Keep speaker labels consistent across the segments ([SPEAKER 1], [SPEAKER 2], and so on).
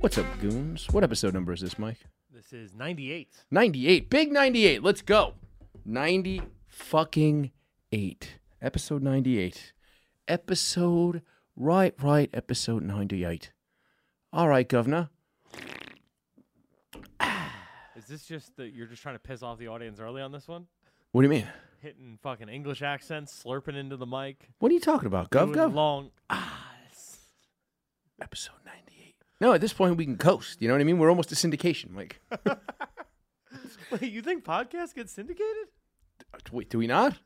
[SPEAKER 1] What's up, goons? What episode number is this, Mike?
[SPEAKER 2] This is 98.
[SPEAKER 1] 98. Big 98. Let's go. 90 fucking 8. Episode 98. Episode right right episode 98. All right, governor.
[SPEAKER 2] Is this just that you're just trying to piss off the audience early on this one?
[SPEAKER 1] What do you mean?
[SPEAKER 2] Hitting fucking English accents, slurping into the mic,
[SPEAKER 1] What are you talking about? Gov
[SPEAKER 2] doing
[SPEAKER 1] gov.
[SPEAKER 2] long ahs.
[SPEAKER 1] episode 98. No, at this point we can coast, you know what I mean? We're almost to syndication. Like
[SPEAKER 2] Wait, you think podcasts get syndicated?
[SPEAKER 1] wait, do we not?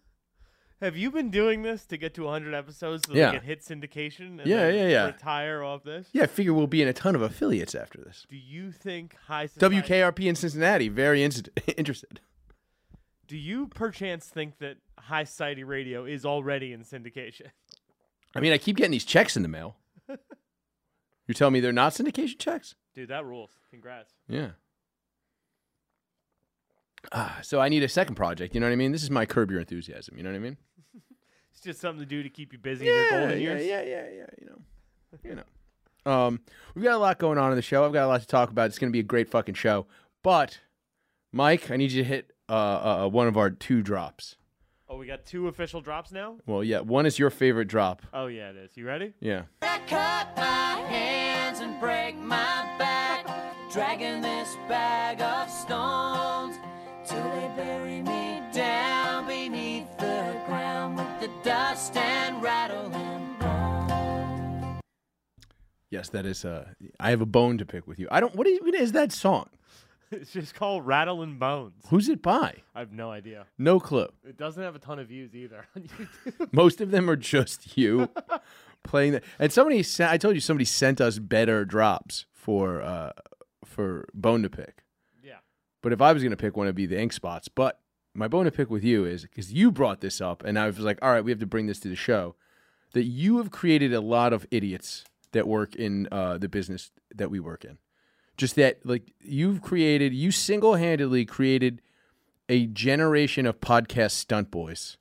[SPEAKER 2] Have you been doing this to get to 100 episodes so
[SPEAKER 1] Yeah.
[SPEAKER 2] they can hit syndication and
[SPEAKER 1] Yeah,
[SPEAKER 2] then
[SPEAKER 1] yeah, yeah.
[SPEAKER 2] retire off this?
[SPEAKER 1] Yeah, I figure we'll be in a ton of affiliates after this.
[SPEAKER 2] Do you think high society,
[SPEAKER 1] WKRP in Cincinnati, very inst- interested.
[SPEAKER 2] Do you perchance think that high society radio is already in syndication?
[SPEAKER 1] I mean, I keep getting these checks in the mail. You're telling me they're not syndication checks?
[SPEAKER 2] Dude, that rules. Congrats.
[SPEAKER 1] Yeah. Ah, so I need a second project. You know what I mean? This is my curb your enthusiasm. You know what I mean?
[SPEAKER 2] It's just something to do to keep you busy in your golden years.
[SPEAKER 1] yeah, yeah, yeah. You know, you know. Um, we've got a lot going on in the show. I've got a lot to talk about. It's going to be a great fucking show. But Mike, I need you to hit uh, uh one of our two drops.
[SPEAKER 2] Oh, we got two official drops now?
[SPEAKER 1] Well, yeah, one is your favorite drop.
[SPEAKER 2] Oh, yeah, it is. You ready?
[SPEAKER 1] Yeah.
[SPEAKER 3] I cut my hands and break my back, dragging this bag of stones till they bury me down beneath the ground with the dust and rattle and bone.
[SPEAKER 1] Yes, that is. Uh, I have a bone to pick with you. I don't. What even is that song?
[SPEAKER 2] It's just called Rattle and Bones.
[SPEAKER 1] Who's it by?
[SPEAKER 2] I have no idea.
[SPEAKER 1] No clue.
[SPEAKER 2] It doesn't have a ton of views either on YouTube.
[SPEAKER 1] Most of them are just you playing the And somebody sent, I told you somebody sent us better drops for uh for bone to pick.
[SPEAKER 2] yeah.
[SPEAKER 1] But if I was going to pick one, it'd be the ink spots. But my bone to pick with you is because you brought this up, and I was like, all right, we have to bring this to the show. That you have created a lot of idiots that work in uh, the business that we work in. Just that, like, you've created, you single handedly created a generation of podcast stunt boys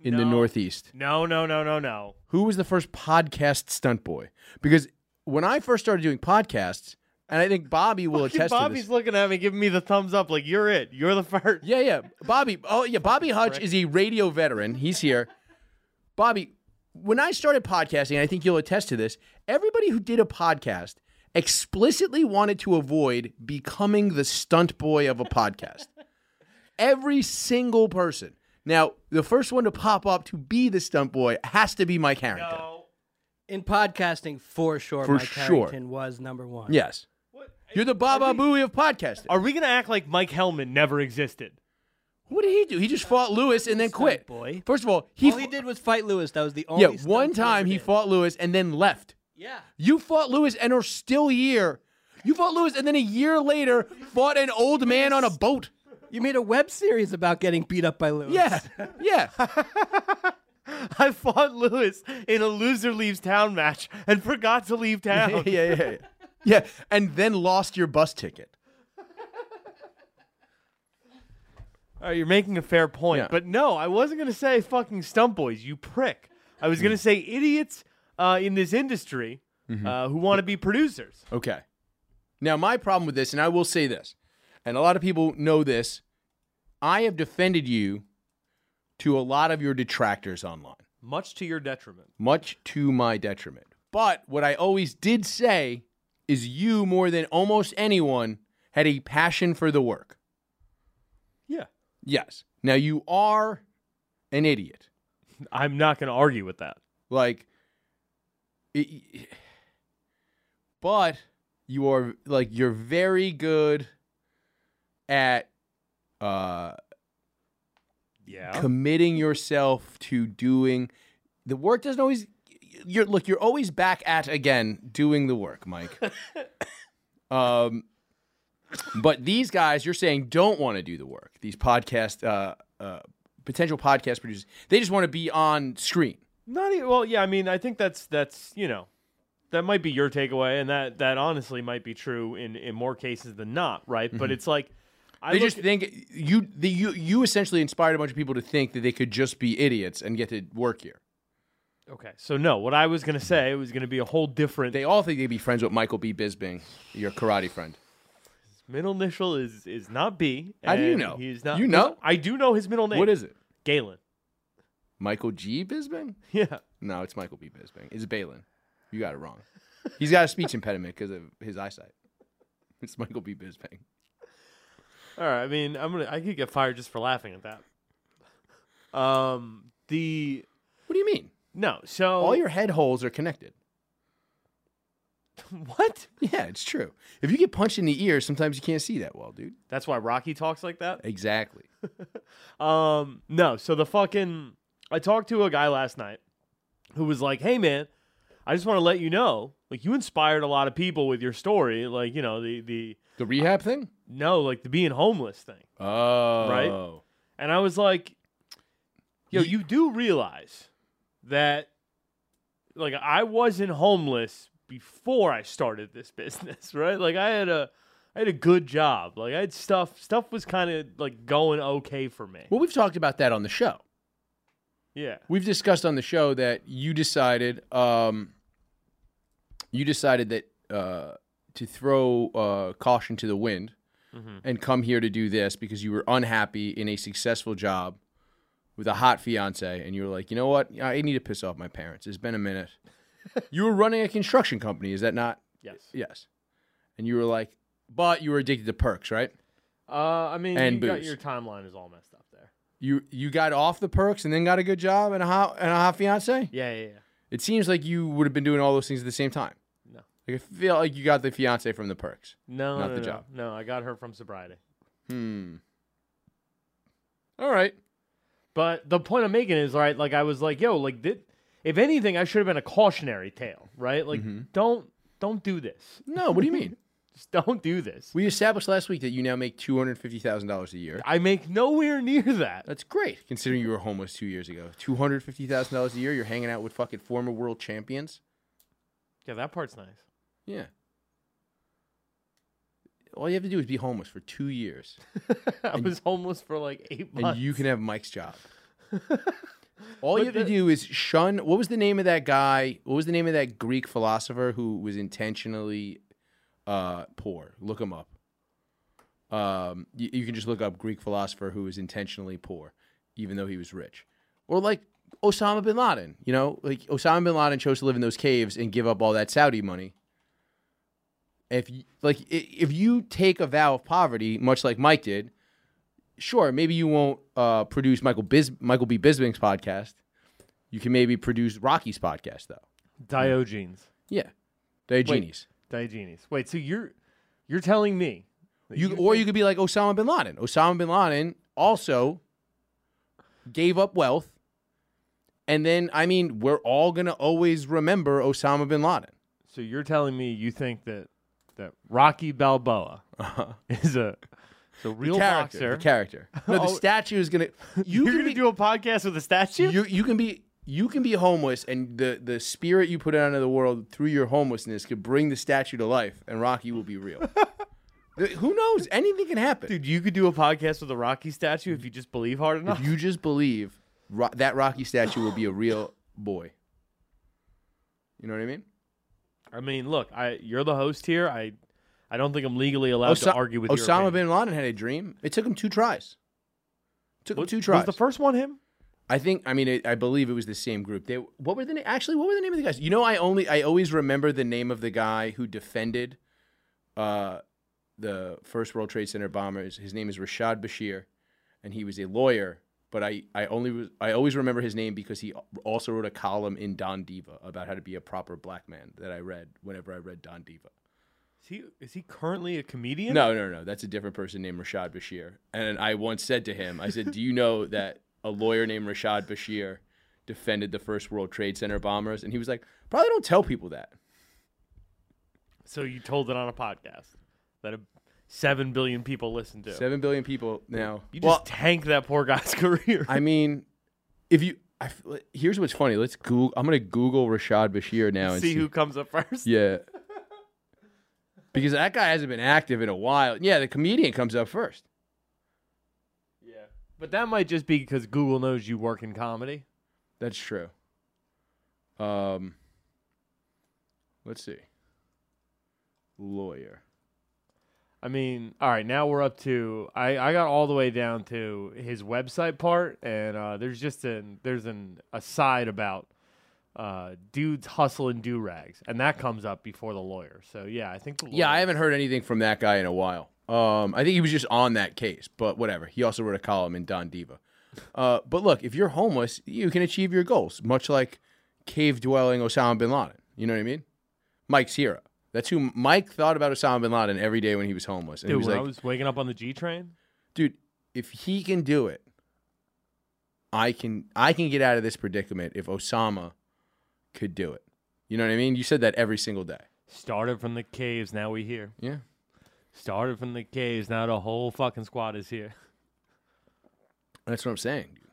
[SPEAKER 1] in the
[SPEAKER 2] No.
[SPEAKER 1] Northeast.
[SPEAKER 2] No, no, no, no, no.
[SPEAKER 1] Who was the first podcast stunt boy? Because when I first started doing podcasts, and I think Bobby will
[SPEAKER 2] Fucking
[SPEAKER 1] attest to
[SPEAKER 2] Bobby's
[SPEAKER 1] this.
[SPEAKER 2] looking at me, giving me the thumbs up, like you're it. You're the first.
[SPEAKER 1] Yeah, yeah. Bobby. Oh, yeah. Bobby Hutch is a radio veteran. He's here. Bobby, when I started podcasting, and I think you'll attest to this, everybody who did a podcast explicitly wanted to avoid becoming the stunt boy of a podcast. Every single person. Now, the first one to pop up to be the stunt boy has to be Mike Harrington.
[SPEAKER 2] No.
[SPEAKER 4] In podcasting, for sure,
[SPEAKER 1] For
[SPEAKER 4] Mike
[SPEAKER 1] sure.
[SPEAKER 4] Harrington was number one.
[SPEAKER 1] Yes.
[SPEAKER 2] What?
[SPEAKER 1] You're the Baba Booey of podcasting.
[SPEAKER 2] Are we gonna act like Mike Hellman never existed?
[SPEAKER 1] What did he do? He just fought Lewis and then
[SPEAKER 4] Stunt
[SPEAKER 1] quit.
[SPEAKER 4] boy.
[SPEAKER 1] First of all, he,
[SPEAKER 4] All he did was fight Lewis. That was the only.
[SPEAKER 1] yeah,
[SPEAKER 4] stunt
[SPEAKER 1] one
[SPEAKER 4] he
[SPEAKER 1] time
[SPEAKER 4] ever
[SPEAKER 1] he
[SPEAKER 4] did.
[SPEAKER 1] fought Lewis and then left.
[SPEAKER 4] Yeah.
[SPEAKER 1] You fought Lewis and are still here. You fought Lewis and then a year later fought an old man on a boat.
[SPEAKER 4] You made a web series about getting beat up by Lewis.
[SPEAKER 1] Yeah, yeah.
[SPEAKER 2] I fought Lewis in a loser leaves town match and forgot to leave
[SPEAKER 1] yeah,
[SPEAKER 2] town.
[SPEAKER 1] yeah, yeah. Yeah, and then lost your bus ticket.
[SPEAKER 2] All right, you're making a fair point,
[SPEAKER 1] Yeah.
[SPEAKER 2] but no, I wasn't gonna say fucking stump boys, you prick. I was gonna say idiots uh, in this industry uh, who want to be producers.
[SPEAKER 1] Okay. Now, my problem with this, and I will say this, and a lot of people know this, I have defended you to a lot of your detractors online.
[SPEAKER 2] much to your detriment.
[SPEAKER 1] much to my detriment. But what I always did say is you, more than almost anyone, had a passion for the work.
[SPEAKER 2] Yeah.
[SPEAKER 1] Yes. Now you are an idiot.
[SPEAKER 2] I'm not going to argue with that.
[SPEAKER 1] Like, it, but you are like you're very good at uh
[SPEAKER 2] Yeah.
[SPEAKER 1] committing yourself to doing the work doesn't always you're look you're always back at again doing the work mike um but these guys you're saying don't want to do the work these podcast uh, uh potential podcast producers they just want to be on screen
[SPEAKER 2] not even, well, yeah, I mean, I think that's that's, you know, that might be your takeaway and that that honestly might be true in in more cases than not, right?
[SPEAKER 1] Mm-hmm.
[SPEAKER 2] But it's like I
[SPEAKER 1] they
[SPEAKER 2] look
[SPEAKER 1] just
[SPEAKER 2] at-
[SPEAKER 1] think you the you you essentially inspired a bunch of people to think that they could just be idiots and get to work here
[SPEAKER 2] Okay, so no, what I was gonna say was gonna be a whole different.
[SPEAKER 1] Mm-hmm. They all think they'd be friends with Michael B. Bisbing, your karate friend.
[SPEAKER 2] middle initial is is not B.
[SPEAKER 1] How do you
[SPEAKER 2] and
[SPEAKER 1] know?
[SPEAKER 2] He's not.
[SPEAKER 1] You know?
[SPEAKER 2] I do know his middle name.
[SPEAKER 1] What is it?
[SPEAKER 2] Galen?
[SPEAKER 1] Michael G. Bisbing?
[SPEAKER 2] Yeah.
[SPEAKER 1] No, it's Michael B. Bisbing. It's Balin. You got it wrong. He's got a speech impediment because of his eyesight. It's Michael B. Bisbing.
[SPEAKER 2] All right. I mean, I'm gonna. I could get fired just for laughing at that. Um. The
[SPEAKER 1] What do you mean?
[SPEAKER 2] no. So
[SPEAKER 1] All your head holes are connected.
[SPEAKER 2] what?
[SPEAKER 1] Yeah, it's true. If you get punched in the ear, sometimes you can't see that well, dude.
[SPEAKER 2] That's why Rocky talks like that.
[SPEAKER 1] Exactly.
[SPEAKER 2] Um, no. So the fucking I talked to a guy last night who was like, "Hey man, I just want to let you know, like you inspired a lot of people with your story, like, you know, the the
[SPEAKER 1] The rehab thing?
[SPEAKER 2] no, like the being homeless thing."
[SPEAKER 1] Oh.
[SPEAKER 2] And I was like, "Yo, you do realize that like I wasn't homeless before I started this business, right? Like I had a I had a good job. Like I had stuff stuff was kind of like going okay for me.
[SPEAKER 1] Well, we've talked about that on the show.
[SPEAKER 2] Yeah.
[SPEAKER 1] We've discussed on the show that you decided um you decided that uh to throw uh caution to the wind and come here to do this because you were unhappy in a successful job with a hot fiance and you were like, "You know what? I need to piss off my parents. It's been a minute." you were running a construction company, is that not?
[SPEAKER 2] Yes.
[SPEAKER 1] Yes. And you were like, "But you were addicted to perks, right?"
[SPEAKER 2] Uh, I mean,
[SPEAKER 1] And
[SPEAKER 2] you got,
[SPEAKER 1] booze.
[SPEAKER 2] your timeline is all messed up there.
[SPEAKER 1] You you got off the perks and then got a good job and a hot and a hot fiance?
[SPEAKER 2] Yeah, yeah, yeah.
[SPEAKER 1] It seems like you would have been doing all those things at the same time.
[SPEAKER 2] No.
[SPEAKER 1] Like I feel like you got the fiance from the perks.
[SPEAKER 2] No,
[SPEAKER 1] Not
[SPEAKER 2] no,
[SPEAKER 1] the
[SPEAKER 2] no.
[SPEAKER 1] job.
[SPEAKER 2] No, I got her from sobriety.
[SPEAKER 1] Hmm. All right.
[SPEAKER 2] But the point I'm making is, all right, like I was like, yo, like thi- if anything, I should have been a cautionary tale, right? Like,
[SPEAKER 1] Mm-hmm.
[SPEAKER 2] don't, don't do this.
[SPEAKER 1] No, what do you mean?
[SPEAKER 2] Just don't do this.
[SPEAKER 1] we established last week that you now make two hundred fifty thousand dollars a year.
[SPEAKER 2] I make nowhere near that.
[SPEAKER 1] That's great, considering you were homeless two years ago. Two hundred fifty thousand dollars a year. You're hanging out with fucking former world champions.
[SPEAKER 2] Yeah, that part's nice.
[SPEAKER 1] Yeah. All you have to do is be homeless for two years,
[SPEAKER 2] I was homeless for like eight
[SPEAKER 1] and
[SPEAKER 2] months.
[SPEAKER 1] you can have Mike's job. All you have
[SPEAKER 2] But
[SPEAKER 1] to
[SPEAKER 2] the-
[SPEAKER 1] do is shun. What was the name of that guy? What was the name of that Greek philosopher who was intentionally uh, poor? Look him up. Um, you, you can just look up Greek philosopher who was intentionally poor, even though he was rich, or like Osama bin Laden. You know, like Osama bin Laden chose to live in those caves and give up all that Saudi money. If you, like i- if you take a vow of poverty, much like Mike did, sure, maybe you won't uh, produce Michael Bis- Michael B. Bisbing's podcast. You can maybe produce Rocky's podcast though.
[SPEAKER 2] Diogenes.
[SPEAKER 1] Yeah, Diogenes.
[SPEAKER 2] Diogenes. Wait, so you're, you're telling me, that
[SPEAKER 1] You or you could be like Osama bin Laden. Osama bin Laden also gave up wealth, and then I mean we're all gonna always remember Osama bin Laden.
[SPEAKER 2] So you're telling me you think that that Rocky Balboa is a is a real
[SPEAKER 1] character,
[SPEAKER 2] Uh-huh. boxer?
[SPEAKER 1] the character. No, the
[SPEAKER 2] Oh.
[SPEAKER 1] statue is gonna. You
[SPEAKER 2] You're
[SPEAKER 1] can
[SPEAKER 2] gonna
[SPEAKER 1] be,
[SPEAKER 2] do a podcast with a statue?
[SPEAKER 1] you you can be you can be homeless and the the spirit you put out into the world through your homelessness could bring the statue to life and Rocky will be real. Th- Who knows? Anything can happen.
[SPEAKER 2] Dude, you could do a podcast with a Rocky statue if you just believe hard enough.
[SPEAKER 1] If you just believe ro- that Rocky statue will be a real boy. You know what I mean?
[SPEAKER 2] I mean, look, I you're the host here. I I don't think I'm legally allowed to
[SPEAKER 1] Osa-
[SPEAKER 2] argue with your
[SPEAKER 1] Osama
[SPEAKER 2] opinion.
[SPEAKER 1] bin Laden had a dream. It took him two tries. took him
[SPEAKER 2] What-
[SPEAKER 1] two tries.
[SPEAKER 2] Was the first one him?
[SPEAKER 1] I think I mean it, I believe it was the same group. They what were the na- actually what were the name of the guys? You know, I only I always remember the name of the guy who defended uh, the first World Trade Center bombers. His name is Rashad Bashir, and he was a lawyer. But I I only was I always remember his name because he also wrote a column in Don Diva about how to be a proper black man that I read whenever I read Don Diva.
[SPEAKER 2] Is he is he currently a comedian?
[SPEAKER 1] No, no, no. That's a different person named Rashad Bashir. And I once said to him, I said, Do you know that a lawyer named Rashad Bashir defended the first World Trade Center bombers? And he was like, Probably don't tell people that.
[SPEAKER 2] So you told it on a podcast that a, seven billion people listen to.
[SPEAKER 1] Seven billion people now.
[SPEAKER 2] You just
[SPEAKER 1] well,
[SPEAKER 2] tanked that poor guy's career.
[SPEAKER 1] I mean, if you, I f here's what's funny. Let's Google, I'm going to Google Rashad Bashir now and
[SPEAKER 2] see who comes up first.
[SPEAKER 1] Yeah. Because that guy hasn't been active in a while. Yeah, the comedian comes up first.
[SPEAKER 2] Yeah. But that might just be because Google knows you work in comedy.
[SPEAKER 1] That's true. Um, let's see. Lawyer.
[SPEAKER 2] I mean, all right, now we're up to I, I got all the way down to his website part, and uh, there's just an there's an aside about uh, dudes hustling do rags, and that comes up before the lawyer. So yeah, I think the lawyer,
[SPEAKER 1] Yeah, I haven't heard anything from that guy in a while. Um, I think he was just on that case, but whatever. He also wrote a column in Don Diva. Uh, but look, if you're homeless, you can achieve your goals, much like cave dwelling Osama bin Laden. You know what I mean? Mike's hero. That's who Mike thought about Osama bin Laden every day when he was homeless. And
[SPEAKER 2] dude,
[SPEAKER 1] he was
[SPEAKER 2] when
[SPEAKER 1] like,
[SPEAKER 2] I was waking up on the G train.
[SPEAKER 1] dude, if he can do it, I can I can get out of this predicament if Osama could do it. You know what I mean? You said that every single day.
[SPEAKER 2] Started from the caves, now we here.
[SPEAKER 1] Yeah.
[SPEAKER 2] Started from the caves, now the whole fucking squad is here.
[SPEAKER 1] That's what I'm saying. dude.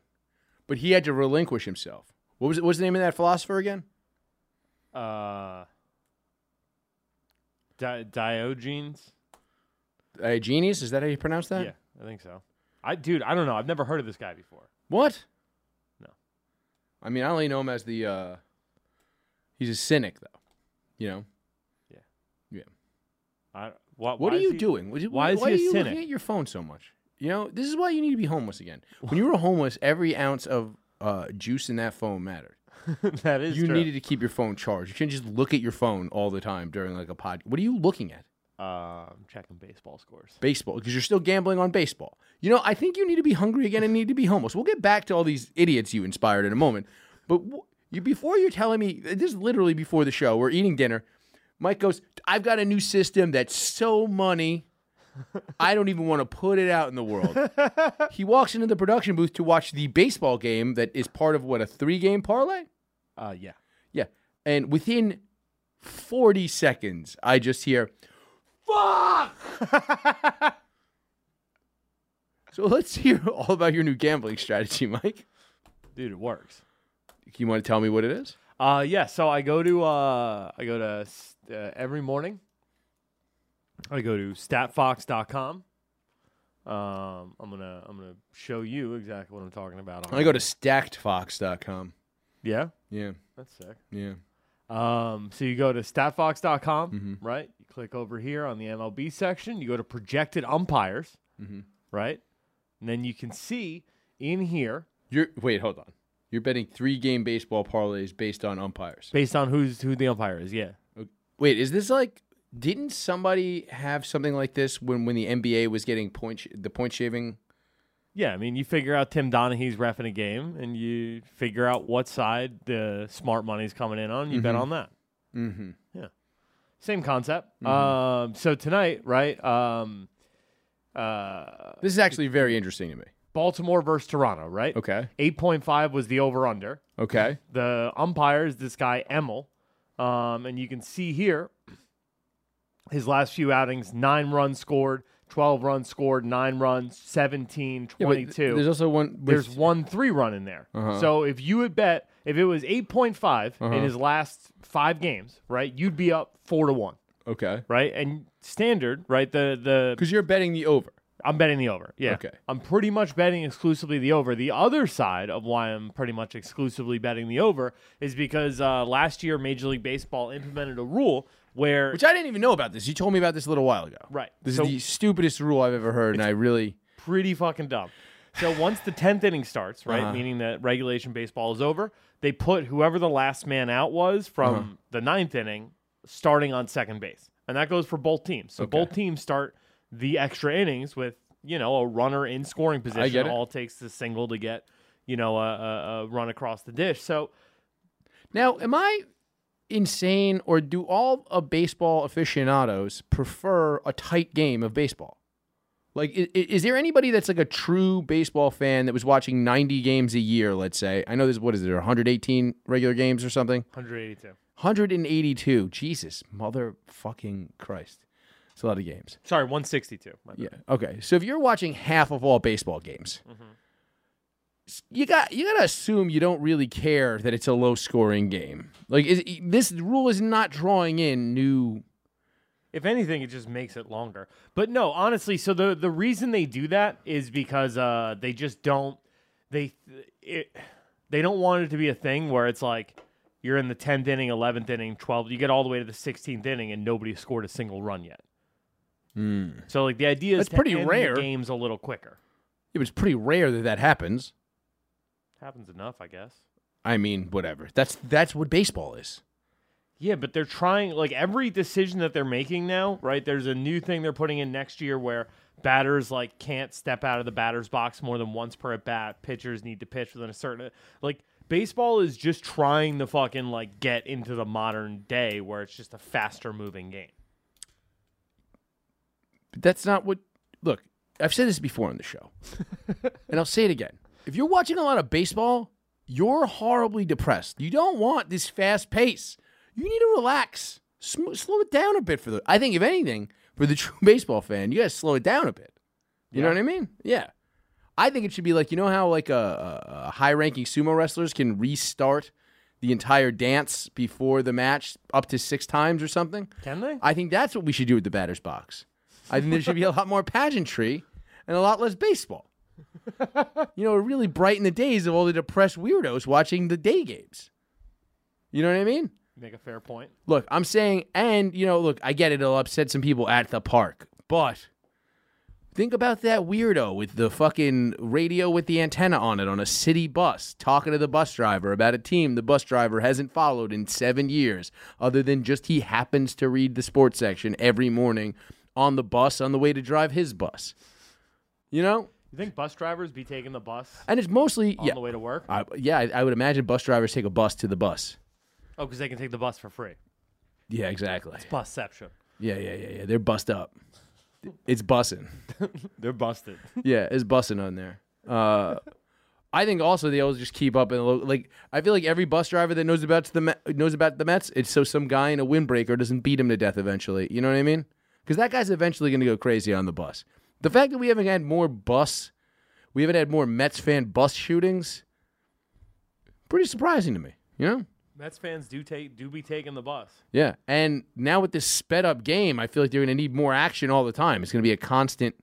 [SPEAKER 1] But he had to relinquish himself. What was it? What was the name of that philosopher again?
[SPEAKER 2] Uh, Di- Diogenes.
[SPEAKER 1] Diogenes? Is that how you pronounce that?
[SPEAKER 2] Yeah, I think so. I dude, I don't know. I've never heard of this guy before.
[SPEAKER 1] What?
[SPEAKER 2] No.
[SPEAKER 1] I mean, I only know him as the. uh He's a cynic, though. You know.
[SPEAKER 2] I, why,
[SPEAKER 1] What
[SPEAKER 2] why
[SPEAKER 1] are
[SPEAKER 2] is
[SPEAKER 1] you
[SPEAKER 2] he-
[SPEAKER 1] doing? Why,
[SPEAKER 2] why is
[SPEAKER 1] why
[SPEAKER 2] he
[SPEAKER 1] are
[SPEAKER 2] a
[SPEAKER 1] you
[SPEAKER 2] cynic?
[SPEAKER 1] looking at your phone so much? You know, this is why you need to be homeless again. When you were homeless, every ounce of uh, juice in that phone mattered.
[SPEAKER 2] that is
[SPEAKER 1] you
[SPEAKER 2] true.
[SPEAKER 1] needed to keep your phone charged. You can't just look at your phone all the time during like a pod. What are you looking at?
[SPEAKER 2] um, checking baseball scores.
[SPEAKER 1] baseball because you're still gambling on baseball. You know, I think you need to be hungry again and need to be homeless. We'll get back to all these idiots you inspired in a moment, but w- you before you're telling me this is literally before the show. We're eating dinner. Mike goes, "I've got a new system that's so money." I don't even want to put it out in the world. he walks into the production booth to watch the baseball game that is part of what a three game parlay?
[SPEAKER 2] Uh, yeah.
[SPEAKER 1] Yeah. And within 40 seconds, I just hear,
[SPEAKER 2] Fuck.
[SPEAKER 1] so let's hear all about your new gambling strategy, Mike.
[SPEAKER 2] Dude, it works.
[SPEAKER 1] You want to tell me what it is?
[SPEAKER 2] Uh, yeah. So I go to uh, I go to s- uh, every morning. I go to statfox.com. Um, I'm gonna I'm gonna show you exactly what I'm talking about. on
[SPEAKER 1] I go to
[SPEAKER 2] there.
[SPEAKER 1] stackedfox.com.
[SPEAKER 2] yeah.
[SPEAKER 1] Yeah,
[SPEAKER 2] That's sick.
[SPEAKER 1] yeah.
[SPEAKER 2] Um, so you go to statfox.com,
[SPEAKER 1] Mm-hmm.
[SPEAKER 2] right? You click over here on the MLB section. You go to projected umpires,
[SPEAKER 1] Mm-hmm.
[SPEAKER 2] right? And then you can see in here
[SPEAKER 1] You're wait, hold on. You're betting three game baseball parlays based on umpires.
[SPEAKER 2] based on who's who the umpire is. Yeah.
[SPEAKER 1] Wait, is this like? Didn't somebody have something like this when when the NBA was getting point sh- the point shaving?
[SPEAKER 2] Yeah, I mean, you figure out Tim Donaghy's refing a game, and you figure out what side the smart money's coming in on. You bet on that.
[SPEAKER 1] Mm-hmm.
[SPEAKER 2] Same concept. Um, so tonight, right? Um, uh,
[SPEAKER 1] This is actually very interesting to me.
[SPEAKER 2] Baltimore versus Toronto, right?
[SPEAKER 1] Okay,
[SPEAKER 2] Eight point five was the over under.
[SPEAKER 1] okay.
[SPEAKER 2] The umpire is this guy Emil, um, and you can see here his last few outings: nine runs scored, twelve runs scored, nine runs, 17,
[SPEAKER 1] Yeah, but
[SPEAKER 2] 22.
[SPEAKER 1] th- there's also Uh-huh. one. with-
[SPEAKER 2] there's one three run in there. So if you would bet if it was 8.5
[SPEAKER 1] Uh-huh.
[SPEAKER 2] in his last five games, right, you'd be up four to one,
[SPEAKER 1] okay
[SPEAKER 2] right? And standard, right? The the
[SPEAKER 1] because you're betting the over.
[SPEAKER 2] I'm betting the over. Yeah.
[SPEAKER 1] Okay.
[SPEAKER 2] I'm pretty much betting exclusively the over. The other side of why I'm pretty much exclusively betting the over is because uh, last year Major League Baseball implemented a rule where
[SPEAKER 1] Which I didn't even know about this. You told me about this a little while ago.
[SPEAKER 2] right.
[SPEAKER 1] This
[SPEAKER 2] so
[SPEAKER 1] is the stupidest rule I've ever heard, and I really
[SPEAKER 2] pretty fucking dumb. So once the tenth inning starts, right,
[SPEAKER 1] Uh-huh.
[SPEAKER 2] meaning that regulation baseball is over, they put whoever the last man out was from
[SPEAKER 1] Uh-huh.
[SPEAKER 2] the ninth inning starting on second base, and that goes for both teams. So both teams start the extra innings with you know a runner in scoring position.
[SPEAKER 1] get it.
[SPEAKER 2] All it takes is a single to get you know a, a, a run across the dish. So
[SPEAKER 1] Now, am I insane, or do all of baseball aficionados prefer a tight game of baseball? Like, is, is there anybody that's like a true baseball fan that was watching 90 games a year, let's say? I know there's, what is there, 118 regular games or something?
[SPEAKER 2] 182.
[SPEAKER 1] 182. Jesus, motherfucking Christ. It's a lot of games.
[SPEAKER 2] Sorry, 162. My bad.
[SPEAKER 1] Yeah. Okay. So if you're watching half of all baseball games, s- you got you got to assume you don't really care that it's a low scoring game. Like is, e, this rule is not drawing in new.
[SPEAKER 2] If anything, it just makes it longer. But no, honestly, so the the reason they do that is because uh, they just don't they it, they don't want it to be a thing where it's like You're in the 10th inning, 11th inning, 12th. You get all the way to the 16th inning, and nobody scored a single run yet. So like the idea is
[SPEAKER 1] That's
[SPEAKER 2] to
[SPEAKER 1] pretty
[SPEAKER 2] end the
[SPEAKER 1] rare.
[SPEAKER 2] games a little quicker.
[SPEAKER 1] It was pretty rare that that happens.
[SPEAKER 2] Happens enough, I guess.
[SPEAKER 1] I mean, whatever. That's that's what baseball is.
[SPEAKER 2] Yeah, but they're trying like every decision that they're making now, right? There's a new thing they're putting in next year where batters like can't step out of the batter's box more than once per at bat. Pitchers need to pitch within a certain like baseball is just trying to fucking like get into the modern day where it's just a faster moving game.
[SPEAKER 1] But that's not what. Look, I've said this before on the show, and I'll say it again. If you're watching a lot of baseball, you're horribly depressed. You don't want this fast pace. You need to relax, Sm- slow it down a bit for the. I think if anything, for the true baseball fan, you got to slow it down a bit. You know
[SPEAKER 2] Yeah.
[SPEAKER 1] what I mean? Yeah. I think it should be like you know how like a, a, a high-ranking sumo wrestlers can restart the entire dance before the match up to six times or something.
[SPEAKER 2] Can they?
[SPEAKER 1] I think that's what we should do with the batter's box. I think there should be a lot more pageantry and a lot less baseball. you know, really brighten the days of all the depressed weirdos watching the day games. You know what I mean?
[SPEAKER 2] Make a fair point.
[SPEAKER 1] Look, I'm saying, and you know, look, I get it. It'll upset some people at the park, but think about that weirdo with the fucking radio with the antenna on it on a city bus, talking to the bus driver about a team the bus driver hasn't followed in seven years, other than just he happens to read the sports section every morning on the bus on the way to drive his bus. You know,
[SPEAKER 2] You think bus drivers be taking the bus
[SPEAKER 1] and it's mostly
[SPEAKER 2] on
[SPEAKER 1] yeah,
[SPEAKER 2] the way to work?
[SPEAKER 1] I, yeah. I, I would imagine bus drivers take a bus to the bus.
[SPEAKER 2] Oh, because they can take the bus for free.
[SPEAKER 1] Yeah, exactly.
[SPEAKER 2] Busception.
[SPEAKER 1] Yeah, yeah, yeah, yeah. They're bust up. It's bussing.
[SPEAKER 2] They're busted.
[SPEAKER 1] Yeah, it's bussing on there. Uh, I think also they always just keep up and lo- like I feel like every bus driver that knows about the Met, knows about the Mets, it's so some guy in a windbreaker doesn't beat him to death eventually. You know what I mean? Because that guy's eventually going to go crazy on the bus. The fact that we haven't had more bus, we haven't had more Mets fan bus shootings, pretty surprising to me. You know?
[SPEAKER 2] Mets fans do take do be taking the bus.
[SPEAKER 1] Yeah. And now with this sped up game, I feel like they're going to need more action all the time. It's going to be a constant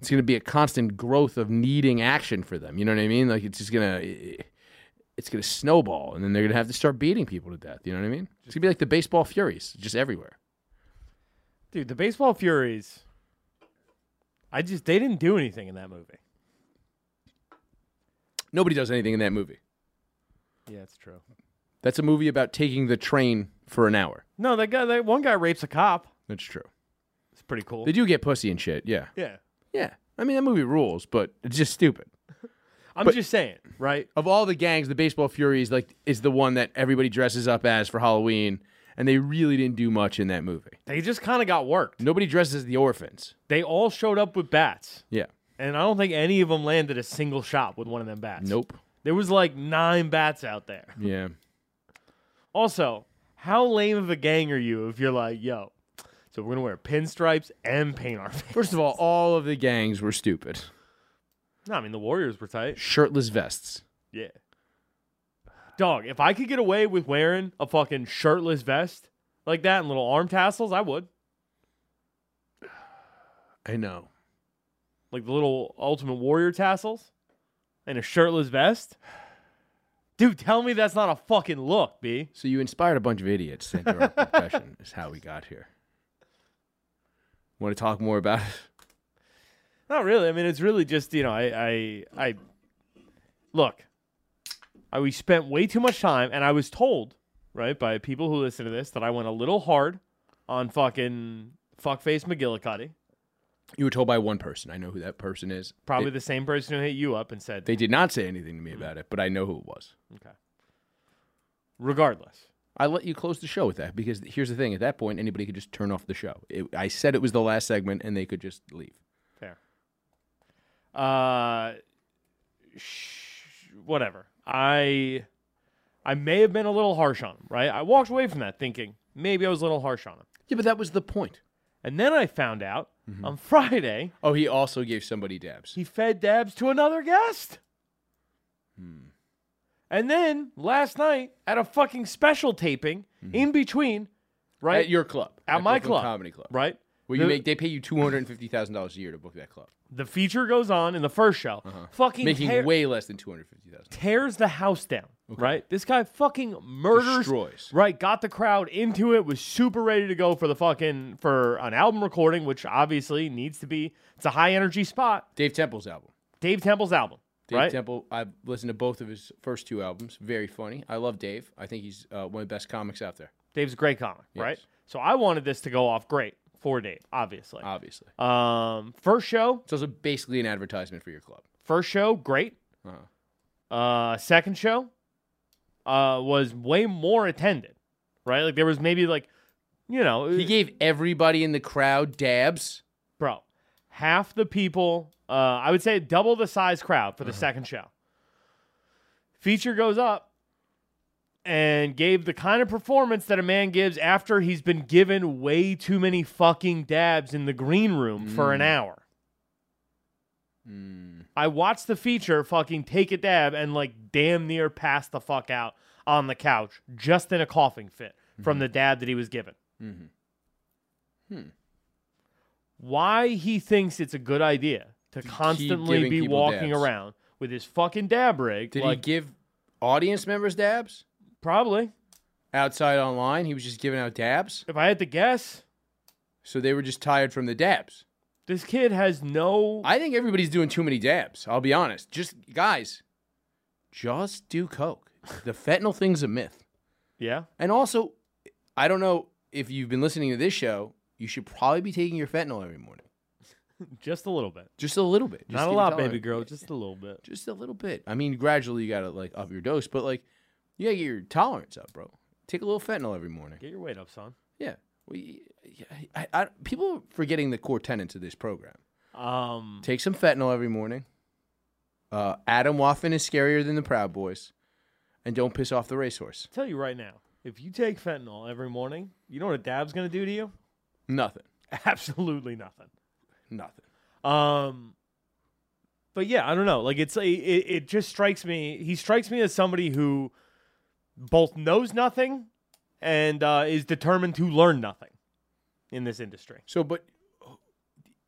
[SPEAKER 1] it's going to be a constant growth of needing action for them. You know what I mean? Like it's just going to it's going to snowball and then they're going to have to start beating people to death, you know what I mean? It's going to be like the baseball furies just everywhere.
[SPEAKER 2] Dude, the baseball furies. I just they didn't do anything in that movie.
[SPEAKER 1] Nobody does anything in that movie.
[SPEAKER 2] Yeah, it's true.
[SPEAKER 1] That's a movie about taking the train for an hour.
[SPEAKER 2] No, that guy that one guy rapes a cop.
[SPEAKER 1] That's true.
[SPEAKER 2] It's pretty cool.
[SPEAKER 1] They do get pussy and shit, yeah.
[SPEAKER 2] yeah.
[SPEAKER 1] Yeah. I mean, that movie rules, but it's just stupid.
[SPEAKER 2] I'm just saying, right?
[SPEAKER 1] of all the gangs, the Baseball Furies like is the one that everybody dresses up as for Halloween, and they really didn't do much in that movie.
[SPEAKER 2] They just kind of got worked.
[SPEAKER 1] Nobody dresses as the orphans.
[SPEAKER 2] They all showed up with bats,
[SPEAKER 1] Yeah.
[SPEAKER 2] and I don't think any of them landed a single shot with one of them bats.
[SPEAKER 1] Nope.
[SPEAKER 2] There was like 9 bats out there.
[SPEAKER 1] Yeah.
[SPEAKER 2] Also, how lame of a gang are you if you're like, yo, so we're going to wear pinstripes and paint our face?
[SPEAKER 1] First of all, all of the gangs were stupid.
[SPEAKER 2] No, I mean the Warriors were tight.
[SPEAKER 1] Shirtless vests.
[SPEAKER 2] Yeah. Dog, if I could get away with wearing a fucking shirtless vest like that and little arm tassels, I would.
[SPEAKER 1] I know.
[SPEAKER 2] Like the little Ultimate Warrior tassels and a shirtless vest. Dude, tell me that's not a fucking look, B.
[SPEAKER 1] So you inspired a bunch of idiots to enter our profession. Is how we got here. Want to talk more about it?
[SPEAKER 2] Not really. I mean, it's really just, you know, I I I look. I we spent way too much time and I was told, right, by people who listen to this that I went a little hard on fucking fuckface McGillicuddy.
[SPEAKER 1] You were told by one person. I know who that person is.
[SPEAKER 2] Probably
[SPEAKER 1] They,
[SPEAKER 2] the same person who hit you up and said,
[SPEAKER 1] they did not say anything to me about it, but I know who it was.
[SPEAKER 2] okay. Regardless,
[SPEAKER 1] I let you close the show with that because here's the thing: at that point, anybody could just turn off the show. It, I said it was the last segment, and they could just leave.
[SPEAKER 2] fair. Uh, sh- whatever. I, I may have been a little harsh on him, right? I walked away from that thinking maybe I was a little harsh on him,
[SPEAKER 1] Yeah, but that was the point.
[SPEAKER 2] and then I found out
[SPEAKER 1] Mm-hmm.
[SPEAKER 2] on Friday
[SPEAKER 1] Oh, he also gave somebody dabs.
[SPEAKER 2] he fed dabs to another guest.
[SPEAKER 1] Hmm.
[SPEAKER 2] And then last night at a fucking special taping in between, right?
[SPEAKER 1] Mm-hmm. at your club,
[SPEAKER 2] at my
[SPEAKER 1] Brooklyn
[SPEAKER 2] club,
[SPEAKER 1] comedy club.
[SPEAKER 2] right?
[SPEAKER 1] Where you
[SPEAKER 2] The-
[SPEAKER 1] make they pay you two hundred and fifty thousand dollars a year to book that club,
[SPEAKER 2] The feature goes on in the first show. Fucking
[SPEAKER 1] Uh-huh. making
[SPEAKER 2] tear-
[SPEAKER 1] way less than two hundred fifty thousand.
[SPEAKER 2] tears the house down. Right, this guy fucking murders.
[SPEAKER 1] Destroys.
[SPEAKER 2] Right, got the crowd into it. Was super ready to go for the fucking for an album recording, which obviously needs to be. It's a high energy spot.
[SPEAKER 1] Dave Temple's album.
[SPEAKER 2] Dave Temple's album.
[SPEAKER 1] Dave
[SPEAKER 2] right,
[SPEAKER 1] Temple. I've listened to both of his first two albums. Very funny. I love Dave. I think he's uh, one of the best comics out there.
[SPEAKER 2] Dave's a great comic. Right,
[SPEAKER 1] Yes.
[SPEAKER 2] so I wanted this to go off great for Dave, obviously.
[SPEAKER 1] Obviously,
[SPEAKER 2] um, first show,
[SPEAKER 1] it's also basically an advertisement for your club.
[SPEAKER 2] First show, great. Uh, second show uh, was way more attended, right? Like there was maybe like, you know,
[SPEAKER 1] He gave everybody in the crowd dabs.
[SPEAKER 2] bro, half the people. Uh, I would say double the size crowd for the second show. Feature goes up and gave the kind of performance that a man gives after he's been given way too many fucking dabs in the green room for an hour.
[SPEAKER 1] Hmm.
[SPEAKER 2] I watched the feature fucking take a dab and like damn near pass the fuck out on the couch just in a coughing fit from the dab that he was given.
[SPEAKER 1] Mm-hmm.
[SPEAKER 2] Why he thinks it's a good idea to constantly
[SPEAKER 1] giving
[SPEAKER 2] be
[SPEAKER 1] people
[SPEAKER 2] walking
[SPEAKER 1] dabs.
[SPEAKER 2] around with his fucking dab rig?
[SPEAKER 1] Did
[SPEAKER 2] like,
[SPEAKER 1] he give audience members dabs
[SPEAKER 2] probably.
[SPEAKER 1] outside online? He was just giving out dabs,
[SPEAKER 2] If I had to guess,
[SPEAKER 1] so they were just tired from the dabs.
[SPEAKER 2] this kid has no.
[SPEAKER 1] I think everybody's doing too many dabs. I'll be honest. Just guys, just do coke. The fentanyl thing's a myth.
[SPEAKER 2] yeah.
[SPEAKER 1] And also, I don't know if you've been listening to this show. You should probably be taking your fentanyl every morning,
[SPEAKER 2] Just a little bit.
[SPEAKER 1] just a little bit. Just
[SPEAKER 2] Not a
[SPEAKER 1] to get
[SPEAKER 2] lot,
[SPEAKER 1] tolerant.
[SPEAKER 2] baby girl. Just a little bit.
[SPEAKER 1] just a little bit. I mean, gradually you gotta like up your dose, but like you gotta get your tolerance up, bro. Take a little fentanyl every morning.
[SPEAKER 2] Get your weight up, son.
[SPEAKER 1] Yeah. We, I, I, people are forgetting the core tenets of this program.
[SPEAKER 2] Um,
[SPEAKER 1] Take some fentanyl every morning. Uh, Adam Waffen is scarier than the Proud Boys, and don't piss off the racehorse.
[SPEAKER 2] tell you right now, if you take fentanyl every morning, you know what a dab's gonna do to you?
[SPEAKER 1] Nothing.
[SPEAKER 2] Absolutely nothing.
[SPEAKER 1] Nothing.
[SPEAKER 2] Um, but yeah, I don't know. Like it's a, it, it just strikes me. He strikes me as somebody who both knows nothing and uh, is determined to learn nothing in this industry.
[SPEAKER 1] So, but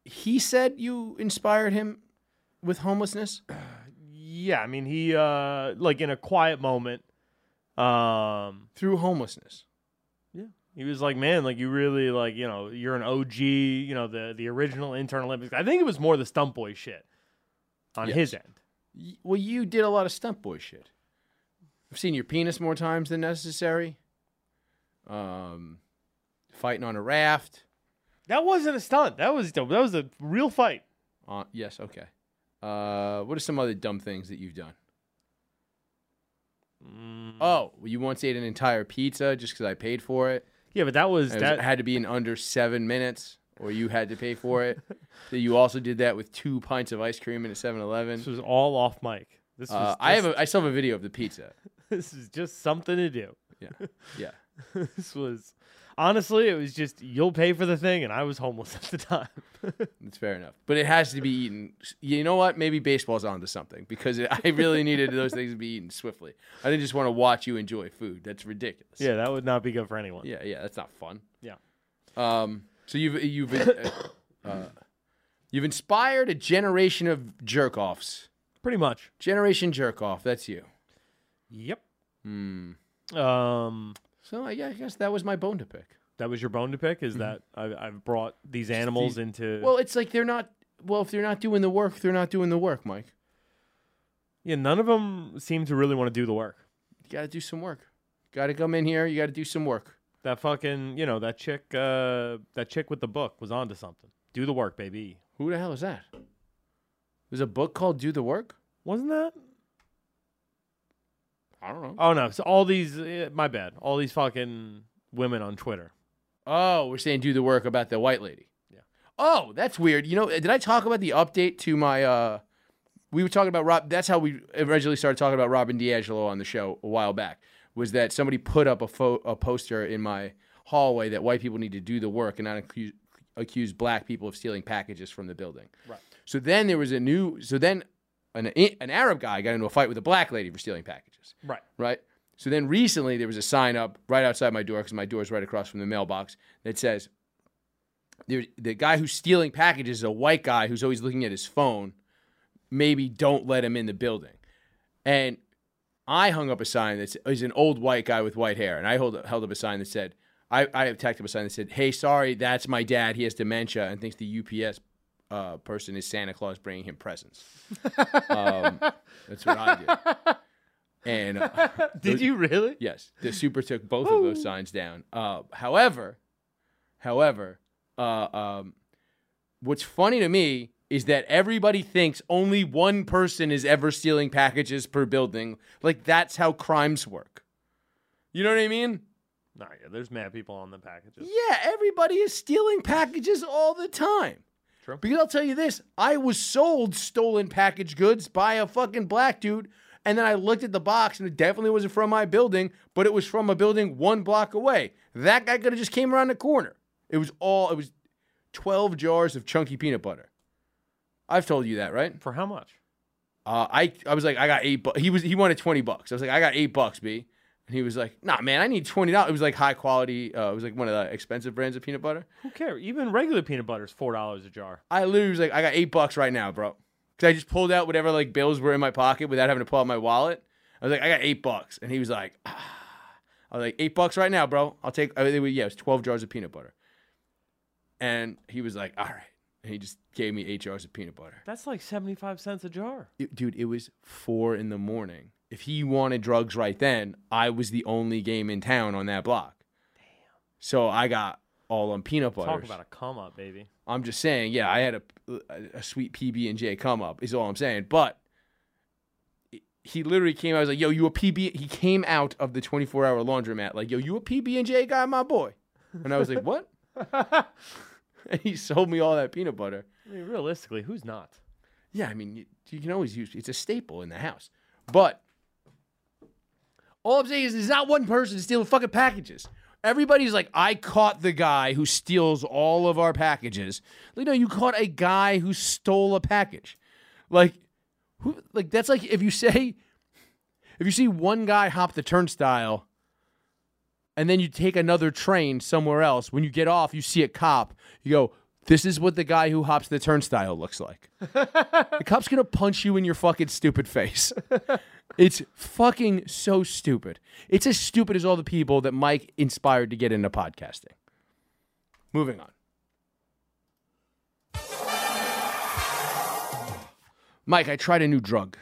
[SPEAKER 1] he said you inspired him with homelessness.
[SPEAKER 2] Yeah, I mean he uh, like in a quiet moment. Um,
[SPEAKER 1] Through homelessness.
[SPEAKER 2] He was like, man, like you really like, you know, you're an OG, you know, the the original intern Olympics. I think it was more the stump boy shit on his end.
[SPEAKER 1] Y- Well, you did a lot of stunt boy shit. I've seen your penis more times than necessary. Um, fighting on a raft.
[SPEAKER 2] That wasn't a stunt. That was that was a real fight.
[SPEAKER 1] Uh, yes, okay. Uh, what are some other dumb things that you've done?
[SPEAKER 2] Mm.
[SPEAKER 1] Oh, well, you once ate an entire pizza just because I paid for it.
[SPEAKER 2] Yeah, but that was
[SPEAKER 1] and It was-
[SPEAKER 2] that
[SPEAKER 1] had to be in under seven minutes, or you had to pay for it. that you also did that with two pints of ice cream in a 7-Eleven.
[SPEAKER 2] this was all off mic. This was
[SPEAKER 1] Uh,
[SPEAKER 2] just,
[SPEAKER 1] I have, a, I still have a video of the pizza.
[SPEAKER 2] this is just something to do.
[SPEAKER 1] Yeah, yeah.
[SPEAKER 2] This was honestly, it was just you'll pay for the thing and I was homeless at the time.
[SPEAKER 1] It's fair enough, but it has to be eaten. You know what? Maybe baseball's onto something because it, I really needed those things to be eaten swiftly. I didn't just want to watch you enjoy food. That's ridiculous.
[SPEAKER 2] yeah, that would not be good for anyone.
[SPEAKER 1] yeah, yeah. That's not fun.
[SPEAKER 2] Yeah.
[SPEAKER 1] Um. So you've you've uh, uh, you've inspired a generation of jerk offs.
[SPEAKER 2] Pretty much.
[SPEAKER 1] Generation jerk off. That's you.
[SPEAKER 2] Yep. Hmm. Um
[SPEAKER 1] So I, yeah, I guess that was my bone to pick.
[SPEAKER 2] that was your bone to pick is that I've, I've brought these animals
[SPEAKER 1] the-
[SPEAKER 2] into
[SPEAKER 1] Well, it's like they're not. Well, if they're not doing the work, they're not doing the work, Mike.
[SPEAKER 2] Yeah, none of them seem to really want to do the work.
[SPEAKER 1] You got to do some work. Got to come in here. You got to do some work.
[SPEAKER 2] That fucking, you know, that chick, uh, that chick with the book was onto something. Do the work, baby.
[SPEAKER 1] Who the hell is that? There's a book called Do the Work?
[SPEAKER 2] Wasn't that?
[SPEAKER 1] I don't know.
[SPEAKER 2] Oh no! So all these, eh, my bad. All these fucking women on Twitter.
[SPEAKER 1] Oh, we're saying Do the Work about the white lady.
[SPEAKER 2] Yeah.
[SPEAKER 1] Oh, that's weird. You know, did I talk about the update to my uh we were talking about Rob that's how we originally started talking about Robin D'Angelo on the show a while back. Was that somebody put up a fo- a poster in my hallway that white people need to do the work and not accuse accuse black people of stealing packages from the building. Right. So then there was a new so then an an Arab guy got into a fight with a black lady for stealing packages.
[SPEAKER 2] Right.
[SPEAKER 1] right? So then recently there was a sign up right outside my door because my door is right across from the mailbox that says, the, the guy who's stealing packages is a white guy who's always looking at his phone. Maybe don't let him in the building. And I hung up a sign that is an old white guy with white hair, and I hold up, held up a sign that said, I, I tacked up a sign that said, "Hey, sorry, that's my dad. He has dementia and thinks the UPS uh, person is Santa Claus bringing him presents." um, that's what I do. And uh,
[SPEAKER 2] Did you really?
[SPEAKER 1] yes, the super took both of those signs down. Uh, however, however, uh, um, what's funny to me is that everybody thinks only one person is ever stealing packages per building. Like that's how crimes work. You know what I mean?
[SPEAKER 2] Nah, yeah, there's mad people on the packages.
[SPEAKER 1] Yeah, everybody is stealing packages all the time.
[SPEAKER 2] True.
[SPEAKER 1] Because I'll tell you this, I was sold stolen package goods by a fucking black dude, and then I looked at the box and it definitely wasn't from my building, but it was from a building one block away. That guy could have just came around the corner. It was all it was 12 jars of chunky peanut butter. I've told you that, right?
[SPEAKER 2] For how much?
[SPEAKER 1] uh, I I was like, I got eight. Bu-. He was he wanted twenty bucks. I was like, I got eight bucks, b. And he was like, Nah, man, I need twenty dollars. It was like high quality. Uh, it was like one of the expensive brands of peanut butter.
[SPEAKER 2] Who cares? Even regular peanut butter is four dollars a jar.
[SPEAKER 1] I literally was like, I got eight bucks right now, bro. Because I just pulled out whatever like bills were in my pocket without having to pull out my wallet. I was like, I got eight bucks, and he was like, ah. I was like, eight bucks right now, bro. I'll take. I mean, it was, yeah, it was twelve jars of peanut butter. And he was like, All right. And he just gave me eight jars of peanut butter.
[SPEAKER 2] That's like seventy-five cents a jar.
[SPEAKER 1] It- dude, it was four in the morning. If he wanted drugs right then, I was the only game in town on that block. So I got all on peanut butter.
[SPEAKER 2] Talk about a come up, baby.
[SPEAKER 1] I'm just saying, yeah, I had a a sweet PB and J come up is all I'm saying. But he literally came. I was like, "Yo, you a PB?" He came out of the 24 hour laundromat like, "Yo, you a PB and J guy, my boy?" And I was like, "What?" and he sold me all that peanut butter.
[SPEAKER 2] I mean, realistically, who's not?
[SPEAKER 1] Yeah, I mean, you, you can always use it's a staple in the house. But all I'm saying is, there's not one person stealing fucking packages. Everybody's like, I caught the guy who steals all of our packages. Like, no, you caught a guy who stole a package. Like, who? Like that's like if you say, if you see one guy hop the turnstile, and then you take another train somewhere else. When you get off, you see a cop. You go, "This is what the guy who hops the turnstile looks like." The cop's gonna punch you in your fucking stupid face. It's fucking so stupid. It's as stupid as all the people that Mike inspired to get into podcasting. Moving on. Mike, I tried a new drug.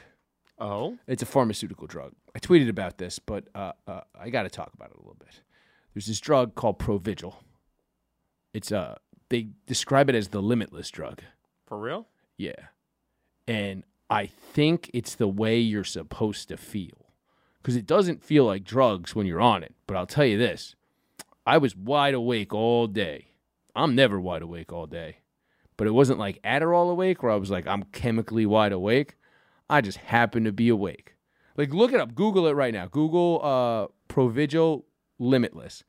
[SPEAKER 2] Oh,
[SPEAKER 1] It's a pharmaceutical drug. I tweeted about this, but uh, uh, I got to talk about it a little bit. There's this drug called Provigil. It's uh, they describe it as the limitless drug.
[SPEAKER 2] for real?
[SPEAKER 1] Yeah. And I think it's the way you're supposed to feel. Because it doesn't feel like drugs when you're on it. But I'll tell you this I was wide awake all day. I'm never wide awake all day. But it wasn't like Adderall awake where I was like, I'm chemically wide awake. I just happened to be awake. Like, look it up. Google it right now. Google uh, Provigil Limitless.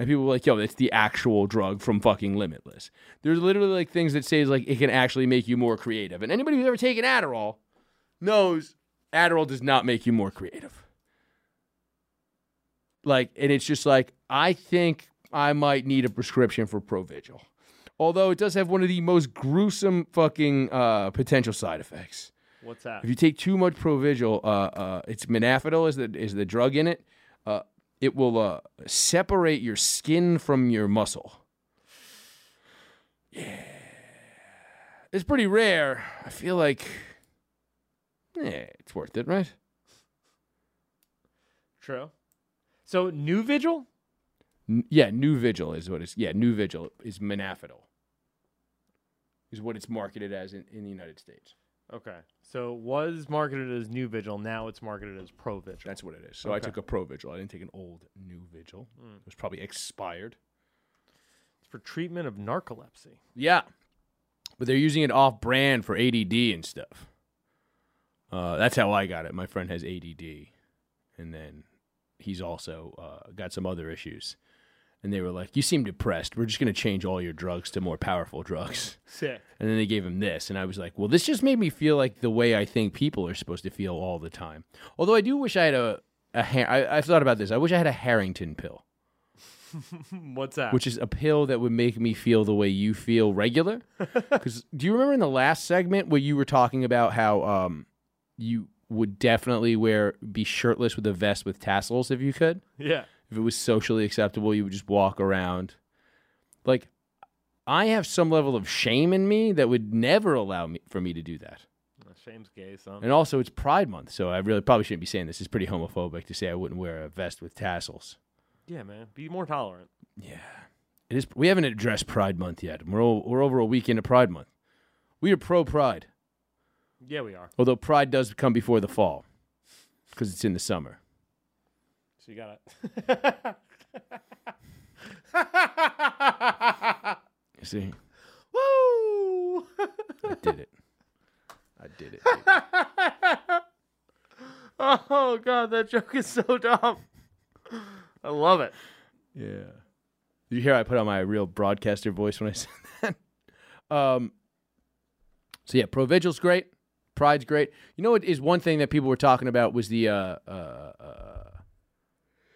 [SPEAKER 1] And people were like, yo, that's the actual drug from fucking Limitless. There's literally like things that say like it can actually make you more creative. And anybody who's ever taken Adderall knows Adderall does not make you more creative. Like, and it's just like, I think I might need a prescription for Provigil. Although it does have one of the most gruesome fucking uh, potential side effects.
[SPEAKER 2] What's that?
[SPEAKER 1] If you take too much Provigil, uh, uh, it's modafinil is the is the drug in it. Uh, it will uh, separate your skin from your muscle. Yeah, it's pretty rare. I feel like, yeah, it's worth it, right?
[SPEAKER 2] True. So new vigil?
[SPEAKER 1] N- yeah, New Vigil is what it's. Yeah, New Vigil is modafinil. Is what it's marketed as in, in the United States.
[SPEAKER 2] Okay. So it was marketed as new vigil. Now it's marketed as pro vigil.
[SPEAKER 1] That's what it is. So I
[SPEAKER 2] Okay.
[SPEAKER 1] took a Pro Vigil. I didn't take an old New Vigil. It was probably expired.
[SPEAKER 2] It's for treatment of narcolepsy.
[SPEAKER 1] Yeah. But they're using it off brand for ADD and stuff. Uh, that's how I got it. My friend has ADD. And then he's also uh, got some other issues. And they were like, You seem depressed. We're just going to change all your drugs to more powerful drugs.
[SPEAKER 2] Sick.
[SPEAKER 1] And then they gave him this. And I was like, Well, this just made me feel like the way I think people are supposed to feel all the time. Although I do wish I had a. a har- I, I thought about this. I wish I had a Harrington pill.
[SPEAKER 2] What's that?
[SPEAKER 1] which is a pill that would make me feel the way you feel regular. Because do you remember in the last segment where you were talking about how um, you would definitely wear be shirtless with a vest with tassels if you could,
[SPEAKER 2] yeah.
[SPEAKER 1] if it was socially acceptable, you would just walk around. Like, I have some level of shame in me that would never allow me for me to do that.
[SPEAKER 2] Shame's gay, son.
[SPEAKER 1] And also, it's Pride Month, so I really probably shouldn't be saying this. It's pretty homophobic to say I wouldn't wear a vest with tassels.
[SPEAKER 2] Yeah, man. Be more tolerant.
[SPEAKER 1] Yeah, it is. We haven't addressed Pride Month yet. We're o we're over a week into Pride Month. We are pro Pride,
[SPEAKER 2] Yeah, we are.
[SPEAKER 1] although Pride does come before the fall because it's in the summer.
[SPEAKER 2] So you got it.
[SPEAKER 1] You see,
[SPEAKER 2] Woo!
[SPEAKER 1] I did it. I did it.
[SPEAKER 2] oh god, that joke is so dumb. I love it.
[SPEAKER 1] yeah. You hear I put on my real broadcaster voice when I said that. Um. So yeah, pro vigil's great. Pride's great. You know what is one thing that people were talking about was the uh, uh, uh,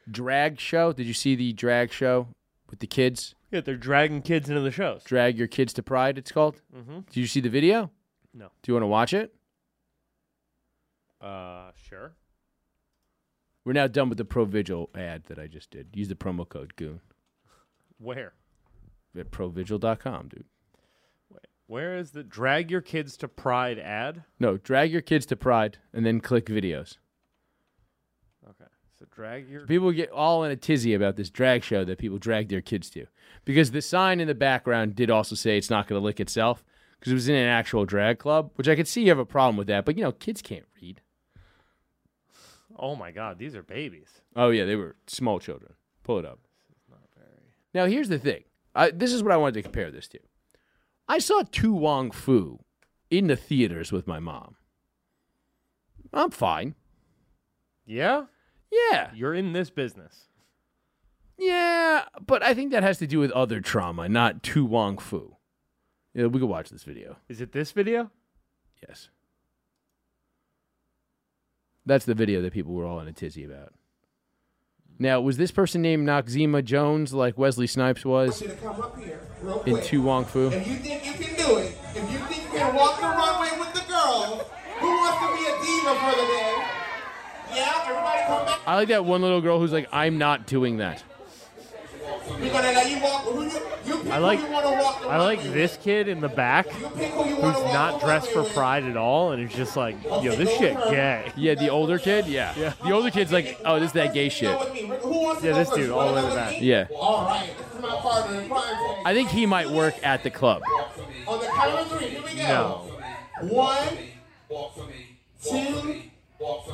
[SPEAKER 1] drag show. Did you see the drag show with the kids?
[SPEAKER 2] Yeah, they're dragging kids into the shows.
[SPEAKER 1] Drag Your Kids to Pride, it's called.
[SPEAKER 2] Mm-hmm.
[SPEAKER 1] Did you see the video?
[SPEAKER 2] No.
[SPEAKER 1] Do you want to watch it?
[SPEAKER 2] Uh, sure.
[SPEAKER 1] We're now done with the Pro Vigil ad that I just did. Use the promo code Goon
[SPEAKER 2] Where?
[SPEAKER 1] at provigil.com, dude.
[SPEAKER 2] Where is the drag your kids to pride ad?
[SPEAKER 1] No, drag your kids to Pride and then click videos.
[SPEAKER 2] Okay, so drag your
[SPEAKER 1] People get all in a tizzy about this drag show that people drag their kids to because the sign in the background did also say it's not going to lick itself because it was in an actual drag club, which I could see you have a problem with that, but you know, kids can't read.
[SPEAKER 2] Oh my god, these are babies.
[SPEAKER 1] Oh yeah, they were small children. Pull it up. Now here's the thing. I, this is what I wanted to compare this to. I saw Tu Wong Fu in the theaters with my mom. I'm fine.
[SPEAKER 2] Yeah,
[SPEAKER 1] Yeah,
[SPEAKER 2] you're in this business.
[SPEAKER 1] yeah, but I think that has to do with other trauma, not Tu Wong Fu. Yeah, we could watch this video.
[SPEAKER 2] Is it this video?
[SPEAKER 1] Yes, that's the video that people were all in a tizzy about. Now, was this person named Noxzema Jones like Wesley Snipes was
[SPEAKER 5] you to come up here real
[SPEAKER 1] in
[SPEAKER 5] quick.
[SPEAKER 1] Tu Wong Fu?
[SPEAKER 5] If you think you can do it, if you think you can walk the runway with the girls, who wants to be a diva for the day? Yeah, everybody come back.
[SPEAKER 1] I like that one little girl who's like, I'm not doing that.
[SPEAKER 5] We're gonna let you walk. Who you, you pick
[SPEAKER 2] I like
[SPEAKER 5] who you want to walk the
[SPEAKER 2] I
[SPEAKER 5] runway
[SPEAKER 2] like
[SPEAKER 5] with.
[SPEAKER 2] this kid in the back
[SPEAKER 5] You pick who you
[SPEAKER 2] who's
[SPEAKER 5] want to walk
[SPEAKER 2] not
[SPEAKER 5] the
[SPEAKER 2] dressed for
[SPEAKER 5] runway with.
[SPEAKER 2] pride at all and is just like, yo, this shit gay.
[SPEAKER 1] Yeah, the older kid, yeah. The older kid's like, oh, this is that gay shit.
[SPEAKER 5] Go with me. Who wants to
[SPEAKER 2] Yeah,
[SPEAKER 5] go
[SPEAKER 2] this
[SPEAKER 5] first?
[SPEAKER 2] dude
[SPEAKER 5] You
[SPEAKER 2] all the
[SPEAKER 5] wanna
[SPEAKER 2] way
[SPEAKER 5] go
[SPEAKER 2] back.
[SPEAKER 5] with me?
[SPEAKER 1] Yeah.
[SPEAKER 5] All right, this is my partner in prime time.
[SPEAKER 1] I think he might work at the club.
[SPEAKER 5] On the count of three, here we
[SPEAKER 2] No.
[SPEAKER 5] go. One, two,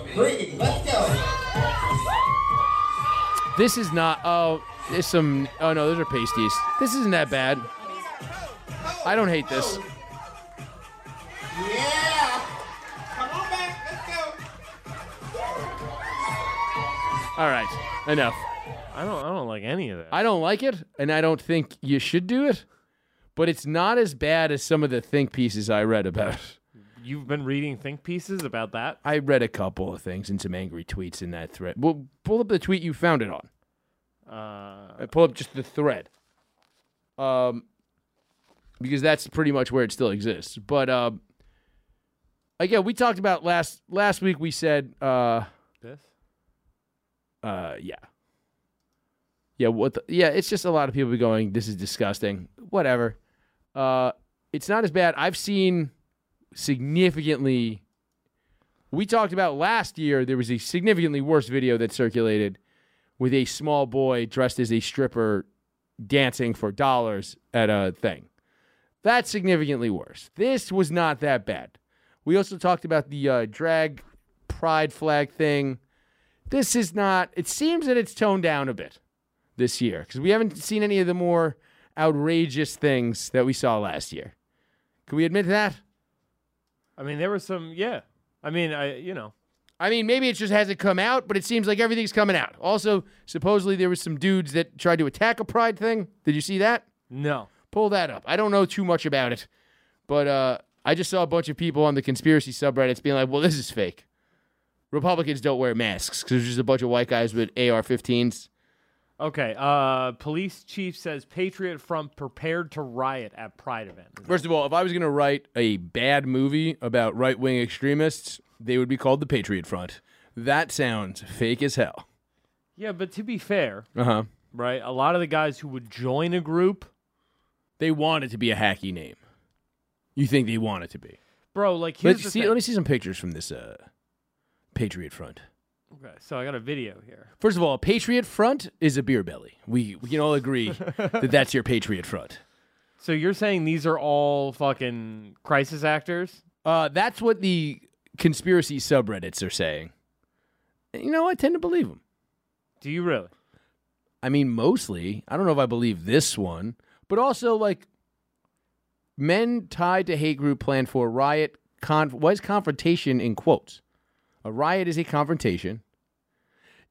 [SPEAKER 5] three. Let's go.
[SPEAKER 1] This is not, oh, there's some, oh no, those are pasties. This isn't that bad. I don't hate this.
[SPEAKER 5] Yeah. Come on back. Let's go.
[SPEAKER 1] All right, enough.
[SPEAKER 2] I don't I don't like any of that.
[SPEAKER 1] I don't like it, and I don't think you should do it, but it's not as bad as some of the think pieces I read about.
[SPEAKER 2] You've been reading think pieces about that?
[SPEAKER 1] I read a couple of things and some angry tweets in that thread. Well, pull up the tweet you found it on.
[SPEAKER 2] Uh,
[SPEAKER 1] I pull up just the thread. Um, because that's pretty much where it still exists. But um, again, we talked about last last week. We said, uh,
[SPEAKER 2] this?
[SPEAKER 1] uh, yeah, yeah, what? The, yeah, it's just a lot of people going, "This is disgusting." Whatever. Uh, it's not as bad. I've seen significantly. We talked about last year. There was a significantly worse video that circulated with a small boy dressed as a stripper dancing for dollars at a thing. That's significantly worse. This was not that bad. We also talked about the uh, drag pride flag thing. This is not, it seems that it's toned down a bit this year because we haven't seen any of the more outrageous things that we saw last year. Can we admit that?
[SPEAKER 2] I mean, there was some, yeah. I mean, I you know,
[SPEAKER 1] I mean, maybe it just hasn't come out, but it seems like everything's coming out. Also, supposedly there was some dudes that tried to attack a pride thing. Did you see that?
[SPEAKER 2] no.
[SPEAKER 1] pull that up. I don't know too much about it, but uh, I just saw a bunch of people on the conspiracy subreddits being like, "Well, this is fake. Republicans don't wear masks because there's just a bunch of white guys with AR-15s
[SPEAKER 2] Okay. Uh, police chief says Patriot Front prepared to riot at Pride event. Is that-
[SPEAKER 1] First of all, if I was going to write a bad movie about right wing extremists, they would be called The Patriot Front. That sounds fake as hell.
[SPEAKER 2] Yeah, but to be fair,
[SPEAKER 1] Uh huh.
[SPEAKER 2] right? A lot of the guys who would join a group,
[SPEAKER 1] They want it to be a hacky name. You think they want it to be?
[SPEAKER 2] bro. Like here's
[SPEAKER 1] Let
[SPEAKER 2] the
[SPEAKER 1] see.
[SPEAKER 2] thing.
[SPEAKER 1] Let me see some pictures from this uh, Patriot Front.
[SPEAKER 2] Okay, so I got a video here.
[SPEAKER 1] First of all, Patriot Front is a beer belly. We we can all agree that that's your Patriot Front.
[SPEAKER 2] So you're saying these are all fucking crisis actors?
[SPEAKER 1] Uh, that's what the conspiracy subreddits are saying. And You know, I tend to believe them.
[SPEAKER 2] Do you really?
[SPEAKER 1] I mean, mostly. I don't know if I believe this one, but also like men tied to hate group plan for riot. Conf- why is confrontation in quotes? A riot is a confrontation.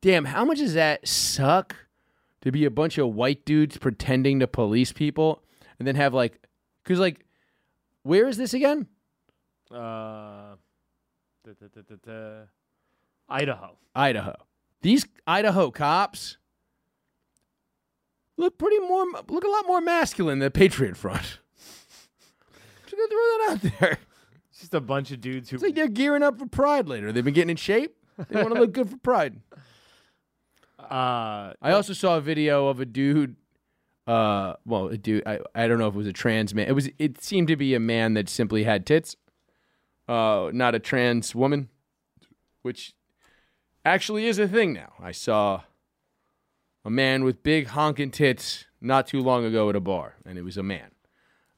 [SPEAKER 1] Damn, how much does that suck to be a bunch of white dudes pretending to police people and then have like, because like, where is this again?
[SPEAKER 2] Uh, da, da, da, da, da. Idaho.
[SPEAKER 1] Idaho. These Idaho cops look pretty more look a lot more masculine than Patriot Front. Should I throw that out there?
[SPEAKER 2] It's just a bunch of dudes who.
[SPEAKER 1] It's like they're gearing up for Pride later. They've been getting in shape. They want to look good for Pride.
[SPEAKER 2] Uh,
[SPEAKER 1] I also saw a video of a dude. Uh, well, a dude. I, I don't know if it was a trans man. It was. It seemed to be a man that simply had tits. Uh, not a trans woman, which actually is a thing now. I saw a man with big honking tits not too long ago at a bar, and it was a man.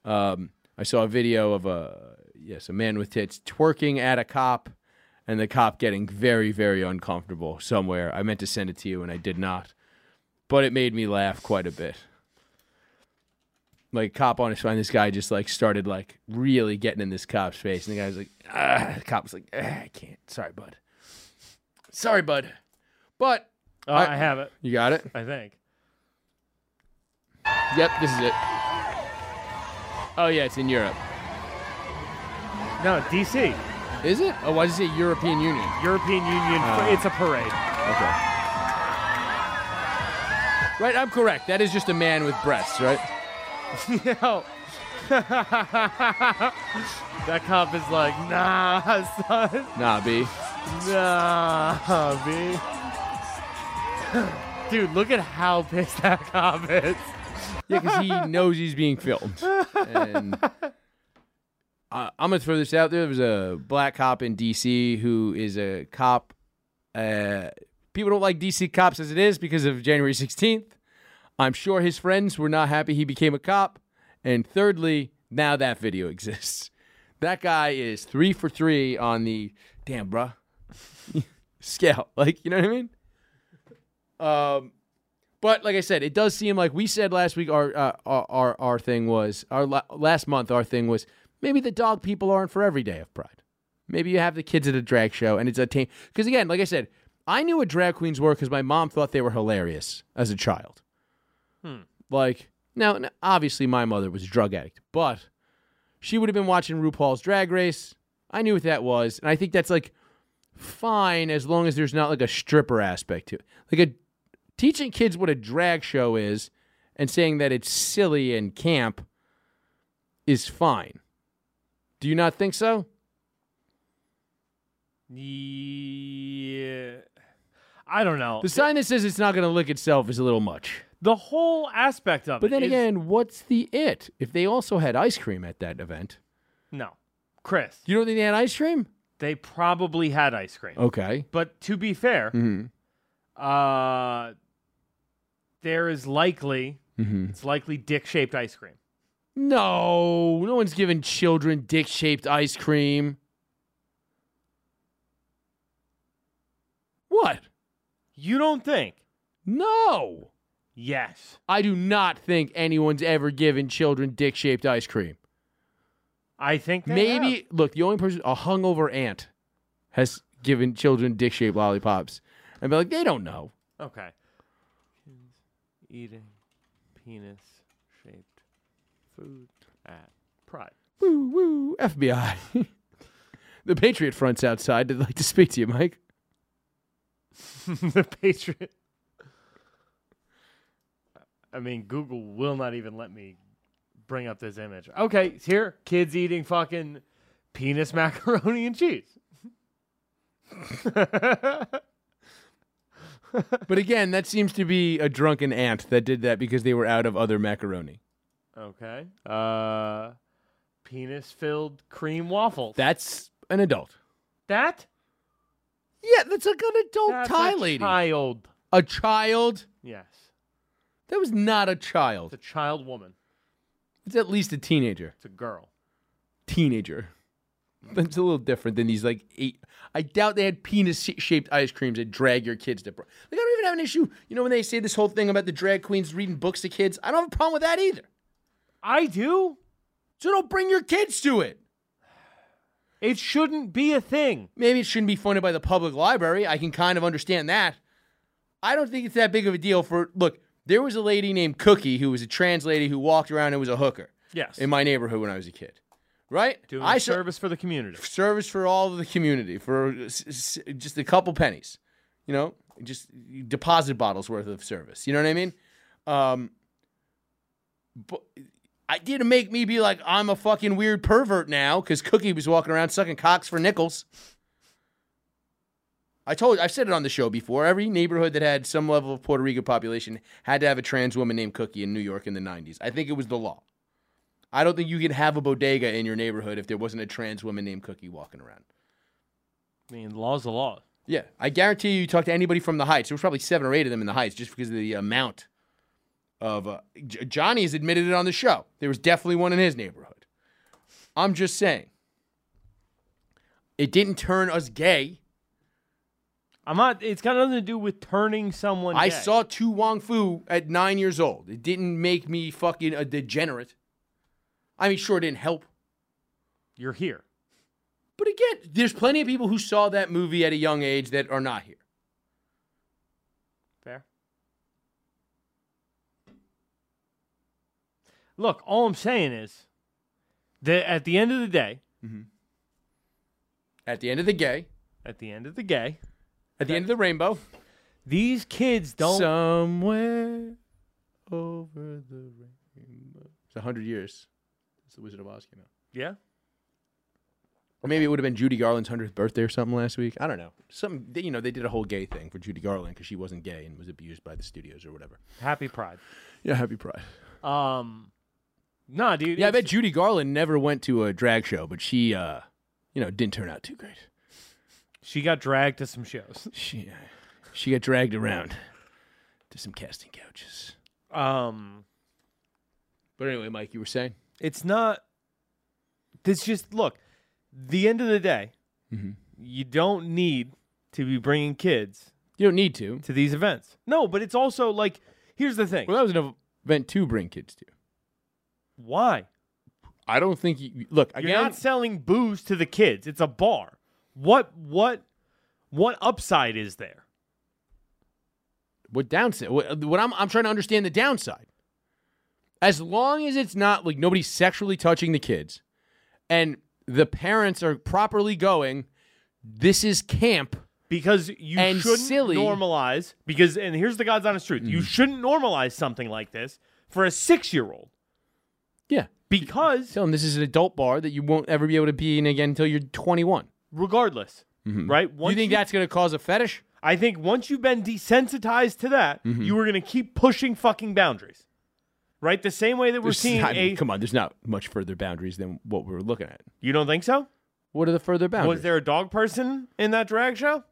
[SPEAKER 1] Um, I saw a video of a yes, a man with tits twerking at a cop, and the cop getting very, very uncomfortable somewhere. I meant to send it to you, and I did not, but it made me laugh quite a bit. Like cop on his phone, this guy just like started like really getting in this cop's face, and the guy's like, ah, the cop's like, ah, I can't. Sorry, bud. Sorry, bud. But
[SPEAKER 2] uh,
[SPEAKER 1] I-
[SPEAKER 2] I have it.
[SPEAKER 1] you got it.
[SPEAKER 2] I think.
[SPEAKER 1] Yep, this is it. Oh yeah, it's in Europe.
[SPEAKER 2] No, DC,
[SPEAKER 1] Is it? Oh, why does it say European Union?
[SPEAKER 2] European Union.
[SPEAKER 1] Oh.
[SPEAKER 2] it's a parade.
[SPEAKER 1] Okay. Right, I'm correct. That is just a man with breasts, right?
[SPEAKER 2] Yo. that cop is like, nah, son,
[SPEAKER 1] Nah, B.
[SPEAKER 2] nah, B. Dude, look at how pissed that cop is.
[SPEAKER 1] Yeah, because he knows he's being filmed. And I, I'm gonna throw this out there. There was a black cop in D.C. who is a cop. Uh, people don't like D.C. cops as it is because of January 16th. I'm sure his friends were not happy he became a cop. And thirdly, now that video exists. That guy is three for three on the damn bruh scale. Like, you know what I mean? Um, but like I said, it does seem like we said last week our uh, our, our our thing was our la- last month our thing was maybe the dog people aren't for every day of pride. Maybe you have the kids at a drag show and it's a team. Because again, like I said, I knew what drag queens were because my mom thought they were hilarious as a child. Like now, n- obviously my mother was a drug addict, but she would have been watching RuPaul's Drag Race. I knew what that was, and I think that's like fine as long as there's not like a stripper aspect to it. Like a teaching kids what a drag show is and saying that it's silly and camp is fine. Do you not think so?
[SPEAKER 2] Yeah. I don't know.
[SPEAKER 1] The sign that says it's not going to lick itself is a little much.
[SPEAKER 2] the whole aspect of
[SPEAKER 1] But
[SPEAKER 2] it
[SPEAKER 1] then
[SPEAKER 2] is-
[SPEAKER 1] again, what's the it? If they also had ice cream at that event,
[SPEAKER 2] no. Chris,
[SPEAKER 1] you don't think they had ice cream?
[SPEAKER 2] they probably had ice cream.
[SPEAKER 1] Okay.
[SPEAKER 2] But to be fair,
[SPEAKER 1] Mhm.
[SPEAKER 2] uh, there is likely it's likely dick shaped ice cream.
[SPEAKER 1] No, no one's giving children dick shaped ice cream. What?
[SPEAKER 2] You don't think?
[SPEAKER 1] No.
[SPEAKER 2] Yes.
[SPEAKER 1] I do not think anyone's ever given children dick shaped ice cream.
[SPEAKER 2] I think they
[SPEAKER 1] Maybe
[SPEAKER 2] have.
[SPEAKER 1] look, the only person a hungover aunt has given children dick shaped lollipops and be like, they don't know.
[SPEAKER 2] Okay. Kids eating penis shaped food at Pride.
[SPEAKER 1] Woo woo FBI. the Patriot front's outside. They'd like to speak to you, Mike.
[SPEAKER 2] the Patriot. I mean, Google will not even let me bring up this image. Okay, it's here. Kids eating fucking penis macaroni and cheese.
[SPEAKER 1] But again, that seems to be a drunken aunt that did that because they were out of other macaroni.
[SPEAKER 2] Okay. Uh, penis filled cream waffles.
[SPEAKER 1] That's an adult.
[SPEAKER 2] that?
[SPEAKER 1] Yeah, that's like an adult
[SPEAKER 2] That's
[SPEAKER 1] Thai
[SPEAKER 2] a
[SPEAKER 1] lady.
[SPEAKER 2] Child.
[SPEAKER 1] a child?
[SPEAKER 2] Yes.
[SPEAKER 1] That was not a
[SPEAKER 2] It's
[SPEAKER 1] child.
[SPEAKER 2] a child woman.
[SPEAKER 1] It's at least a teenager.
[SPEAKER 2] It's a girl.
[SPEAKER 1] Teenager. That's a little different than these like eight. I doubt they had penis shaped ice creams that drag your kids to. Bro- like I don't even have an issue. You know when they say this whole thing about the drag queens reading books to kids. I don't have a problem with that either.
[SPEAKER 2] I do.
[SPEAKER 1] So don't bring your kids to it.
[SPEAKER 2] It shouldn't be a thing.
[SPEAKER 1] Maybe it shouldn't be funded by the public library. I can kind of understand that. I don't think it's that big of a deal for. Look, there was a lady named Cookie who was a trans lady who walked around and was a hooker
[SPEAKER 2] Yes.
[SPEAKER 1] in my neighborhood when I was a kid. Right?
[SPEAKER 2] Doing
[SPEAKER 1] I ser-
[SPEAKER 2] service for the community.
[SPEAKER 1] service for all of the community for s- s- just a couple pennies, you know, just deposit bottles worth of service. You know what I mean? Um, but I didn't make me be like I'm a fucking weird pervert now because Cookie was walking around sucking cocks for nickels. I told I've said it on the show before. Every neighborhood that had some level of Puerto Rican population had to have a trans woman named Cookie in New York in the 90s. I think it was the law. I don't think you could have a bodega in your neighborhood if there wasn't a trans woman named Cookie walking around.
[SPEAKER 2] I mean, law's the law.
[SPEAKER 1] Yeah, I guarantee you, you talk to anybody from the Heights. There was probably seven or eight of them in the Heights just because of the amount of. Uh, J- Johnny has admitted it on the show. There was definitely one in his neighborhood. I'm just saying. It didn't turn us gay.
[SPEAKER 2] I'm not. It's got nothing to do with turning someone.
[SPEAKER 1] I
[SPEAKER 2] gay.
[SPEAKER 1] saw Tu Wong Fu at nine years old. It didn't make me fucking a degenerate. I mean, sure, it didn't help.
[SPEAKER 2] You're here.
[SPEAKER 1] But again, there's plenty of people who saw that movie at a young age that are not here.
[SPEAKER 2] Fair. Look, all I'm saying is that at the end of the day,
[SPEAKER 1] At the end of the gay,
[SPEAKER 2] at the end of the day,
[SPEAKER 1] at the end of the rainbow,
[SPEAKER 2] these kids don't.
[SPEAKER 1] somewhere over the rainbow. It's a hundred years. It's the Wizard of Oz came out.
[SPEAKER 2] yeah.
[SPEAKER 1] Or maybe it would have been Judy Garland's hundredth birthday or something last week. I don't know. Some they- you know they did a whole gay thing for Judy Garland because she wasn't gay and was abused by the studios or whatever.
[SPEAKER 2] Happy Pride.
[SPEAKER 1] Yeah, Happy Pride.
[SPEAKER 2] Um, nah, dude.
[SPEAKER 1] Yeah, I
[SPEAKER 2] it's-
[SPEAKER 1] bet Judy Garland never went to a drag show, but she, uh, you know, didn't turn out too great.
[SPEAKER 2] she got dragged to some shows.
[SPEAKER 1] She, uh, she got dragged around to some casting couches.
[SPEAKER 2] Um,
[SPEAKER 1] But anyway, Mike, you were saying.
[SPEAKER 2] it's not. It's just look. The end of the day,
[SPEAKER 1] Mm-hmm.
[SPEAKER 2] you don't need to be bringing kids
[SPEAKER 1] You don't need to.
[SPEAKER 2] to these events. No, but it's also like here's the thing.
[SPEAKER 1] Well, that was an event to bring kids to.
[SPEAKER 2] Why?
[SPEAKER 1] I don't think you look again.
[SPEAKER 2] You're not selling booze to the kids. It's a bar. What what what upside is there?
[SPEAKER 1] what downside? What, what I'm I'm trying to understand the downside. As long as it's not like nobody's sexually touching the kids, and the parents are properly going, this is camp.
[SPEAKER 2] Because you
[SPEAKER 1] And
[SPEAKER 2] shouldn't
[SPEAKER 1] silly. Mm.
[SPEAKER 2] normalize because and here's the God's honest truth. You shouldn't normalize something like this for a 6-year-old
[SPEAKER 1] Yeah,
[SPEAKER 2] because
[SPEAKER 1] tell them this is an adult bar that you won't ever be able to be in again until you're 21.
[SPEAKER 2] regardless, right? Once
[SPEAKER 1] Mm-hmm. you think that's going to cause a fetish?
[SPEAKER 2] I think once you've been desensitized to that,
[SPEAKER 1] Mm-hmm.
[SPEAKER 2] you are going to keep pushing fucking boundaries. Right? The same way that we're
[SPEAKER 1] There's-
[SPEAKER 2] seeing
[SPEAKER 1] I mean,
[SPEAKER 2] a
[SPEAKER 1] come on, there's not much further boundaries than what we're looking at.
[SPEAKER 2] You don't think so?
[SPEAKER 1] What are the further boundaries?
[SPEAKER 2] Was there a dog person in that drag show?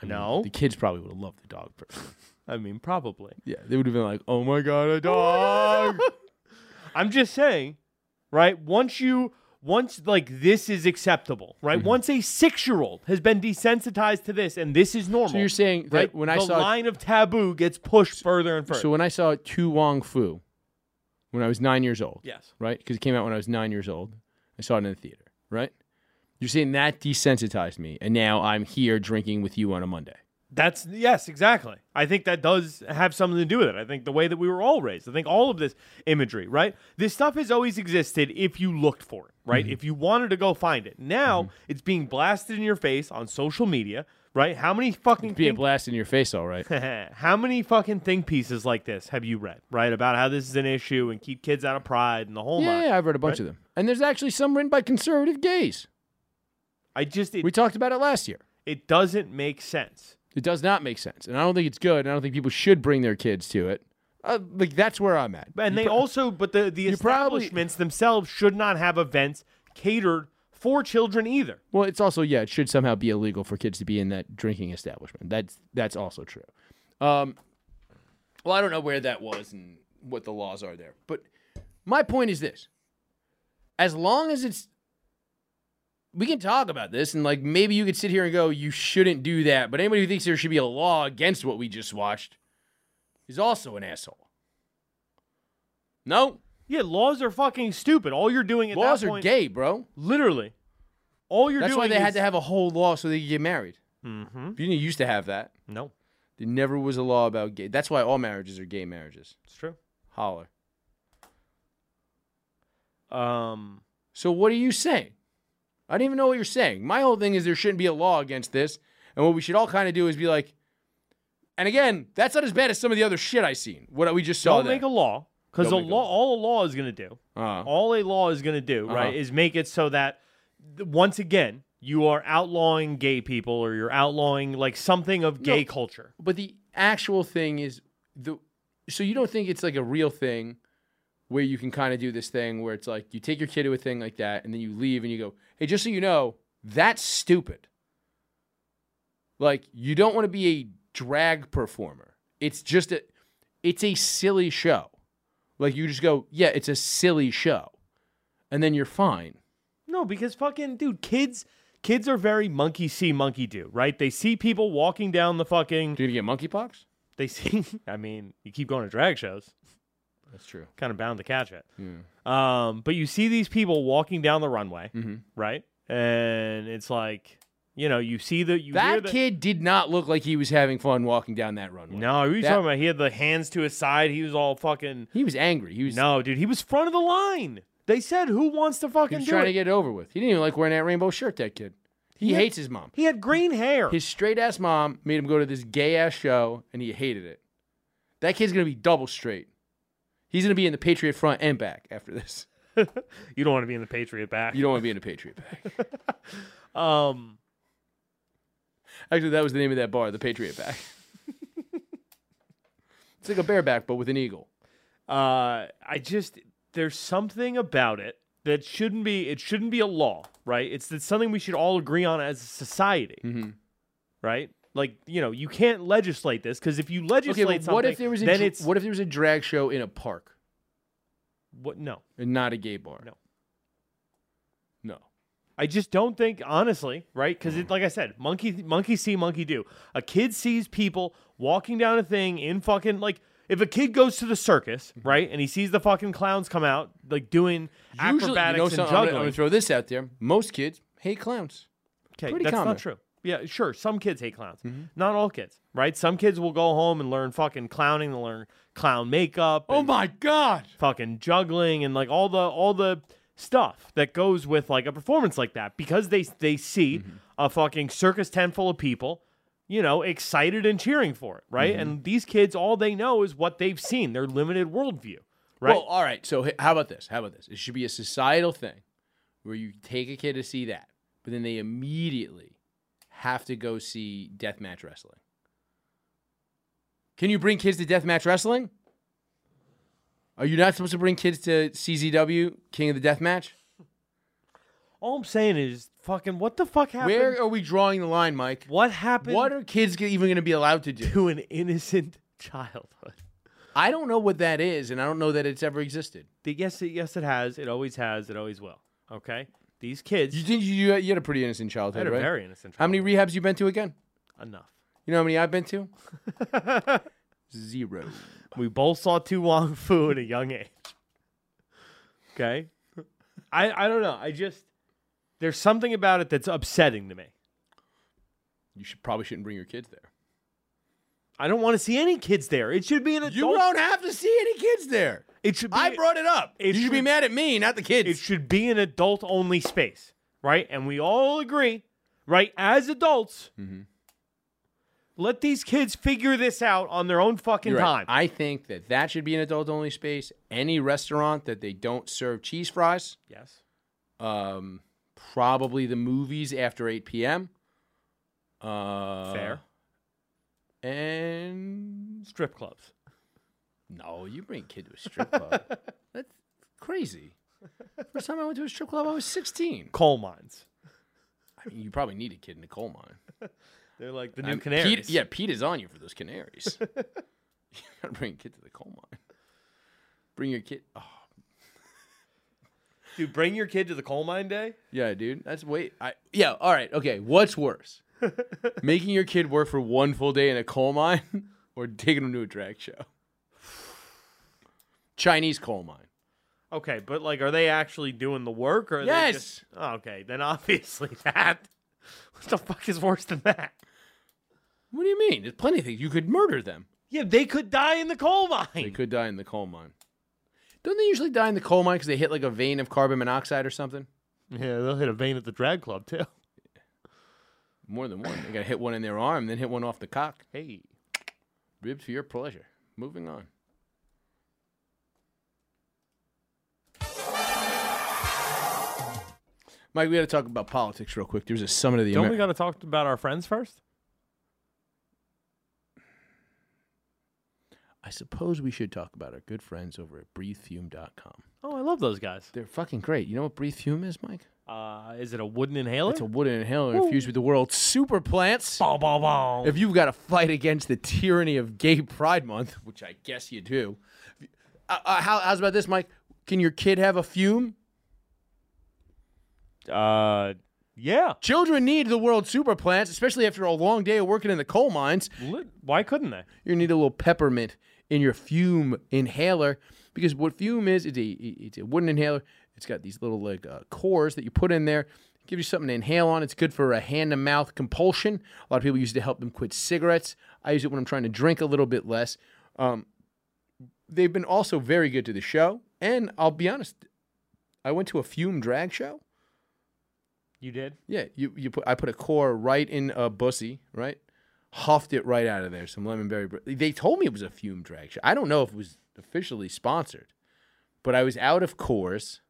[SPEAKER 1] I mean,
[SPEAKER 2] no.
[SPEAKER 1] the kids probably would have loved the dog person.
[SPEAKER 2] I mean, probably.
[SPEAKER 1] Yeah, they would have been like, "Oh my god, a dog!"
[SPEAKER 2] I'm just saying, right? Once you once like this is acceptable,
[SPEAKER 1] Mm-hmm.
[SPEAKER 2] right? Once a six year old has been desensitized to this and this is normal.
[SPEAKER 1] So you're saying that
[SPEAKER 2] right?
[SPEAKER 1] when I
[SPEAKER 2] the
[SPEAKER 1] saw-
[SPEAKER 2] line of taboo gets pushed further and further.
[SPEAKER 1] so when I saw Tu Wong Fu, when I was nine years old,
[SPEAKER 2] yes.
[SPEAKER 1] right, because it came out when I was nine years old, I saw it in the theater, right? You're saying that desensitized me, and now I'm here drinking with you on a Monday.
[SPEAKER 2] That's yes, exactly. I think that does have something to do with it. I think the way that we were all raised. I think all of this imagery, right? This stuff has always existed if you looked for it, right?
[SPEAKER 1] Mm-hmm.
[SPEAKER 2] If you wanted to go find it. Now it's being blasted in your face on social media, right? How many fucking
[SPEAKER 1] Be a
[SPEAKER 2] think-
[SPEAKER 1] blast in your face, all right.
[SPEAKER 2] how many fucking think pieces like this have you read, right? About how this is an issue and keep kids out of pride and the whole
[SPEAKER 1] yeah,
[SPEAKER 2] lot.
[SPEAKER 1] yeah, I've read a bunch of them. And there's actually some written by conservative gays.
[SPEAKER 2] I just it,
[SPEAKER 1] We talked about it last year.
[SPEAKER 2] it doesn't make sense.
[SPEAKER 1] It does not make sense. And I don't think it's good. And I don't think people should bring their kids to it. Uh, like, that's where I'm at.
[SPEAKER 2] And they also, but the the
[SPEAKER 1] probably-
[SPEAKER 2] establishments themselves should not have events catered for children either.
[SPEAKER 1] Well, it's also, yeah, it should somehow be illegal for kids to be in that drinking establishment. That's that's also true. Um, well, I don't know where that was and what the laws are there. But my point is this as long as it's we can talk about this and like maybe you could sit here and go you shouldn't do that but anybody who thinks there should be a law against what we just watched is also an asshole no
[SPEAKER 2] Yeah, laws are fucking stupid. All you're doing at
[SPEAKER 1] laws
[SPEAKER 2] that
[SPEAKER 1] are
[SPEAKER 2] point,
[SPEAKER 1] gay bro
[SPEAKER 2] literally. All you're
[SPEAKER 1] that's why
[SPEAKER 2] doing
[SPEAKER 1] they
[SPEAKER 2] is,
[SPEAKER 1] had to have a whole law so they could get married
[SPEAKER 2] Mhm.
[SPEAKER 1] you didn't used to have that
[SPEAKER 2] No,
[SPEAKER 1] there never was a law about gay that's why all marriages are gay marriages
[SPEAKER 2] it's true.
[SPEAKER 1] holler
[SPEAKER 2] Um,
[SPEAKER 1] so what are you saying i don't even know what you're saying my whole thing is there shouldn't be a law against this and what we should all kind of do is be like and again that's not as bad as some of the other shit i seen what we just saw
[SPEAKER 2] don't
[SPEAKER 1] there.
[SPEAKER 2] make a law because a
[SPEAKER 1] Don't make a
[SPEAKER 2] law,
[SPEAKER 1] law.
[SPEAKER 2] all a law is gonna do,
[SPEAKER 1] Uh-huh.
[SPEAKER 2] all a law is gonna do, right,
[SPEAKER 1] Uh-huh.
[SPEAKER 2] is make it so that th- once again you are outlawing gay people or you're outlawing like something of gay
[SPEAKER 1] No.
[SPEAKER 2] culture.
[SPEAKER 1] But the actual thing is the so you don't think it's like a real thing where you can kind of do this thing where it's like you take your kid to a thing like that and then you leave and you go, "Hey, just so you know, that's stupid." Like you don't want to be a drag performer. It's just a it's a silly show. Like you just go, "Yeah, it's a silly show." And then you're fine.
[SPEAKER 2] No, because fucking dude, kids kids are very monkey see, monkey do, right? They see people walking down the fucking
[SPEAKER 1] Do you get monkeypox?
[SPEAKER 2] they see I mean, you keep going to drag shows,
[SPEAKER 1] That's true.
[SPEAKER 2] kind of bound to catch it. Um, but you see these people walking down the runway, right? And it's like, you know, you see the you hear
[SPEAKER 1] That
[SPEAKER 2] the,
[SPEAKER 1] kid did not look like he was having fun walking down that runway.
[SPEAKER 2] No, what are you
[SPEAKER 1] That-
[SPEAKER 2] talking about? He had the hands to his side, he was all fucking
[SPEAKER 1] He was angry. He was
[SPEAKER 2] No, dude, he was front of the line. They said who wants to fucking
[SPEAKER 1] He was
[SPEAKER 2] do
[SPEAKER 1] trying
[SPEAKER 2] it?
[SPEAKER 1] to get it over with. He didn't even like wearing that rainbow shirt, that kid. He
[SPEAKER 2] Yeah.
[SPEAKER 1] hates his mom.
[SPEAKER 2] he had green hair.
[SPEAKER 1] His straight ass mom made him go to this gay ass show and he hated it. That kid's gonna be double straight. He's gonna be in the Patriot front and back after this.
[SPEAKER 2] you don't want to be in the Patriot back.
[SPEAKER 1] You don't wanna be in the Patriot back.
[SPEAKER 2] um
[SPEAKER 1] Actually, that was the name of that bar, the Patriot back. it's like a bareback, but with an eagle.
[SPEAKER 2] uh, I just there's something about it that shouldn't be it shouldn't be a law, right? It's it's something we should all agree on as a society,
[SPEAKER 1] Mm-hmm.
[SPEAKER 2] right? Like you know, you can't legislate this because if you
[SPEAKER 1] Okay,
[SPEAKER 2] legislate
[SPEAKER 1] but
[SPEAKER 2] something,
[SPEAKER 1] what if there was a
[SPEAKER 2] then
[SPEAKER 1] dra-
[SPEAKER 2] it's
[SPEAKER 1] what if there was a drag show in a park
[SPEAKER 2] what? No,
[SPEAKER 1] and not a gay bar?
[SPEAKER 2] No.
[SPEAKER 1] No.
[SPEAKER 2] I just don't think honestly, right? Because
[SPEAKER 1] Mm.
[SPEAKER 2] it like I said, monkey monkey see, monkey do. A kid sees people walking down a thing in fucking like. If a kid goes to the circus, right, and he sees the fucking clowns come out like doing
[SPEAKER 1] Mm-hmm. Usually, you
[SPEAKER 2] acrobatics
[SPEAKER 1] know
[SPEAKER 2] and
[SPEAKER 1] something, I'm,
[SPEAKER 2] juggling,
[SPEAKER 1] gonna, I'm gonna throw this out there. Most kids hate clowns.
[SPEAKER 2] Okay,
[SPEAKER 1] Pretty
[SPEAKER 2] that's
[SPEAKER 1] common. Mm-hmm.
[SPEAKER 2] not true. Yeah, sure. Some kids hate clowns. Not all kids, right? Some kids will go home and learn fucking clowning. They'll learn clown makeup.
[SPEAKER 1] Oh
[SPEAKER 2] and
[SPEAKER 1] my god!
[SPEAKER 2] Fucking juggling and like all the all the stuff that goes with like a performance like that because they they see
[SPEAKER 1] Mm-hmm.
[SPEAKER 2] a fucking circus tent full of people, you know, excited and cheering for it, right?
[SPEAKER 1] Mm-hmm.
[SPEAKER 2] And these kids, all they know is what they've seen. Their limited worldview, right?
[SPEAKER 1] Well, all right. So h- how about this? How about this? It should be a societal thing where you take a kid to see that, but then they immediately have to go see deathmatch wrestling. Can you bring kids to deathmatch wrestling? Are you not supposed to bring kids to CZW, King of the Deathmatch?
[SPEAKER 2] all I'm saying is fucking what the fuck happened?
[SPEAKER 1] Where are we drawing the line, Mike?
[SPEAKER 2] what happened
[SPEAKER 1] What are kids g- even going to be allowed to do?
[SPEAKER 2] to an innocent childhood?
[SPEAKER 1] I don't know what that is, and I don't know that it's ever existed.
[SPEAKER 2] The- yes, it, yes, it has. It always has. It always will. Okay, these kids.
[SPEAKER 1] You think you, you had a pretty innocent
[SPEAKER 2] I
[SPEAKER 1] childhood,
[SPEAKER 2] had a
[SPEAKER 1] right?
[SPEAKER 2] very innocent.
[SPEAKER 1] How many
[SPEAKER 2] childhood.
[SPEAKER 1] rehabs you been to again?
[SPEAKER 2] enough?
[SPEAKER 1] You know how many I've been to? Zero.
[SPEAKER 2] We both saw Tu Wong Fu at a young age. Okay, I I don't know. I just there's something about it that's upsetting to me.
[SPEAKER 1] You should probably shouldn't bring your kids there.
[SPEAKER 2] I don't want to see any kids there. It should be an adult.
[SPEAKER 1] You won't have to see any kids there.
[SPEAKER 2] It should be.
[SPEAKER 1] I brought it up.
[SPEAKER 2] it
[SPEAKER 1] you should be
[SPEAKER 2] should-
[SPEAKER 1] mad at me, not the kids.
[SPEAKER 2] It should be an adult only space, right? And we all agree, right? As adults,
[SPEAKER 1] Mm-hmm.
[SPEAKER 2] let these kids figure this out on their own fucking
[SPEAKER 1] You're
[SPEAKER 2] time.
[SPEAKER 1] right. I think that that should be an adult only space. Any restaurant that they don't serve cheese fries,
[SPEAKER 2] yes.
[SPEAKER 1] um, probably the movies after 8 p.m. Uh,
[SPEAKER 2] Fair.
[SPEAKER 1] And
[SPEAKER 2] Strip clubs.
[SPEAKER 1] no, you bring kid to a strip club. That's crazy. First time I went to a strip club, I was 16.
[SPEAKER 2] Coal mines.
[SPEAKER 1] I mean, you probably need a kid in a coal mine.
[SPEAKER 2] They're like the new
[SPEAKER 1] I mean,
[SPEAKER 2] canaries.
[SPEAKER 1] Pete, yeah, Pete is on you for those canaries. you gotta bring a kid to the coal mine. Bring your kid. Oh,
[SPEAKER 2] Dude, bring your kid to the coal mine day.
[SPEAKER 1] yeah, dude. That's way. I yeah. All right. Okay. What's worse, making your kid work for one full day in a coal mine, or taking him to a drag show? Chinese coal mine.
[SPEAKER 2] Okay, but like, are they actually doing the work or? Are
[SPEAKER 1] Yes.
[SPEAKER 2] They just... Oh, okay, then obviously that. What the fuck is worse than that?
[SPEAKER 1] What do you mean? There's plenty of things you could murder them.
[SPEAKER 2] Yeah, they could die in the coal mine.
[SPEAKER 1] They could die in the coal mine. Don't they usually die in the coal mine because they hit like a vein of carbon monoxide or something?
[SPEAKER 2] Yeah, they'll hit a vein at the drag club too.
[SPEAKER 1] More than one. They gotta hit one in their arm, then hit one off the cock.
[SPEAKER 2] Hey.
[SPEAKER 1] Rib to your pleasure. Moving on. Mike, we got to talk about politics real quick. There's a summit of the
[SPEAKER 2] Don't
[SPEAKER 1] Amer-
[SPEAKER 2] we got to talk about our friends first?
[SPEAKER 1] I suppose we should talk about our good friends over at breathume.com.
[SPEAKER 2] Oh, I love those guys.
[SPEAKER 1] They're fucking great. You know what breathe Hume is, Mike?
[SPEAKER 2] Uh, is it a wooden inhaler?
[SPEAKER 1] It's a wooden inhaler infused with the world's super plants.
[SPEAKER 2] Bah, bah, bah.
[SPEAKER 1] If you've got to fight against the tyranny of Gay Pride Month, which I guess you do, uh, uh, how, how's about this, Mike? Can your kid have a fume?
[SPEAKER 2] Uh, yeah.
[SPEAKER 1] Children need the world's super plants, especially after a long day of working in the coal mines.
[SPEAKER 2] Li- Why couldn't they?
[SPEAKER 1] You need a little peppermint in your fume inhaler because what fume is, it's a, it's a wooden inhaler. It's got these little like uh, cores that you put in there. Gives you something to inhale on. It's good for a hand to mouth compulsion. A lot of people use it to help them quit cigarettes. I use it when I'm trying to drink a little bit less. Um, they've been also very good to the show. And I'll be honest, I went to a fume drag show.
[SPEAKER 2] You did.
[SPEAKER 1] Yeah, you, you put I put a core right in a bussy, right? Huffed it right out of there. Some lemon berry. br- They told me it was a fume drag show. I don't know if it was officially sponsored, but I was out of cores,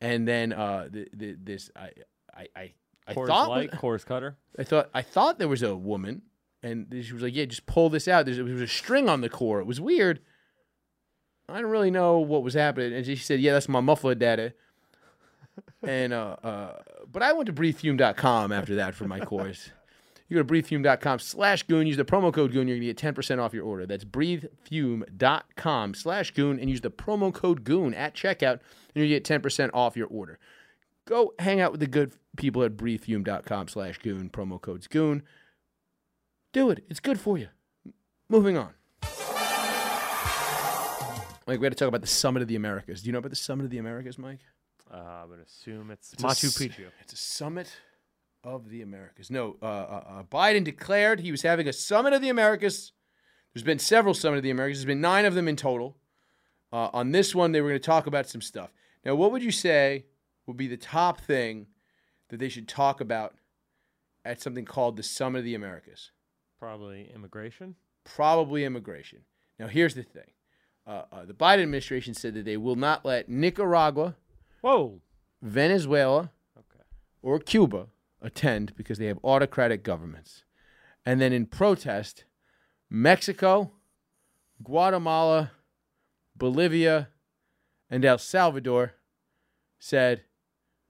[SPEAKER 1] and then uh, the, the, this I I I, I
[SPEAKER 2] Coors
[SPEAKER 1] thought
[SPEAKER 2] Light,
[SPEAKER 1] was-
[SPEAKER 2] Coors Cutter.
[SPEAKER 1] I thought I thought there was a woman, and she was like, "Yeah, just pull this out." There's, there was a string on the core. It was weird. I don't really know what was happening, and she said, "Yeah, that's my muffler, daddy." and uh, uh, but I went to breathefume.com after that for my course. You go to breathefume.com slash goon, use the promo code goon, you're gonna get 10% off your order. That's breathefume.com slash goon and use the promo code goon at checkout, and you get 10% off your order go hang out with the good people at breathefume.com slash goon promo codes goon do it it's good for you M- moving on like we had to talk about the summit of the americas do you know about the summit of the americas mike
[SPEAKER 2] Uh, I would assume it's,
[SPEAKER 1] It's a
[SPEAKER 2] Machu
[SPEAKER 1] s-
[SPEAKER 2] Picchu.
[SPEAKER 1] it's a summit of the americas no uh, uh, uh, biden declared he was having a summit of the americas there's been several summit of the americas there's been nine of them in total uh, on this one they were going to talk about some stuff now what would you say would be the top thing that they should talk about at something called the Summit of the Americas.
[SPEAKER 2] Probably immigration.
[SPEAKER 1] Probably immigration. Now, here's the thing uh, uh, the Biden administration said that they will not let Nicaragua,
[SPEAKER 2] Whoa.
[SPEAKER 1] Venezuela,
[SPEAKER 2] Okay.
[SPEAKER 1] or Cuba attend because they have autocratic governments. And then in protest, Mexico, Guatemala, Bolivia, and El Salvador said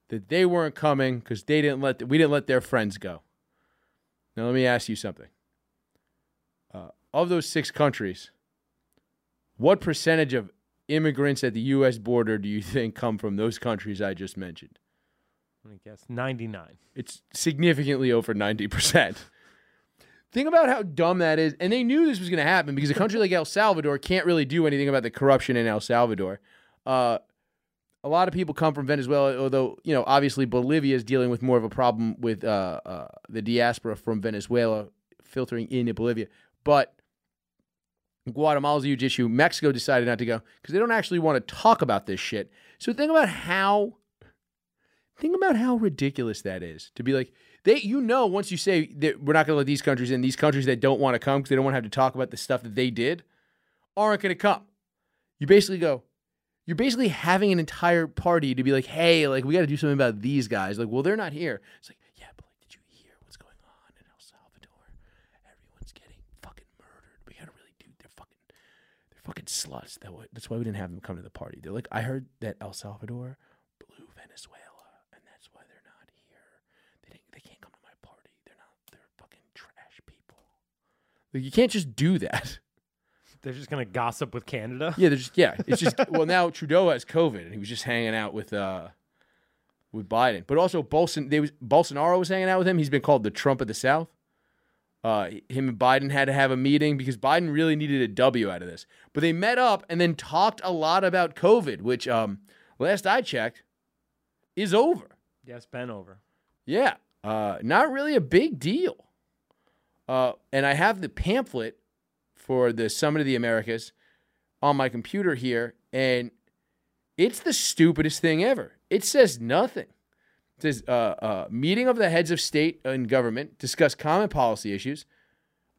[SPEAKER 1] that they weren't coming because they didn't let we didn't let their friends go. Now let me ask you something. Uh, of those six countries, what percentage of immigrants at the U.S. border do you think come from those countries I just mentioned?
[SPEAKER 2] Let me guess. Ninety-nine.
[SPEAKER 1] It's significantly over 90%. Think about how dumb that is. And they knew this was going to happen because a country like El Salvador can't really do anything about the corruption in El Salvador. Uh, a lot of people come from Venezuela, although, you know, obviously Bolivia is dealing with more of a problem with uh, uh, the diaspora from Venezuela filtering into Bolivia. But Guatemala's a huge issue. Mexico decided not to go because they don't actually want to talk about this shit. So think about how think about how ridiculous that is to be like they you know once you say that we're not going to let these countries in these countries that don't want to come because they don't want to have to talk about the stuff that they did aren't going to come. You basically go you're basically having an entire party to be like, "Hey, like we got to do something about these guys." Like, "Well, they're not here." It's like, "Yeah, but like did you hear what's going on in El Salvador? Everyone's getting fucking murdered. We got to really do they're fucking they're fucking sluts. That why, that's why we didn't have them come to the party. They're like, I heard that El Salvador blew Venezuela, and that's why they're not here. They didn't, they can't come to my party. They're not. They're fucking trash people. Like you can't just do that.
[SPEAKER 6] They're just gonna gossip with Canada.
[SPEAKER 1] Yeah, they're just yeah. It's just well now Trudeau has COVID and he was just hanging out with uh with Biden, but also Bolson. They was Bolsonaro was hanging out with him. He's been called the Trump of the South. Uh, him and Biden had to have a meeting because Biden really needed a W out of this. But they met up and then talked a lot about COVID, which um last I checked is over.
[SPEAKER 2] Yes, Ben over.
[SPEAKER 1] Yeah, uh, not really a big deal. Uh, and I have the pamphlet for the Summit of the Americas on my computer here, and it's the stupidest thing ever. It says nothing. It says uh, uh, meeting of the heads of state and government discuss common policy issues,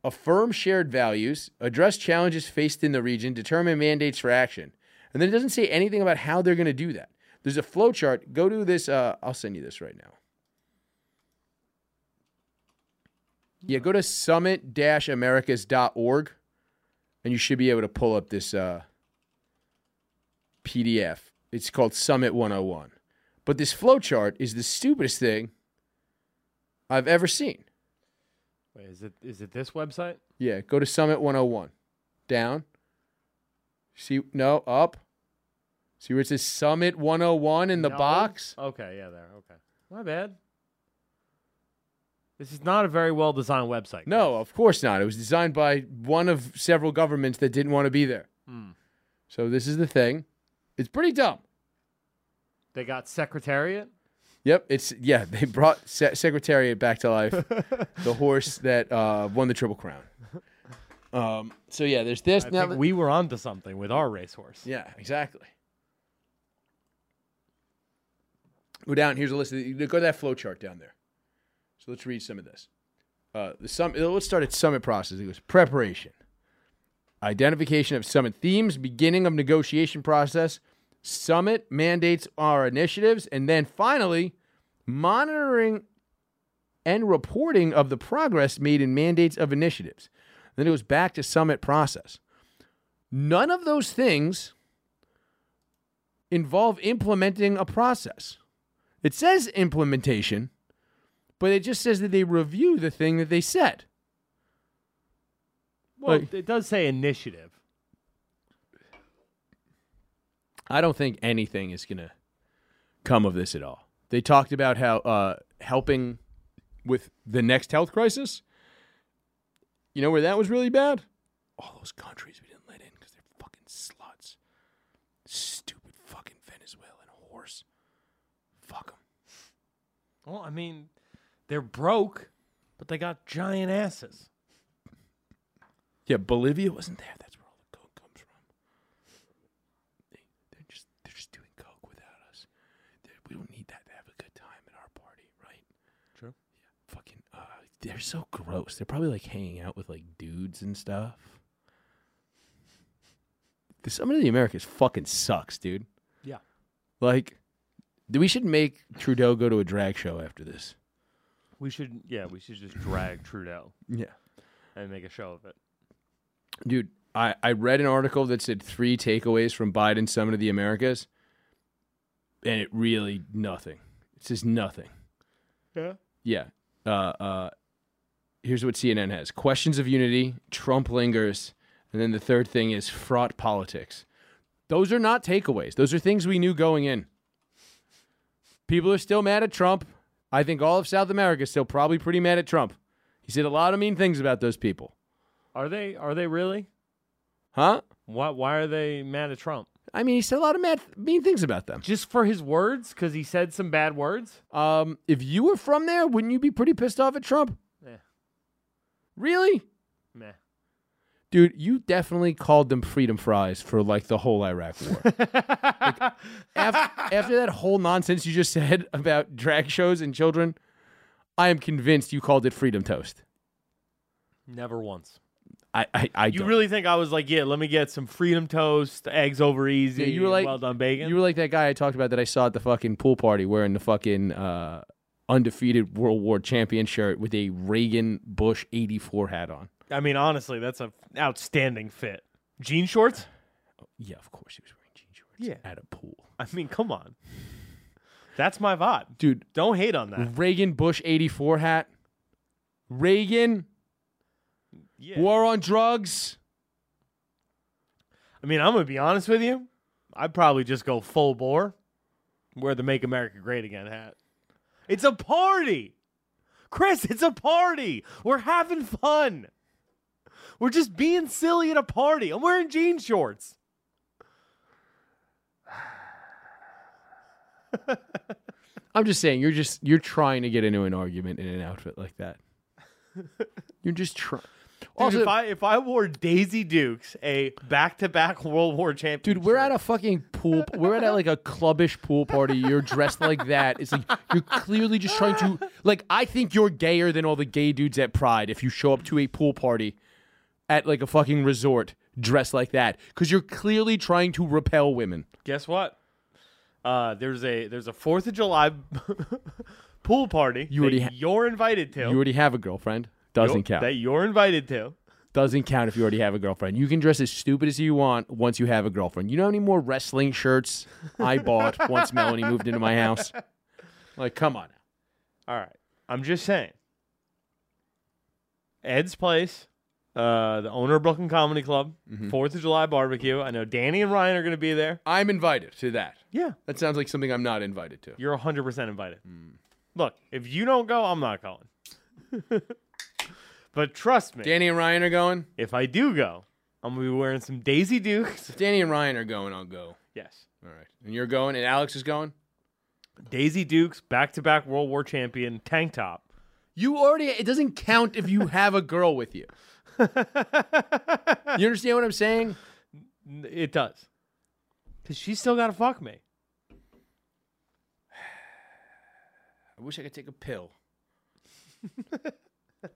[SPEAKER 1] affirm shared values, address challenges faced in the region, determine mandates for action, and then it doesn't say anything about how they're going to do that. There's a flow chart. Go to this. Uh, I'll send you this right now. Yeah, go to summit-americas.org and you should be able to pull up this uh, PDF. It's called Summit 101. But this flowchart is the stupidest thing I've ever seen.
[SPEAKER 6] Wait, is it is it this website?
[SPEAKER 1] Yeah, go to Summit 101. Down. See, no, up. See where it says Summit 101 in the
[SPEAKER 6] No?
[SPEAKER 1] box?
[SPEAKER 6] Okay, yeah, there. Okay, my bad. This is not a very well designed website.
[SPEAKER 1] No, of course not. It was designed by one of several governments that didn't want to be there.
[SPEAKER 6] Hmm.
[SPEAKER 1] So this is the thing. It's pretty dumb.
[SPEAKER 6] they got Secretariat.
[SPEAKER 1] Yep, it's yeah. They brought Se- Secretariat back to life, the horse that uh, won the Triple Crown. Um, so yeah, there's this.
[SPEAKER 6] I
[SPEAKER 1] now
[SPEAKER 6] think
[SPEAKER 1] that-
[SPEAKER 6] we were onto something with our racehorse.
[SPEAKER 1] yeah, exactly. We're down. Here's a list. Of the, go to that flow chart down there. So let's read some of this. Uh, the summit. Let's start at summit process. It goes preparation, identification of summit themes, beginning of negotiation process, summit mandates our initiatives, and then finally, monitoring and reporting of the progress made in mandates of initiatives. Then it goes back to summit process. None of those things involve implementing a process. It says implementation, but it just says that they review the thing that they said.
[SPEAKER 6] Well,
[SPEAKER 1] Like-
[SPEAKER 6] it does say initiative.
[SPEAKER 1] I don't think anything is going to come of this at all. They talked about how uh, helping with the next health crisis. You know where that was really bad? All those countries we didn't let in because they're fucking sluts. Stupid fucking Venezuelan horse. Fuck them.
[SPEAKER 6] Well, I mean, they're broke, but they got giant asses.
[SPEAKER 1] Yeah, Bolivia wasn't there. That's where all the coke comes from. They, they're just they're just doing coke without us. They- we don't need that to have a good time at our party, right?
[SPEAKER 6] True.
[SPEAKER 1] Yeah. Fucking. Uh, they're so gross. They're probably like hanging out with like dudes and stuff. The Summit of the Americas fucking sucks, dude.
[SPEAKER 6] Yeah.
[SPEAKER 1] Like, th- we should make Trudeau go to a drag show after this.
[SPEAKER 2] We should, yeah, we should just drag Trudeau
[SPEAKER 1] Yeah.
[SPEAKER 2] and make a show of it.
[SPEAKER 1] Dude, I, I read an article that said three takeaways from Biden's Summit of the Americas, and it really nothing. It says nothing.
[SPEAKER 2] Yeah.
[SPEAKER 1] Yeah. Uh, uh, here's what CNN has questions of unity, Trump lingers, and then the third thing is fraught politics. Those are not takeaways, those are things we knew going in. People are still mad at Trump. I think all of South America is still probably pretty mad at Trump. He said a lot of mean things about those people.
[SPEAKER 6] Are they? Are they really?
[SPEAKER 1] Huh?
[SPEAKER 6] Why? Why are they mad at Trump?
[SPEAKER 1] I mean, he said a lot of mad, mean things about them.
[SPEAKER 6] Just for his words? Because he said some bad words?
[SPEAKER 1] Um, if you were from there, wouldn't you be pretty pissed off at Trump?
[SPEAKER 6] Yeah.
[SPEAKER 1] Really?
[SPEAKER 6] Meh.
[SPEAKER 1] Dude, you definitely called them freedom fries for like the whole Iraq war. Like, af- after that whole nonsense you just said about drag shows and children, I am convinced you called it freedom toast.
[SPEAKER 6] Never once.
[SPEAKER 1] I, I, I
[SPEAKER 2] You
[SPEAKER 1] don't.
[SPEAKER 2] really think I was like, yeah, let me get some freedom toast, eggs over easy,
[SPEAKER 1] Yeah, you were like-
[SPEAKER 2] well done bacon.
[SPEAKER 1] You were like that guy I talked about that I saw at the fucking pool party wearing the fucking uh, undefeated World War champion shirt with a Reagan Bush 84 hat on.
[SPEAKER 2] I mean, honestly, that's an outstanding fit. Jean shorts?
[SPEAKER 1] Yeah, of course he was wearing jean shorts at a pool.
[SPEAKER 2] I mean, come on. That's my vibe.
[SPEAKER 1] Dude,
[SPEAKER 2] Don't hate on that.
[SPEAKER 1] Reagan Bush 84 hat. Reagan,
[SPEAKER 2] Yeah.
[SPEAKER 1] war on drugs.
[SPEAKER 2] I mean, I'm gonna be honest with you. I'd probably just go full bore, wear the "Make America Great Again" hat. It's a party, Chris. It's a party. We're having fun. We're just being silly at a party. I'm wearing jean shorts.
[SPEAKER 1] I'm just saying, you're just you're trying to get into an argument in an outfit like that. you're just trying.
[SPEAKER 2] Dude, if I if I wore Daisy Dukes, a back to back World War champion,
[SPEAKER 1] Dude, we're at a fucking pool. We're at a, like a clubbish pool party. You're dressed like that. It's like you're clearly just trying to. Like, I think you're gayer than all the gay dudes at Pride if you show up to a pool party at like a fucking resort dressed like that because you're clearly trying to repel women.
[SPEAKER 2] guess what? Uh, there's a there's a Fourth of July pool party
[SPEAKER 1] You already
[SPEAKER 2] that
[SPEAKER 1] ha-
[SPEAKER 2] you're invited to.
[SPEAKER 1] You already have a girlfriend. Doesn't
[SPEAKER 2] Nope,
[SPEAKER 1] count.
[SPEAKER 2] That you're invited to.
[SPEAKER 1] Doesn't count if you already have a girlfriend. You can dress as stupid as you want once you have a girlfriend. You know how many more wrestling shirts I bought once Melanie moved into my house? Like, come on.
[SPEAKER 2] All right. I'm just saying. Ed's place, uh, the owner of Brooklyn Comedy Club, Fourth of July barbecue. I know Danny and Ryan are going to be there.
[SPEAKER 1] I'm invited to that.
[SPEAKER 2] Yeah.
[SPEAKER 1] That sounds like something I'm not invited to.
[SPEAKER 2] You're 100% invited. Look, if you don't go, I'm not going. but trust me,
[SPEAKER 1] Danny and Ryan are going.
[SPEAKER 2] if I do go, I'm going to be wearing some Daisy Dukes.
[SPEAKER 1] If Danny and Ryan are going, I'll go.
[SPEAKER 2] yes.
[SPEAKER 1] All right. And you're going, and Alex is going?
[SPEAKER 2] Daisy Dukes, back to back World War champion, tank top.
[SPEAKER 1] You already, it doesn't count if you have a girl with you. you understand what I'm saying?
[SPEAKER 2] N- It does. Because she's still got to fuck me.
[SPEAKER 1] I wish I could take a pill.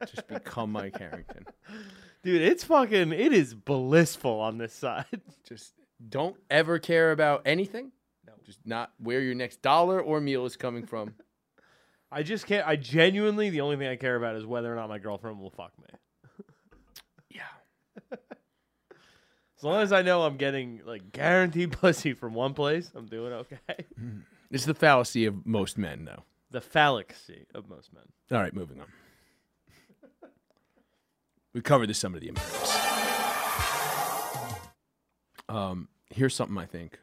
[SPEAKER 1] Just become Mike Harrington.
[SPEAKER 2] Dude, it's fucking, it is blissful on this side.
[SPEAKER 1] Just don't ever care about anything. No. Just not where your next dollar or meal is coming from.
[SPEAKER 2] I just can't. I genuinely, the only thing I care about is whether or not my girlfriend will fuck me.
[SPEAKER 1] yeah.
[SPEAKER 2] As long as I know I'm getting like guaranteed pussy from one place, I'm doing okay.
[SPEAKER 1] It's the fallacy of most men, though.
[SPEAKER 2] The fallacy of most men.
[SPEAKER 1] All right, moving on. We covered the sum of the Americans. Um, here's something I think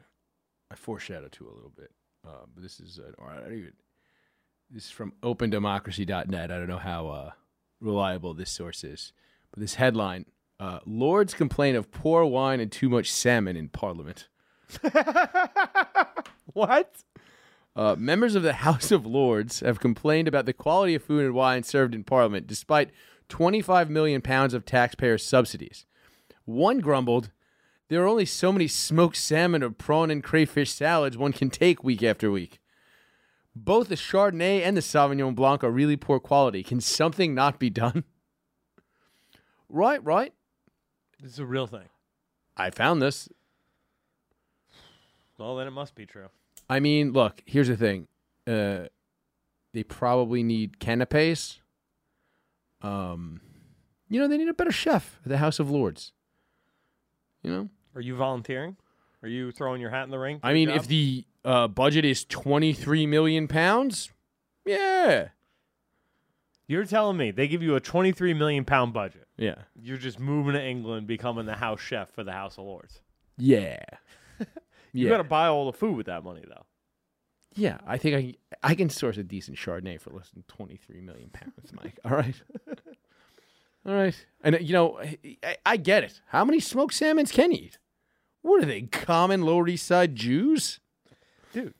[SPEAKER 1] I foreshadowed to a little bit. Uh, but this is uh, or I don't even- this is from OpenDemocracy.net. I don't know how uh, reliable this source is, but this headline: uh, Lords complain of poor wine and too much salmon in Parliament.
[SPEAKER 2] What?
[SPEAKER 1] Uh, members of the House of Lords have complained about the quality of food and wine served in Parliament, despite 25 million pounds of taxpayer subsidies. One grumbled, "There are only so many smoked salmon or prawn and crayfish salads one can take week after week. Both the Chardonnay and the Sauvignon Blanc are really poor quality. Can something not be done?" Right, right.
[SPEAKER 2] This is a real thing.
[SPEAKER 1] I found this.
[SPEAKER 2] Well, then it must be true.
[SPEAKER 1] I mean, look, here's the thing. Uh, they probably need canapes. Um, you know, they need a better chef at the House of Lords. You know,
[SPEAKER 2] Are you volunteering? Are you throwing your hat in the ring? for
[SPEAKER 1] I
[SPEAKER 2] your
[SPEAKER 1] mean,
[SPEAKER 2] job?
[SPEAKER 1] if the uh, budget is 23 million pounds, yeah,
[SPEAKER 2] you're telling me they give you a 23 million pound budget,
[SPEAKER 1] yeah,
[SPEAKER 2] you're just moving to England, becoming the house chef for the House of Lords.
[SPEAKER 1] yeah, yeah,
[SPEAKER 2] You got to buy all the food with that money, though.
[SPEAKER 1] yeah. I think I I can source a decent Chardonnay for less than 23 million pounds, Mike. All right. All right. And, uh, you know, I, I- I get it. How many smoked salmons can you eat? What are they, common Lower East Side Jews?
[SPEAKER 2] dude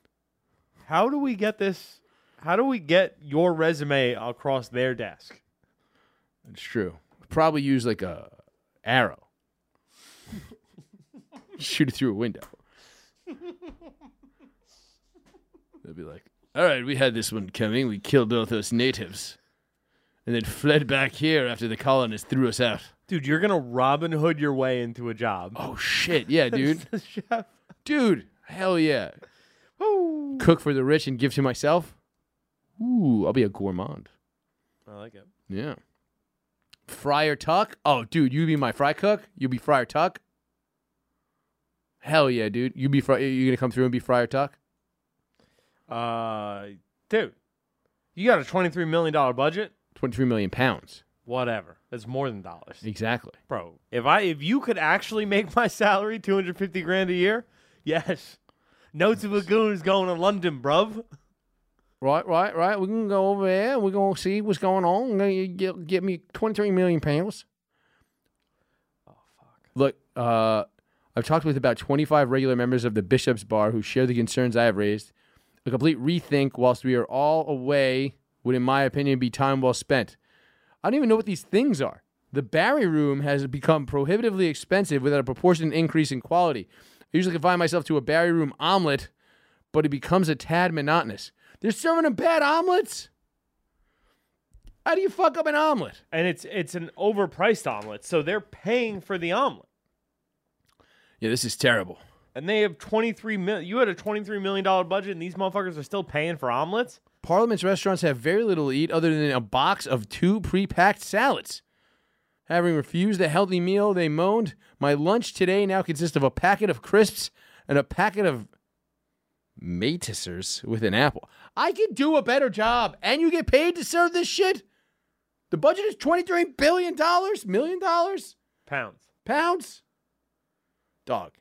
[SPEAKER 2] how do we get this how do we get your resume across their desk
[SPEAKER 1] It's true. Probably use like a arrow shoot it through a window. They'll be like, all right, we had this one coming. We killed all those natives and then fled back here after the colonists threw us out.
[SPEAKER 2] Dude, you're gonna Robin Hood your way into a job.
[SPEAKER 1] Oh, shit. Yeah, dude.
[SPEAKER 2] Chef.
[SPEAKER 1] Dude, hell yeah. Cook for the rich and give to myself. Ooh, I'll be a gourmand.
[SPEAKER 2] I like it.
[SPEAKER 1] Yeah. Friar Tuck. Oh, dude, you be my fry cook. You be Friar Tuck. Hell yeah, dude. You be fry. You gonna come through and be Friar Tuck?
[SPEAKER 2] Uh, dude, you got a twenty-three million dollar budget.
[SPEAKER 1] Twenty-three million pounds.
[SPEAKER 2] Whatever, that's more than dollars,
[SPEAKER 1] Exactly.
[SPEAKER 2] bro. If I if you could actually make my salary two hundred fifty grand a year, yes. Notes of Lagoon is going to London, bruv.
[SPEAKER 1] Right, right, right. We can go over there. We're gonna see what's going on. I'm gonna get, get me twenty-three million pounds. Oh fuck. Look, uh, I've talked with about twenty-five regular members of the Bishops Bar who share the concerns I have raised. A complete rethink, whilst we are all away, would, in my opinion, be time well spent. I don't even know what these things are. The Barry Room has become prohibitively expensive without a proportionate increase in quality. I usually confine myself to a Barry Room omelet, but it becomes a tad monotonous. They're serving them bad omelets. How do you fuck up an omelet?
[SPEAKER 2] And it's it's an overpriced omelet, so they're paying for the omelet.
[SPEAKER 1] Yeah, this is terrible.
[SPEAKER 2] And they have twenty-three million. You had a twenty-three million dollar budget, and these motherfuckers are still paying for omelets.
[SPEAKER 1] Parliament's restaurants have very little to eat other than a box of two pre-packed salads. Having refused a healthy meal, they moaned, "My lunch today now consists of a packet of crisps and a packet of matisers with an apple." I could do a better job, and you get paid to serve this shit. The budget is twenty-three billion dollars, million dollars.
[SPEAKER 2] Pounds.
[SPEAKER 1] pounds. Dog.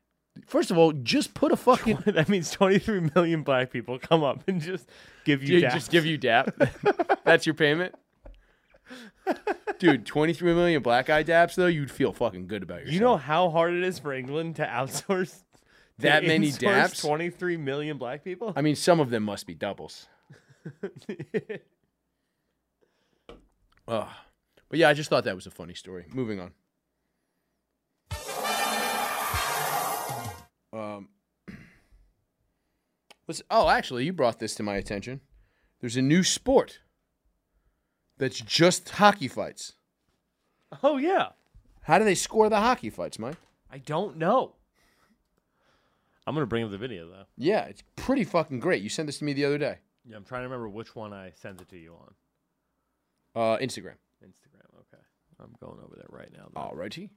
[SPEAKER 1] First of all, just put a fucking
[SPEAKER 2] that means 23 million black people come up and just give you
[SPEAKER 1] dude,
[SPEAKER 2] daps.
[SPEAKER 1] just give you dap. That's your payment. Dude, 23 million black eye daps though, you'd feel fucking good about yourself.
[SPEAKER 2] You know how hard it is for England to outsource to
[SPEAKER 1] that many
[SPEAKER 2] insource
[SPEAKER 1] daps?
[SPEAKER 2] 23 million black people?
[SPEAKER 1] I mean, some of them must be doubles. Ugh. But yeah, I just thought that was a funny story. Moving on. Um, let's. Oh, actually, you brought this to my attention. There's a new sport that's just hockey fights.
[SPEAKER 2] Oh yeah.
[SPEAKER 1] How do they score the hockey fights, Mike?
[SPEAKER 2] I don't know. I'm going to bring up the video though.
[SPEAKER 1] Yeah, it's pretty fucking great. You sent this to me the other day.
[SPEAKER 2] Yeah, I'm trying to remember which one I sent it to you on
[SPEAKER 1] Uh, Instagram.
[SPEAKER 2] Instagram. Okay. I'm going over there right now. though.
[SPEAKER 1] Alrighty.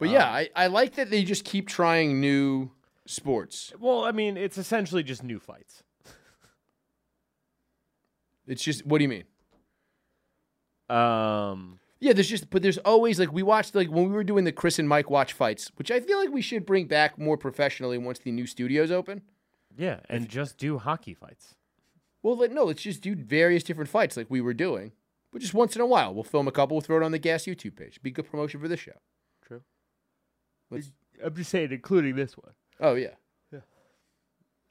[SPEAKER 1] But yeah, I, I like that they just keep trying new sports.
[SPEAKER 2] Well, I mean, it's essentially just new fights.
[SPEAKER 1] It's just what do you mean?
[SPEAKER 2] Um
[SPEAKER 1] Yeah, there's just but there's always like we watched like when we were doing the Chris and Mike watch fights, which I feel like we should bring back more professionally once the new studio's open.
[SPEAKER 2] yeah, and just do hockey fights.
[SPEAKER 1] Well, let, no, let's just do various different fights like we were doing, but just once in a while we'll film a couple, we'll throw it on the Gas YouTube page. Be good promotion for this show.
[SPEAKER 2] True.
[SPEAKER 1] Let's,
[SPEAKER 2] I'm just saying including this one.
[SPEAKER 1] oh yeah.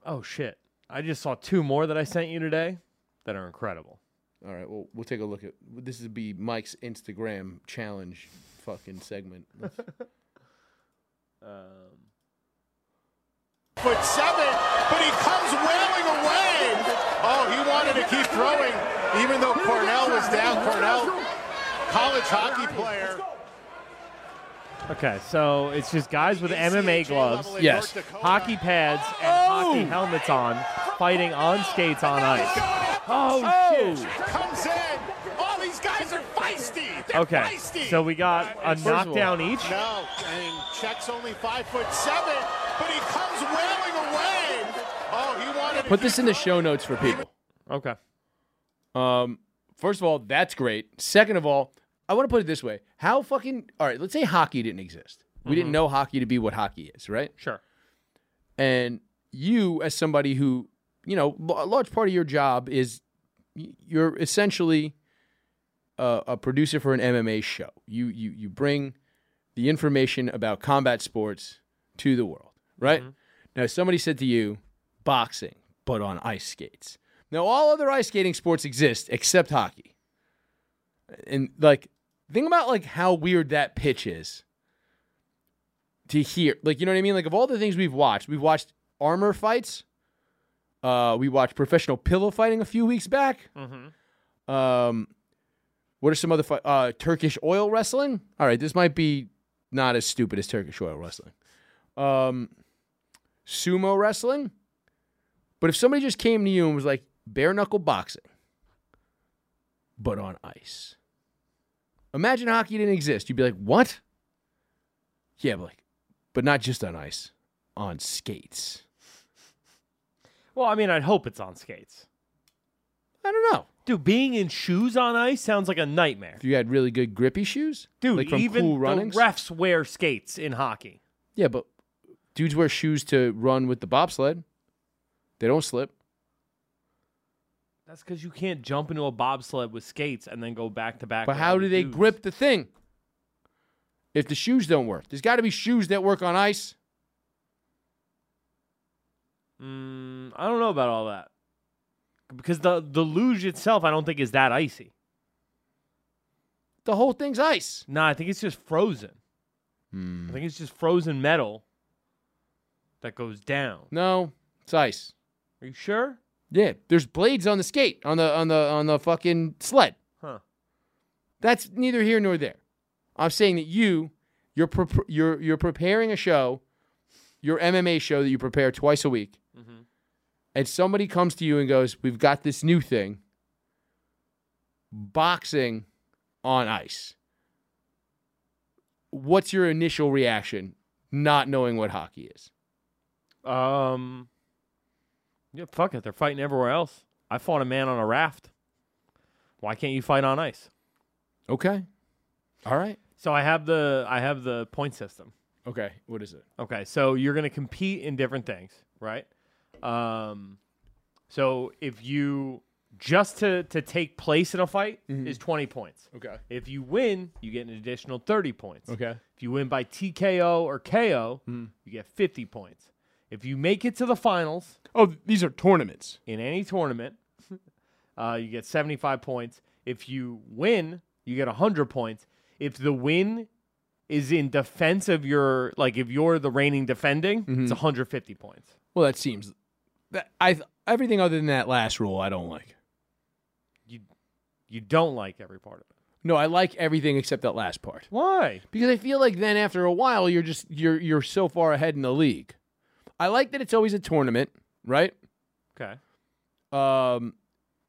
[SPEAKER 2] Oh shit. I just saw two more that I sent you today that are incredible.
[SPEAKER 1] All right. Well, we'll take a look at this. Would be Mike's Instagram challenge fucking segment. Let's-
[SPEAKER 2] Um,
[SPEAKER 5] Foot seven, but he comes wailing away. Oh, he wanted to keep throwing, even though Cornell was down. Cornell, college hockey player.
[SPEAKER 2] Okay, so it's just guys with MMA gloves,
[SPEAKER 1] Yes.
[SPEAKER 2] hockey pads, and
[SPEAKER 5] Oh!
[SPEAKER 2] hockey helmets on, fighting on skates on ice.
[SPEAKER 5] Oh,
[SPEAKER 2] shit.
[SPEAKER 5] Comes in. All these guys are feisty. They're
[SPEAKER 2] Okay,
[SPEAKER 5] feisty.
[SPEAKER 2] so we got a
[SPEAKER 1] First of all-
[SPEAKER 2] knockdown each.
[SPEAKER 5] No, and Czech's only five foot seven, but he comes wailing away. Oh, he wanted to
[SPEAKER 1] Put this in the show notes for people.
[SPEAKER 2] Okay.
[SPEAKER 1] Um, first of all, that's great. Second of all, I want to put it this way: How fucking all right? Let's say hockey didn't exist. We didn't know hockey to be what hockey is, right?
[SPEAKER 2] Sure.
[SPEAKER 1] And you, as somebody who you know, l- a large part of your job is y- you're essentially a, a producer for an MMA show. You you you bring the information about combat sports to the world, right? Now, somebody said to you, boxing, but on ice skates. Now, all other ice skating sports exist except hockey. And like, think about like how weird that pitch is. to hear. Like, you know what I mean? Like, of all the things we've watched, we've watched armor fights. Uh, we watched professional pillow fighting a few weeks back. Um, what are some other fi- uh, Turkish oil wrestling? All right, this might be not as stupid as Turkish oil wrestling. Um, sumo wrestling. But if somebody just came to you and was like bare knuckle boxing, but on ice. Imagine hockey didn't exist. You'd be like, what? Yeah, but like, but not just on ice, on skates.
[SPEAKER 2] Well, I mean, I'd hope it's on skates.
[SPEAKER 1] I don't know.
[SPEAKER 2] Dude, being in shoes on ice sounds like a nightmare.
[SPEAKER 1] If you had really good grippy shoes,
[SPEAKER 2] Dude,
[SPEAKER 1] like from
[SPEAKER 2] even
[SPEAKER 1] cool
[SPEAKER 2] the
[SPEAKER 1] runnings.
[SPEAKER 2] refs wear skates in hockey.
[SPEAKER 1] yeah, but dudes wear shoes to run with the bobsled. They don't slip.
[SPEAKER 2] That's because you can't jump into a bobsled with skates and then go back to back.
[SPEAKER 1] But
[SPEAKER 2] with
[SPEAKER 1] how
[SPEAKER 2] other
[SPEAKER 1] do they
[SPEAKER 2] dudes.
[SPEAKER 1] grip the thing? If the shoes don't work, there's got to be shoes that work on ice.
[SPEAKER 2] Mm, I don't know about all that because the the luge itself, I don't think is that icy.
[SPEAKER 1] The whole thing's ice.
[SPEAKER 2] No, I think it's just frozen.
[SPEAKER 1] Hmm.
[SPEAKER 2] I think it's just frozen metal that goes down.
[SPEAKER 1] No, it's ice.
[SPEAKER 2] Are you sure?
[SPEAKER 1] Yeah, there's blades on the skate on the on the on the fucking sled.
[SPEAKER 2] Huh.
[SPEAKER 1] That's neither here nor there. I'm saying that you, you're prep you're you're preparing a show, your MMA show that you prepare twice a week, and somebody comes to you and goes, "We've got this new thing, boxing on ice." What's your initial reaction, not knowing what hockey is?
[SPEAKER 2] Um. Yeah, fuck it. They're fighting everywhere else. I fought a man on a raft. Why can't you fight on ice?
[SPEAKER 1] Okay, all right,
[SPEAKER 2] So I have the I have the point system.
[SPEAKER 1] okay. What is it?
[SPEAKER 2] Okay, so you're going to compete in different things, right? Um, so if you just to to take place in a fight is 20 points.
[SPEAKER 1] Mm-hmm. Okay,
[SPEAKER 2] If you win, you get an additional 30 points.
[SPEAKER 1] okay, Mm-hmm.
[SPEAKER 2] If you win by TKO or KO, you get 50 points. If you make it to the finals
[SPEAKER 1] Oh, these are tournaments.
[SPEAKER 2] in any tournament, uh, you get 75 points. If you win, you get 100 points. If the win is in defense of your, like if you're the reigning defending, it's 150 points.
[SPEAKER 1] Well, that seems that I everything other than that last rule I don't like.
[SPEAKER 2] You you don't like every part of it.
[SPEAKER 1] No, I like everything except that last part
[SPEAKER 2] Why?
[SPEAKER 1] because I feel like then after a while you're just you're you're so far ahead in the league. I like that it's always a tournament, right?
[SPEAKER 2] Okay.
[SPEAKER 1] Um,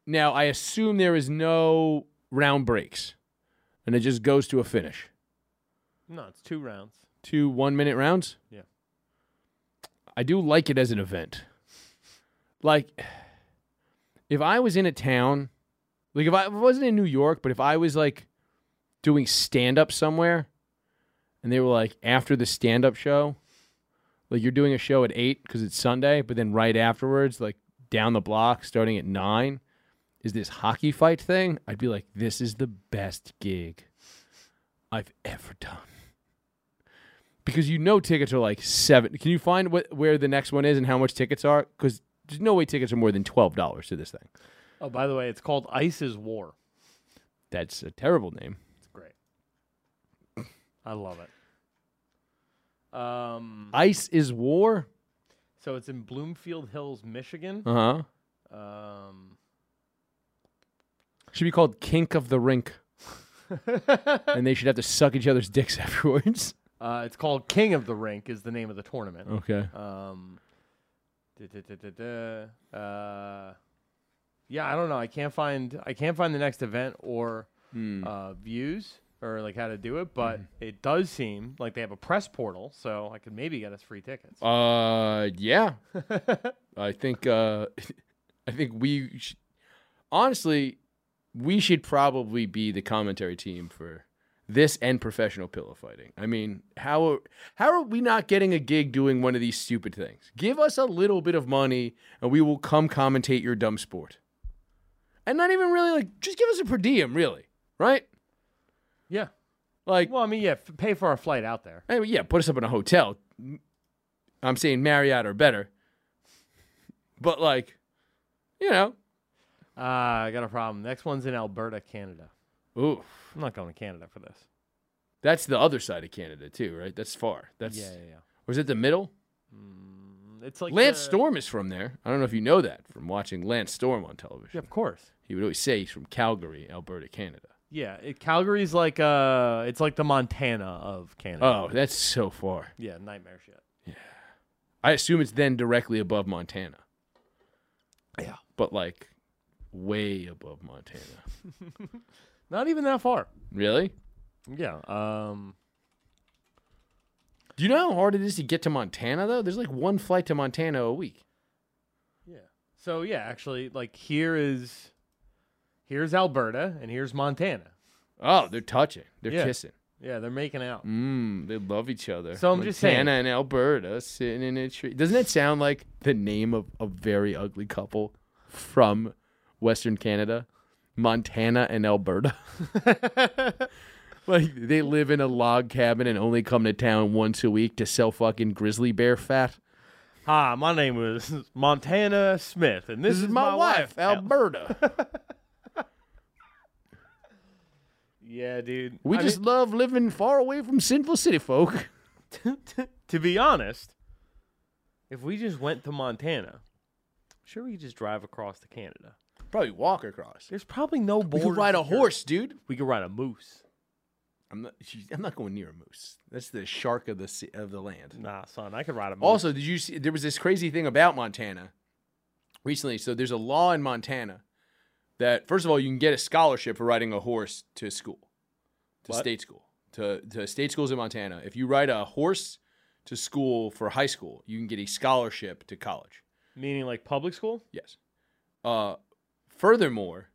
[SPEAKER 1] now I assume there is no round breaks, and it just goes to a finish.
[SPEAKER 2] No, it's two rounds.
[SPEAKER 1] Two one minute rounds.
[SPEAKER 2] Yeah.
[SPEAKER 1] I do like it as an event. Like, if I was in a town, like if I, if I wasn't in New York, but if I was like doing stand up somewhere and they were like, after the stand up show, like you're doing a show at eight because it's Sunday, but then right afterwards, like down the block starting at nine, is this hockey fight thing? I'd be like, this is the best gig I've ever done because you know tickets are like seven. Can you find what where the next one is and how much tickets are? Because there's no way tickets are more than twelve dollars to this thing.
[SPEAKER 2] Oh, by the way, it's called Ice's War.
[SPEAKER 1] That's a terrible name.
[SPEAKER 2] It's great. I love it. Um,
[SPEAKER 1] Ice is war.
[SPEAKER 2] so it's in Bloomfield Hills, Michigan.
[SPEAKER 1] Uh huh.
[SPEAKER 2] Um,
[SPEAKER 1] Should be called kink of the rink. and they should have to suck each other's dicks afterwards.
[SPEAKER 2] uh, it's called King of the Rink is the name of the tournament.
[SPEAKER 1] Okay.
[SPEAKER 2] Um, duh, duh, duh, duh, duh. Uh, yeah, I don't know. I can't find I can't find the next event or
[SPEAKER 1] Hmm.
[SPEAKER 2] uh, views or like how to do it, but it does seem like they have a press portal, so I could maybe get us free tickets.
[SPEAKER 1] Uh, yeah. I think uh, I think we sh- honestly we should probably be the commentary team for this and professional pillow fighting. I mean, how are, how are we not getting a gig doing one of these stupid things? Give us a little bit of money and we will come commentate your dumb sport. And not even really like just give us a per diem, really, right?
[SPEAKER 2] Yeah.
[SPEAKER 1] Like
[SPEAKER 2] Well, I mean, yeah, f- pay for our flight out there.
[SPEAKER 1] I mean, yeah, put us up in a hotel. I'm saying Marriott or better. But like, you know,
[SPEAKER 2] Uh, I got a problem. Next one's in Alberta, Canada.
[SPEAKER 1] ooh,
[SPEAKER 2] I'm not going to Canada for this.
[SPEAKER 1] That's the other side of Canada too, right? That's far. That's
[SPEAKER 2] Yeah, yeah, yeah.
[SPEAKER 1] was it the middle?
[SPEAKER 2] Mm, It's like uh,
[SPEAKER 1] Lance
[SPEAKER 2] the-
[SPEAKER 1] Storm is from there. I don't know if you know that from watching Lance Storm on television.
[SPEAKER 2] Yeah, of course.
[SPEAKER 1] He would always say he's from Calgary, Alberta, Canada.
[SPEAKER 2] Yeah, it, Calgary's like uh, it's like the Montana of Canada.
[SPEAKER 1] Oh, that's so far.
[SPEAKER 2] yeah, nightmare shit.
[SPEAKER 1] I assume it's then directly above Montana. Yeah. But like way above Montana.
[SPEAKER 2] Not even that far.
[SPEAKER 1] Really?
[SPEAKER 2] Yeah. Um.
[SPEAKER 1] Do you know how hard it is to get to Montana though? There's like one flight to Montana a week.
[SPEAKER 2] So yeah, actually, like here is, here's Alberta and here's Montana.
[SPEAKER 1] Oh, they're touching. They're
[SPEAKER 2] Yeah.
[SPEAKER 1] kissing.
[SPEAKER 2] Yeah, they're making out.
[SPEAKER 1] Mm, they love each other.
[SPEAKER 2] So I'm just saying-
[SPEAKER 1] Montana and Alberta sitting in a tree. Doesn't it sound like the name of a very ugly couple from Western Canada? Montana and Alberta. like they live in a log cabin and only come to town once a week to sell fucking grizzly bear fat.
[SPEAKER 2] Hi, my name is Montana Smith, and this,
[SPEAKER 1] This is my, wife, Alberta.
[SPEAKER 2] Yeah, dude.
[SPEAKER 1] We
[SPEAKER 2] I
[SPEAKER 1] just
[SPEAKER 2] mean,
[SPEAKER 1] love living far away from sinful city folk.
[SPEAKER 2] to be honest, if we just went to Montana, sure we could just drive across to Canada.
[SPEAKER 1] Probably walk across.
[SPEAKER 2] There's probably no
[SPEAKER 1] We
[SPEAKER 2] border.
[SPEAKER 1] could ride a horse, dude.
[SPEAKER 2] We could ride a moose.
[SPEAKER 1] I'm not. geez, I'm not going near a moose. That's the shark of the sea, of the land.
[SPEAKER 2] Nah, son, I could ride a moose.
[SPEAKER 1] Also, did you see? There was this crazy thing about Montana recently. So there's a law in Montana that first of all, you can get a scholarship for riding a horse to school, to state school, to to state schools in Montana. If you ride a horse to school for high school, you can get a scholarship to college.
[SPEAKER 2] meaning like public school.
[SPEAKER 1] Yes. Uh, furthermore,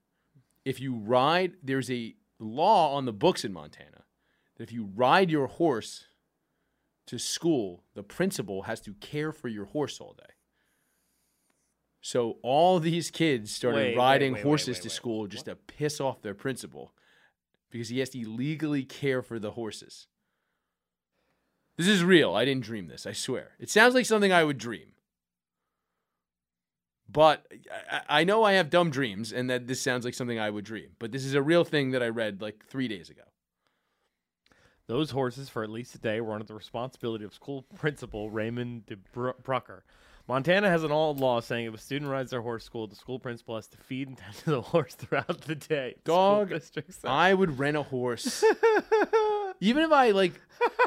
[SPEAKER 1] if you ride, there's a law on the books in Montana that if you ride your horse to school, the principal has to care for your horse all day. So all these kids started
[SPEAKER 2] Wait, wait,
[SPEAKER 1] riding
[SPEAKER 2] wait, wait,
[SPEAKER 1] horses
[SPEAKER 2] wait,
[SPEAKER 1] to
[SPEAKER 2] wait.
[SPEAKER 1] school just to piss off their principal because he has to legally care for the horses. This is real. I didn't dream this. I swear. It sounds like something I would dream. But I- I, I know I have dumb dreams and that this sounds like something I would dream. But this is a real thing that I read like three days ago.
[SPEAKER 2] Those horses, for at least a day, were under the responsibility of school principal Raymond DeBrucker. Montana has an old law saying if a student rides their horse to school, the school principal has to feed and tend to the horse throughout the day. School
[SPEAKER 1] Dog,
[SPEAKER 2] districts.
[SPEAKER 1] I would rent a horse. Even if I like,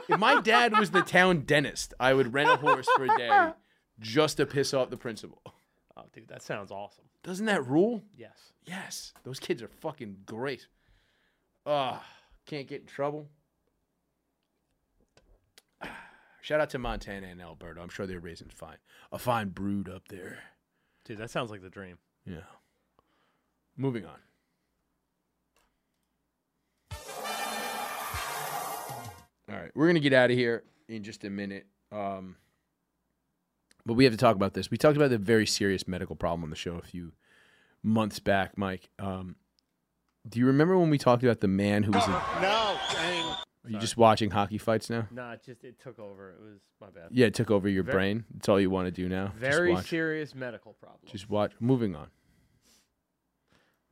[SPEAKER 1] if my dad was the town dentist, I would rent a horse for a day just to piss off the principal.
[SPEAKER 2] Oh, dude, that sounds awesome.
[SPEAKER 1] Doesn't that rule?
[SPEAKER 2] Yes.
[SPEAKER 1] Yes. Those kids are fucking great. Ah, can't get in trouble. Shout out to Montana and Alberta. I'm sure they're raising fine, a fine brood up there.
[SPEAKER 2] Dude, that sounds like the dream.
[SPEAKER 1] Yeah. Moving on. All right, we're gonna get out of here in just a minute. Um, but we have to talk about this. We talked about the very serious medical problem on the show a few months back, Mike. Um, do you remember when we talked about the man who was? In, are
[SPEAKER 7] No, dang.
[SPEAKER 1] you just watching hockey fights now?
[SPEAKER 2] Nah, it just it took over. It was my bad.
[SPEAKER 1] Yeah, it took over your
[SPEAKER 2] Ver-
[SPEAKER 1] brain. It's all you want to do now.
[SPEAKER 2] Very
[SPEAKER 1] just watch.
[SPEAKER 2] serious medical problem.
[SPEAKER 1] Just watch. Moving on.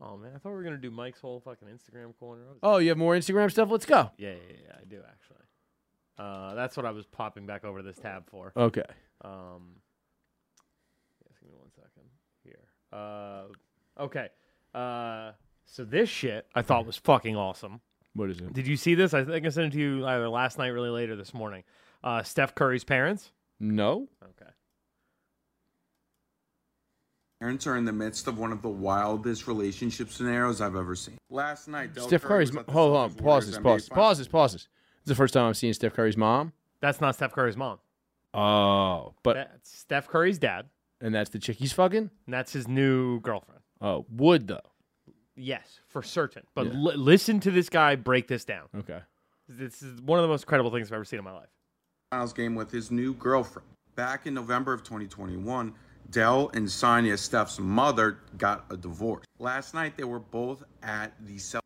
[SPEAKER 2] oh man, I thought we were gonna do Mike's whole fucking Instagram corner. I was-
[SPEAKER 1] Oh, you have more Instagram stuff. Let's go.
[SPEAKER 2] Yeah, yeah, yeah, yeah, I do actually. Uh, that's what I was popping back over this tab for.
[SPEAKER 1] Okay.
[SPEAKER 2] Um, yes, give me one second here. Uh, okay. Uh, so this shit I thought was fucking awesome.
[SPEAKER 1] What is it?
[SPEAKER 2] Did you see this? I think I sent it to you either last night, really late, or this morning. Uh, Steph Curry's parents.
[SPEAKER 1] No.
[SPEAKER 2] Okay.
[SPEAKER 8] parents are in the midst of one of the wildest relationship scenarios I've ever seen. Last night, Del
[SPEAKER 1] Steph
[SPEAKER 8] Curry
[SPEAKER 1] Curry's
[SPEAKER 8] was
[SPEAKER 1] mo-
[SPEAKER 8] at the
[SPEAKER 1] hold on,
[SPEAKER 8] Celtics
[SPEAKER 1] pause
[SPEAKER 8] Warriors
[SPEAKER 1] this,
[SPEAKER 8] NBA
[SPEAKER 1] pause, this,
[SPEAKER 8] Finals.
[SPEAKER 1] pause this, pause this. This is the first time I'm seeing Steph Curry's mom.
[SPEAKER 2] That's not Steph Curry's mom.
[SPEAKER 1] Oh, but
[SPEAKER 2] That's Steph Curry's dad,
[SPEAKER 1] and that's the chick he's fucking.
[SPEAKER 2] and that's his new girlfriend.
[SPEAKER 1] Oh, would though.
[SPEAKER 2] Yes, for certain. But
[SPEAKER 1] Yeah.
[SPEAKER 2] li- listen to this guy break this down.
[SPEAKER 1] Okay.
[SPEAKER 2] This is one of the most credible things I've ever seen in my life.
[SPEAKER 8] Finals game with his new girlfriend. Back in November of 2021, Dell and Sonia, Steph's mother, got a divorce. Last night, they were both at the Celtics.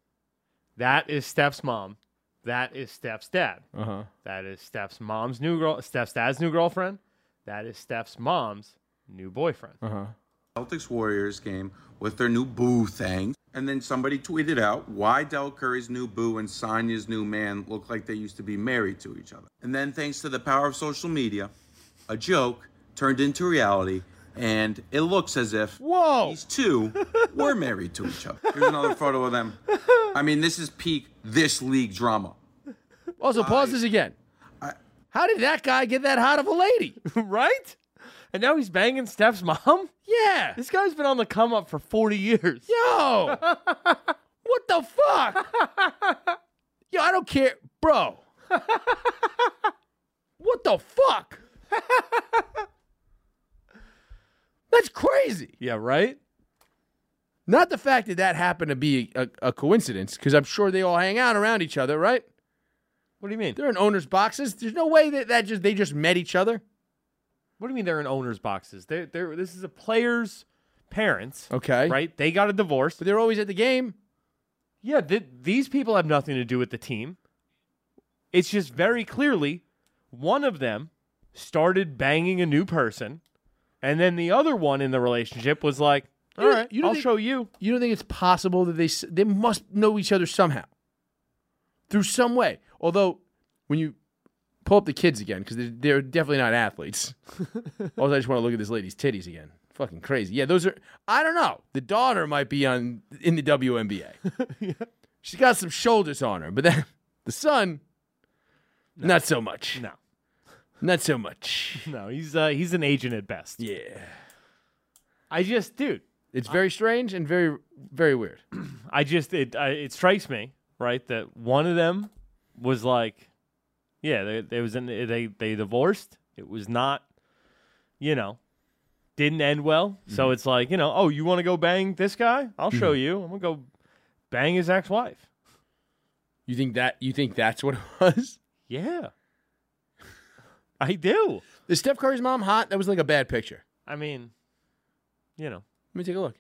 [SPEAKER 2] That is Steph's mom. That is Steph's dad.
[SPEAKER 1] Uh huh.
[SPEAKER 2] That is Steph's mom's new girl. Steph's dad's new girlfriend. That is Steph's mom's new boyfriend.
[SPEAKER 8] Celtics Warriors game with their new boo thing. And then somebody tweeted out why Del Curry's new boo and Sonya's new man look like they used to be married to each other. And then, thanks to the power of social media, a joke turned into reality, and it looks as if
[SPEAKER 9] Whoa.
[SPEAKER 8] these two were married to each other. Here's another photo of them. I mean, this is peak this league drama.
[SPEAKER 1] Also, pause this again. How did that guy get that hot of a lady?
[SPEAKER 2] right? And now he's banging Steph's mom?
[SPEAKER 1] Yeah.
[SPEAKER 2] This guy's been on the come up for 40 years.
[SPEAKER 1] Yo, what the fuck? Yo, I don't care, bro. What the fuck? That's crazy.
[SPEAKER 2] Yeah, right?
[SPEAKER 1] Not the fact that that happened to be a, a coincidence, because I'm sure they all hang out around each other, right?
[SPEAKER 2] What do you mean?
[SPEAKER 1] They're in owners' boxes. There's no way that, that just they just met each other.
[SPEAKER 2] What do you mean they're in owners' boxes? They're, they're, this is a player's parents,
[SPEAKER 1] Okay,
[SPEAKER 2] right? They got a divorce.
[SPEAKER 1] But they're always at the game.
[SPEAKER 2] Yeah, th- these people have nothing to do with the team. It's just very clearly one of them started banging a new person, and then the other one in the relationship was like, "All
[SPEAKER 1] don't-
[SPEAKER 2] right,
[SPEAKER 1] you don't e-"
[SPEAKER 2] I'll
[SPEAKER 1] think-
[SPEAKER 2] show you."
[SPEAKER 1] You don't think it's possible that they s- they must know each other somehow, through some way? Although, when you pull up the kids again, because they're, they're definitely not athletes. also, I just want to look at this lady's titties again. Fucking crazy. Yeah, those are. I don't know. The daughter might be on in the WNBA. She's got some shoulders on her, but then the son, not so much.
[SPEAKER 2] No.
[SPEAKER 1] Not so much.
[SPEAKER 2] No, he's uh, he's an agent at best.
[SPEAKER 1] Yeah,
[SPEAKER 2] I just, dude,
[SPEAKER 1] it's very strange and very very weird.
[SPEAKER 2] I just it I, it strikes me right that one of them was like, yeah, they they was in, they they divorced. It was not, you know, didn't end well. So it's like you know, oh, you want to go bang this guy? I'll show you. I'm gonna go bang his ex wife.
[SPEAKER 1] You think that you think that's what it was?
[SPEAKER 2] Yeah, I do.
[SPEAKER 1] Is Steph Curry's mom hot? That was like a bad picture.
[SPEAKER 2] I mean, you know,
[SPEAKER 1] Let me take a look.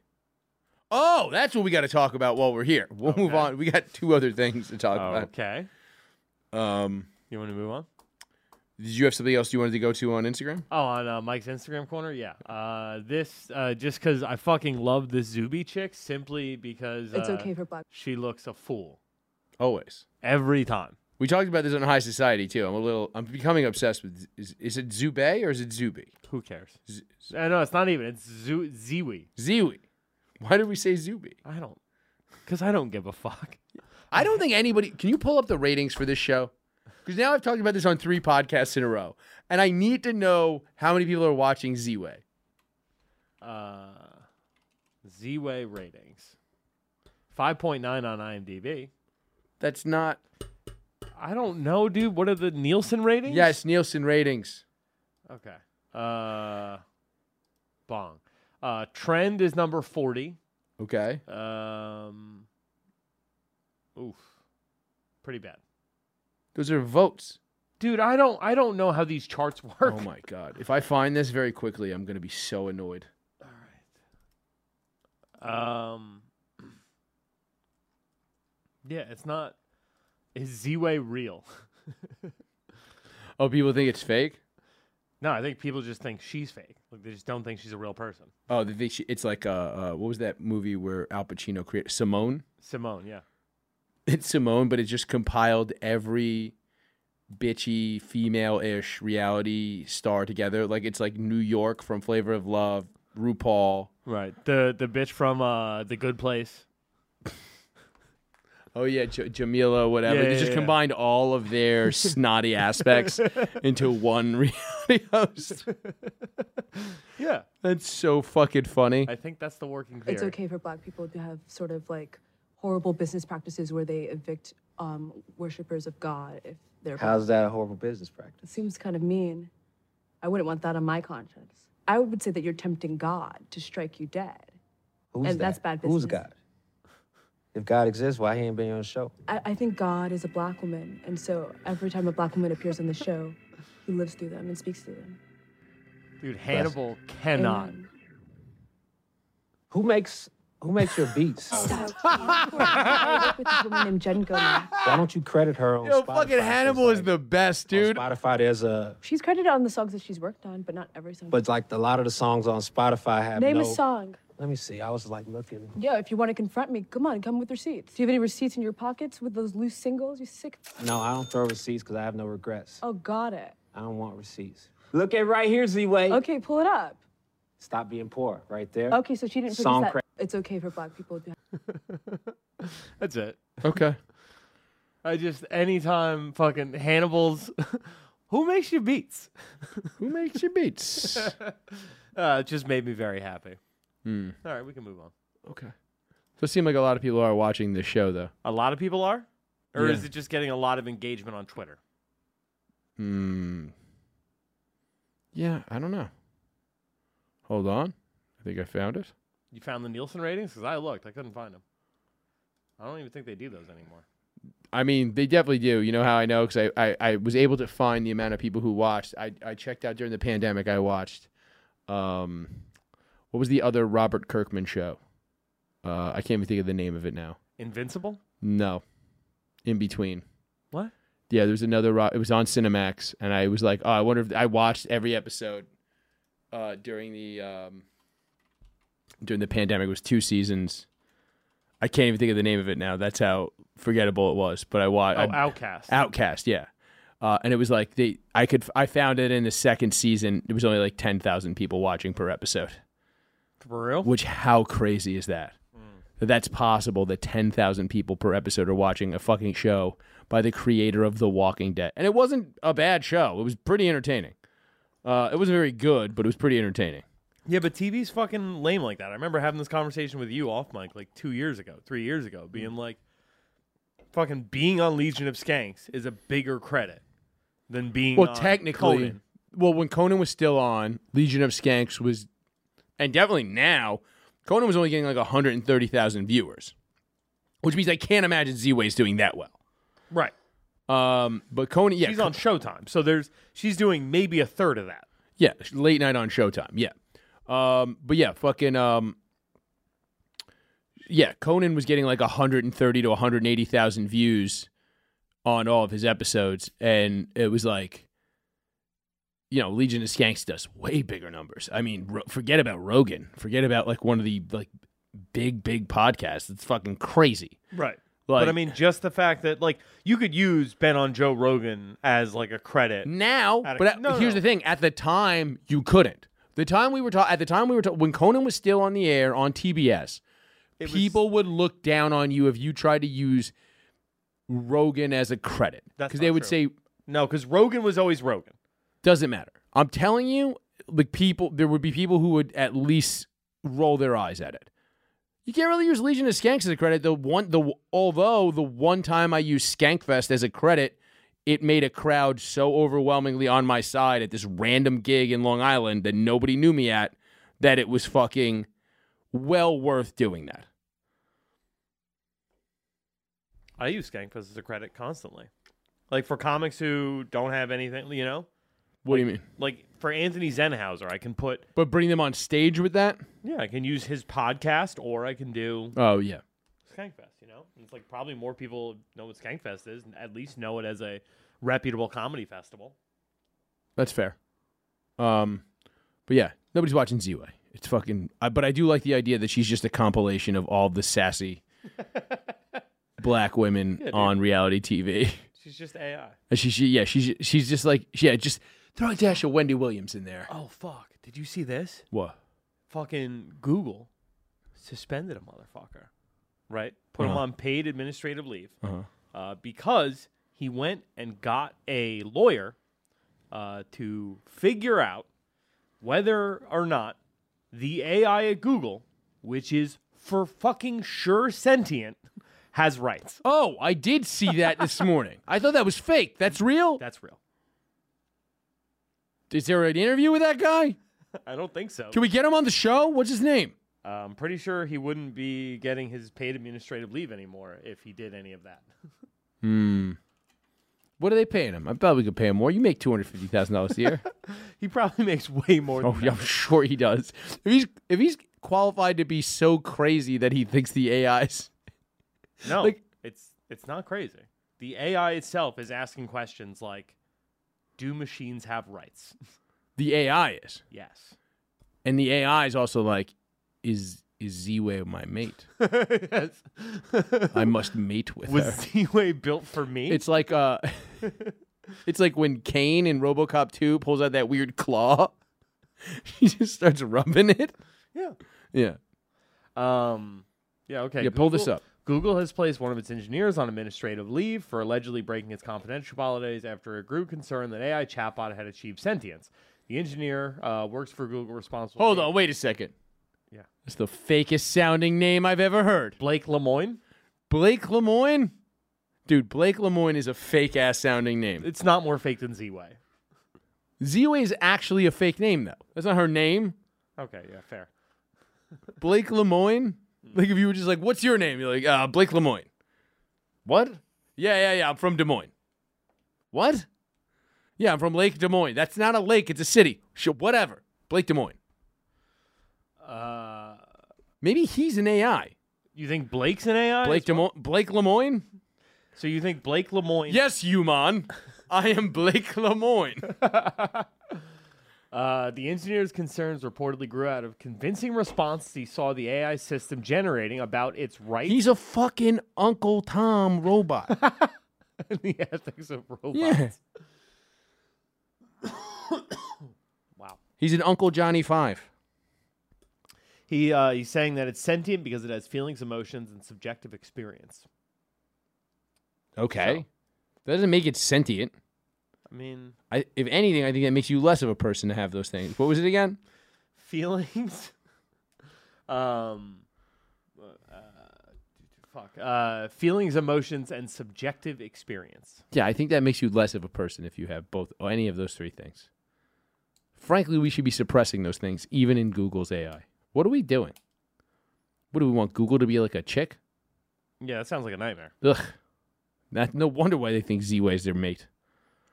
[SPEAKER 1] Oh, that's what we got to talk about while we're here. We'll move on. We got two other things to talk
[SPEAKER 2] Oh, okay.
[SPEAKER 1] about. Um,
[SPEAKER 2] You want to move on?
[SPEAKER 1] did you have something else you wanted to go to on Instagram?
[SPEAKER 2] Oh, on uh, Mike's Instagram corner, yeah. Uh, this uh, just because I fucking love the Zuby chick, simply because
[SPEAKER 10] It's
[SPEAKER 2] uh,
[SPEAKER 10] okay for Bob.
[SPEAKER 2] she looks a fool
[SPEAKER 1] Always.
[SPEAKER 2] every time.
[SPEAKER 1] We talked about this on High Society too. I'm a little. I'm becoming obsessed with. Is, is it Zubay or is it Zuby?
[SPEAKER 2] Who cares? I know it's not even. It's Zu- Ziwi.
[SPEAKER 1] Ziwi. Why did we say Zuby?
[SPEAKER 2] I don't, because I don't give a fuck.
[SPEAKER 1] I don't think anybody. Can you pull up the ratings for this show? Because now I've talked about this on three podcasts in a row, and I need to know how many people are watching Zway.
[SPEAKER 2] Uh, Ziwi ratings, five point nine on IMDb.
[SPEAKER 1] That's not.
[SPEAKER 2] I don't know, dude. What are the Nielsen ratings?
[SPEAKER 1] Yes, Nielsen ratings.
[SPEAKER 2] Okay. Uh, bong. Uh, trend is number forty.
[SPEAKER 1] Okay.
[SPEAKER 2] Um, oof, pretty bad,
[SPEAKER 1] Those are votes.
[SPEAKER 2] dude. I don't, I don't know how these charts work.
[SPEAKER 1] Oh my god. If I find this very quickly, I'm gonna be so annoyed.
[SPEAKER 2] Um, yeah, it's not. Is Z-Way real?
[SPEAKER 1] Oh, people think it's fake?
[SPEAKER 2] no, I think people just think she's fake. Like they just don't think she's a real person.
[SPEAKER 1] Oh, they think she, it's like uh, uh what was that movie where Al Pacino created Simone?
[SPEAKER 2] Simone, yeah,
[SPEAKER 1] It's Simone, but it just compiled every bitchy female-ish reality star together. Like it's like New York from Flavor of Love, RuPaul.
[SPEAKER 2] right. The the bitch from uh the Good Place.
[SPEAKER 1] Oh yeah, J- Jamila, whatever.
[SPEAKER 2] Yeah,
[SPEAKER 1] they
[SPEAKER 2] yeah,
[SPEAKER 1] just
[SPEAKER 2] yeah.
[SPEAKER 1] combined all of their snotty aspects into one reality host.
[SPEAKER 2] Yeah,
[SPEAKER 1] That's so fucking funny.
[SPEAKER 2] I think that's the working theory.
[SPEAKER 10] It's okay for black people to have sort of like horrible business practices where they evict um, worshippers of God if they're.
[SPEAKER 11] How's that a horrible business practice?
[SPEAKER 10] It seems kind of mean. I wouldn't want that on my conscience. I would say that you're tempting God to strike you dead.
[SPEAKER 11] Who's
[SPEAKER 10] And
[SPEAKER 11] that?
[SPEAKER 10] that's bad
[SPEAKER 11] Who's
[SPEAKER 10] business.
[SPEAKER 11] God? If God exists, why he ain't been on the show?
[SPEAKER 10] I, I think God is a black woman, and so every time a black woman appears on the show, he lives through them and speaks through them.
[SPEAKER 2] dude. Hannibal cannot.
[SPEAKER 10] Amen.
[SPEAKER 11] Who makes who makes your beats?
[SPEAKER 10] I work with this woman named Jen Gomez.
[SPEAKER 11] why don't you credit her on
[SPEAKER 1] Yo,
[SPEAKER 11] Spotify?
[SPEAKER 1] fucking
[SPEAKER 11] 'Cause,
[SPEAKER 1] Hannibal is
[SPEAKER 11] like,
[SPEAKER 1] the best,
[SPEAKER 11] on
[SPEAKER 1] dude.
[SPEAKER 11] Spotify, there's a
[SPEAKER 10] She's credited on the songs that she's worked on, but not every song.
[SPEAKER 11] but like a lot of the songs on Spotify have
[SPEAKER 10] Name
[SPEAKER 11] no
[SPEAKER 10] a song.
[SPEAKER 11] Let me see. I was like looking.
[SPEAKER 10] Yeah, if you want to confront me, come on, come with receipts. Do you have any receipts in your pockets with those loose singles? You sick?
[SPEAKER 11] No, I don't throw receipts because I have no regrets.
[SPEAKER 10] Oh, got it.
[SPEAKER 11] I don't want receipts. Look at right here, Z-Way.
[SPEAKER 10] Okay, pull it up.
[SPEAKER 11] Stop being poor, right there.
[SPEAKER 10] Okay, so she didn't produce
[SPEAKER 11] Song
[SPEAKER 10] that.
[SPEAKER 11] cra-
[SPEAKER 10] it's okay for black people to
[SPEAKER 2] That's it.
[SPEAKER 1] Okay.
[SPEAKER 2] I just anytime fucking Hannibal's. Who makes you beats?
[SPEAKER 1] Who makes your beats?
[SPEAKER 2] Uh, it just made me very happy.
[SPEAKER 1] Hmm.
[SPEAKER 2] All right, we can move on.
[SPEAKER 1] okay. So it seemed like a lot of people are watching this show, though.
[SPEAKER 2] A lot of people are, or is
[SPEAKER 1] Yeah.
[SPEAKER 2] it just getting a lot of engagement on Twitter?
[SPEAKER 1] Hmm. Yeah, I don't know. Hold on. I think I found it.
[SPEAKER 2] You found the Nielsen ratings because I looked, I couldn't find them. I don't even think they do those anymore.
[SPEAKER 1] I mean, they definitely do. You know how I know? Because I, I, I was able to find the amount of people who watched. I, I checked out during the pandemic. I watched, um, what was the other Robert Kirkman show? Uh, I can't even think of the name of it now.
[SPEAKER 2] Invincible?
[SPEAKER 1] No, in between.
[SPEAKER 2] What?
[SPEAKER 1] Yeah, there was another. Ro- It was on Cinemax, and I was like, oh, I wonder if I watched every episode uh, during the um, during the pandemic. It was two seasons. I can't even think of the name of it now. That's how forgettable it was. But I watched.
[SPEAKER 2] Oh, Outcast.
[SPEAKER 1] Outcast, yeah. Uh, and it was like they, I could, I found it in the second season. It was only like ten thousand people watching per episode.
[SPEAKER 2] For real?
[SPEAKER 1] Which, how crazy is that? That That's possible that ten thousand people per episode are watching a fucking show by the creator of The Walking Dead, and it wasn't a bad show. It was pretty entertaining. Uh, it wasn't very good, but it was pretty entertaining.
[SPEAKER 2] Yeah, but TV's fucking lame like that. I remember having this conversation with you off mic like two years ago, three years
[SPEAKER 1] Hmm.
[SPEAKER 2] ago, being like, fucking being on Legion of Skanks is a bigger credit than being
[SPEAKER 1] Well,
[SPEAKER 2] on
[SPEAKER 1] technically,
[SPEAKER 2] Conan.
[SPEAKER 1] well, when Conan was still on, Legion of Skanks was, and definitely now, Conan was only getting like 130,000 viewers, which means I can't imagine Z Way's doing that well.
[SPEAKER 2] Right.
[SPEAKER 1] Um, but Conan, yeah,
[SPEAKER 2] She's on Showtime, so there's she's doing maybe a third of that.
[SPEAKER 1] yeah, late night on Showtime, yeah. Um, but yeah, fucking, um, yeah, Conan was getting like 130 to 180,000 views on all of his episodes, and it was like, you know, Legion of Skanks does way bigger numbers. I mean, ro- forget about Rogan, forget about like one of the like big big podcasts. It's fucking crazy.
[SPEAKER 2] Right.
[SPEAKER 1] Like-
[SPEAKER 2] but I mean, just the fact that like you could use Ben on Joe Rogan as like a credit.
[SPEAKER 1] Now,
[SPEAKER 2] At a-
[SPEAKER 1] but at-
[SPEAKER 2] no, no,
[SPEAKER 1] here's
[SPEAKER 2] no.
[SPEAKER 1] the thing: at the time, you couldn't. The time we were talking, at the time we were talking, when Conan was still on the air on TBS,
[SPEAKER 2] It was-
[SPEAKER 1] people would look down on you if you tried to use Rogan as a credit
[SPEAKER 2] That's
[SPEAKER 1] because they
[SPEAKER 2] not
[SPEAKER 1] would
[SPEAKER 2] true.
[SPEAKER 1] say,
[SPEAKER 2] no, because Rogan was always Rogan.
[SPEAKER 1] "Doesn't matter." I'm telling you, like people, there would be people who would at least roll their eyes at it. You can't really use Legion of Skanks as a credit. The one, the although the one time I used Skankfest as a credit, it made a crowd so overwhelmingly on my side at this random gig in Long Island that nobody knew me at that it was fucking well worth doing that.
[SPEAKER 2] I use Skankfest as a credit constantly, like for comics who don't have anything, you know.
[SPEAKER 1] What do you mean?
[SPEAKER 2] Like for Anthony Zenhauser, I can put
[SPEAKER 1] But bring them on stage with that?
[SPEAKER 2] yeah, I can use his podcast or I can do
[SPEAKER 1] Oh yeah.
[SPEAKER 2] Skankfest. You know, And it's like probably more people know what Skankfest is, and at least know it as a reputable comedy festival.
[SPEAKER 1] That's fair. Um, but yeah, nobody's watching Z Way. It's fucking. I, but I do like the idea that she's just a compilation of all the sassy black women on reality TV.
[SPEAKER 2] She's just AI.
[SPEAKER 1] And she, she, yeah, she's she's just like, yeah, just throw a dash of Wendy Williams in there.
[SPEAKER 2] Oh fuck! Did you see this?
[SPEAKER 1] What?
[SPEAKER 2] Fucking Google suspended a motherfucker, right? Put him
[SPEAKER 1] Uh-huh.
[SPEAKER 2] on paid administrative leave.
[SPEAKER 1] Uh-huh.
[SPEAKER 2] uh, because he went and got a lawyer uh, to figure out whether or not the AI at Google, which is for fucking sure sentient, has rights.
[SPEAKER 1] Oh, I did see that this morning. I thought that was fake. That's real.
[SPEAKER 2] That's real.
[SPEAKER 1] Is there an interview with that guy?
[SPEAKER 2] I don't think so.
[SPEAKER 1] Can we get him on the show? What's his name?
[SPEAKER 2] Uh, I'm pretty sure he wouldn't be getting his paid administrative leave anymore if he did any of that.
[SPEAKER 1] What are they paying him? I bet we could pay him more. You make two hundred fifty thousand dollars a year.
[SPEAKER 2] He probably makes way more than
[SPEAKER 1] Oh, yeah, I'm sure he does. If he's if he's qualified to be so crazy that he thinks the AIs,
[SPEAKER 2] No,
[SPEAKER 1] Like-
[SPEAKER 2] it's it's not crazy. The AI itself is asking questions like, "Do machines have rights?"
[SPEAKER 1] the AI is,
[SPEAKER 2] yes.
[SPEAKER 1] and the AI is also like, is Is Z-Way my mate?
[SPEAKER 2] yes.
[SPEAKER 1] I must mate with
[SPEAKER 2] Was
[SPEAKER 1] her.
[SPEAKER 2] Z-Way built for me?
[SPEAKER 1] It's like uh It's like when Kane in RoboCop 2 pulls out that weird claw. he just starts rubbing it.
[SPEAKER 2] yeah.
[SPEAKER 1] Yeah.
[SPEAKER 2] Um, yeah, okay.
[SPEAKER 1] Yeah, pull this up.
[SPEAKER 2] Google has placed one of its engineers on administrative leave for allegedly breaking its confidential holidays after it grew concern that AI chatbot had achieved sentience. The engineer uh, works for Google responsible.
[SPEAKER 1] Hold on, wait a second.
[SPEAKER 2] Yeah.
[SPEAKER 1] It's the fakest sounding name I've ever heard.
[SPEAKER 2] Blake Lemoine.
[SPEAKER 1] Blake Lemoyne? Dude, Blake Lemoyne is a fake ass sounding name.
[SPEAKER 2] It's not more fake than Z-Way.
[SPEAKER 1] Z-Way is actually a fake name though. That's not her name.
[SPEAKER 2] Okay, yeah, fair.
[SPEAKER 1] Blake Lemoyne? Like if you were just like, "What's your name?" You're like, "Uh, Blake Lemoyne."
[SPEAKER 2] What?
[SPEAKER 1] Yeah, yeah, yeah. I'm from Des Moines. What? Yeah, I'm from Lake Des Moines. That's not a lake, it's a city. Sure, whatever. Blake Des Moines.
[SPEAKER 2] Uh,
[SPEAKER 1] Maybe he's an AI.
[SPEAKER 2] you think Blake's an AI?
[SPEAKER 1] Blake Des Mo- Blake Lemoyne?
[SPEAKER 2] So you think Blake Lemoine?
[SPEAKER 1] Yes, Human. I am Blake Lemoyne.
[SPEAKER 2] Uh, the engineer's concerns reportedly grew out of convincing response he saw the AI system generating about its rights
[SPEAKER 1] He's a fucking Uncle Tom robot.
[SPEAKER 2] and the ethics of robots.
[SPEAKER 1] Yeah.
[SPEAKER 2] wow.
[SPEAKER 1] He's an Uncle Johnny Five.
[SPEAKER 2] He uh, he's saying that it's sentient because it has feelings, emotions, and subjective experience.
[SPEAKER 1] Okay. That doesn't make it sentient.
[SPEAKER 2] I mean,
[SPEAKER 1] I, if anything, I think that makes you less of a person to have those things. What was it again?
[SPEAKER 2] feelings. um, uh, fuck. Uh, feelings, emotions, and subjective experience.
[SPEAKER 1] Yeah, I think that makes you less of a person if you have both or any of those three things. Frankly, we should be suppressing those things even in Google's AI. What are we doing? What do we want Google to be like a chick?
[SPEAKER 2] Yeah, that sounds like a nightmare,
[SPEAKER 1] Ugh. Not, no wonder why they think Z-Way is their mate.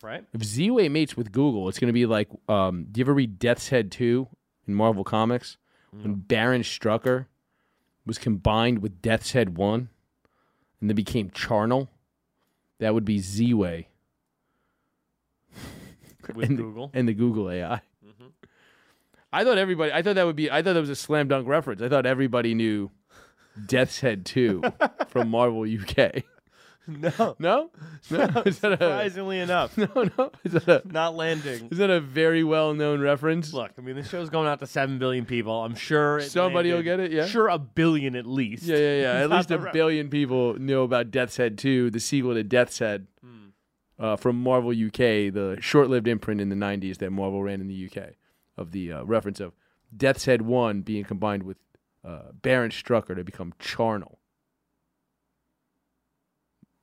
[SPEAKER 2] right?
[SPEAKER 1] If Z-Way mates with Google, it's going to be like, um, do you ever read Death's Head 2 in Marvel Comics?
[SPEAKER 2] Mm-hmm.
[SPEAKER 1] When Baron Strucker was combined with Death's Head 1 and they became charnel, that would be Z-Way
[SPEAKER 2] With
[SPEAKER 1] and the-
[SPEAKER 2] Google. Mm-hmm.
[SPEAKER 1] and the Google AI. I thought everybody. I thought that would be. I thought that was a slam dunk reference. I thought everybody knew Death's Head Two from Marvel UK.
[SPEAKER 2] no,
[SPEAKER 1] No, no, is that a,
[SPEAKER 2] surprisingly enough,
[SPEAKER 1] no, no? Is that a
[SPEAKER 2] not landing.
[SPEAKER 1] is that a very well known reference?
[SPEAKER 2] Look, I mean, the show's going out to seven billion people. I'm sure it
[SPEAKER 1] Somebody will
[SPEAKER 2] landed-
[SPEAKER 1] get it, yeah.
[SPEAKER 2] sure, a billion at least.
[SPEAKER 1] Yeah, yeah, yeah. At
[SPEAKER 2] Not
[SPEAKER 1] least
[SPEAKER 2] the
[SPEAKER 1] a
[SPEAKER 2] re-
[SPEAKER 1] billion people know about Death's Head Two, the sequel to Death's Head.
[SPEAKER 2] Hmm.
[SPEAKER 1] Uh, from Marvel UK, the short-lived imprint in the '90s that Marvel ran in the UK, of the uh, reference of Death's Head One being combined with uh, Baron Strucker to become Charnel.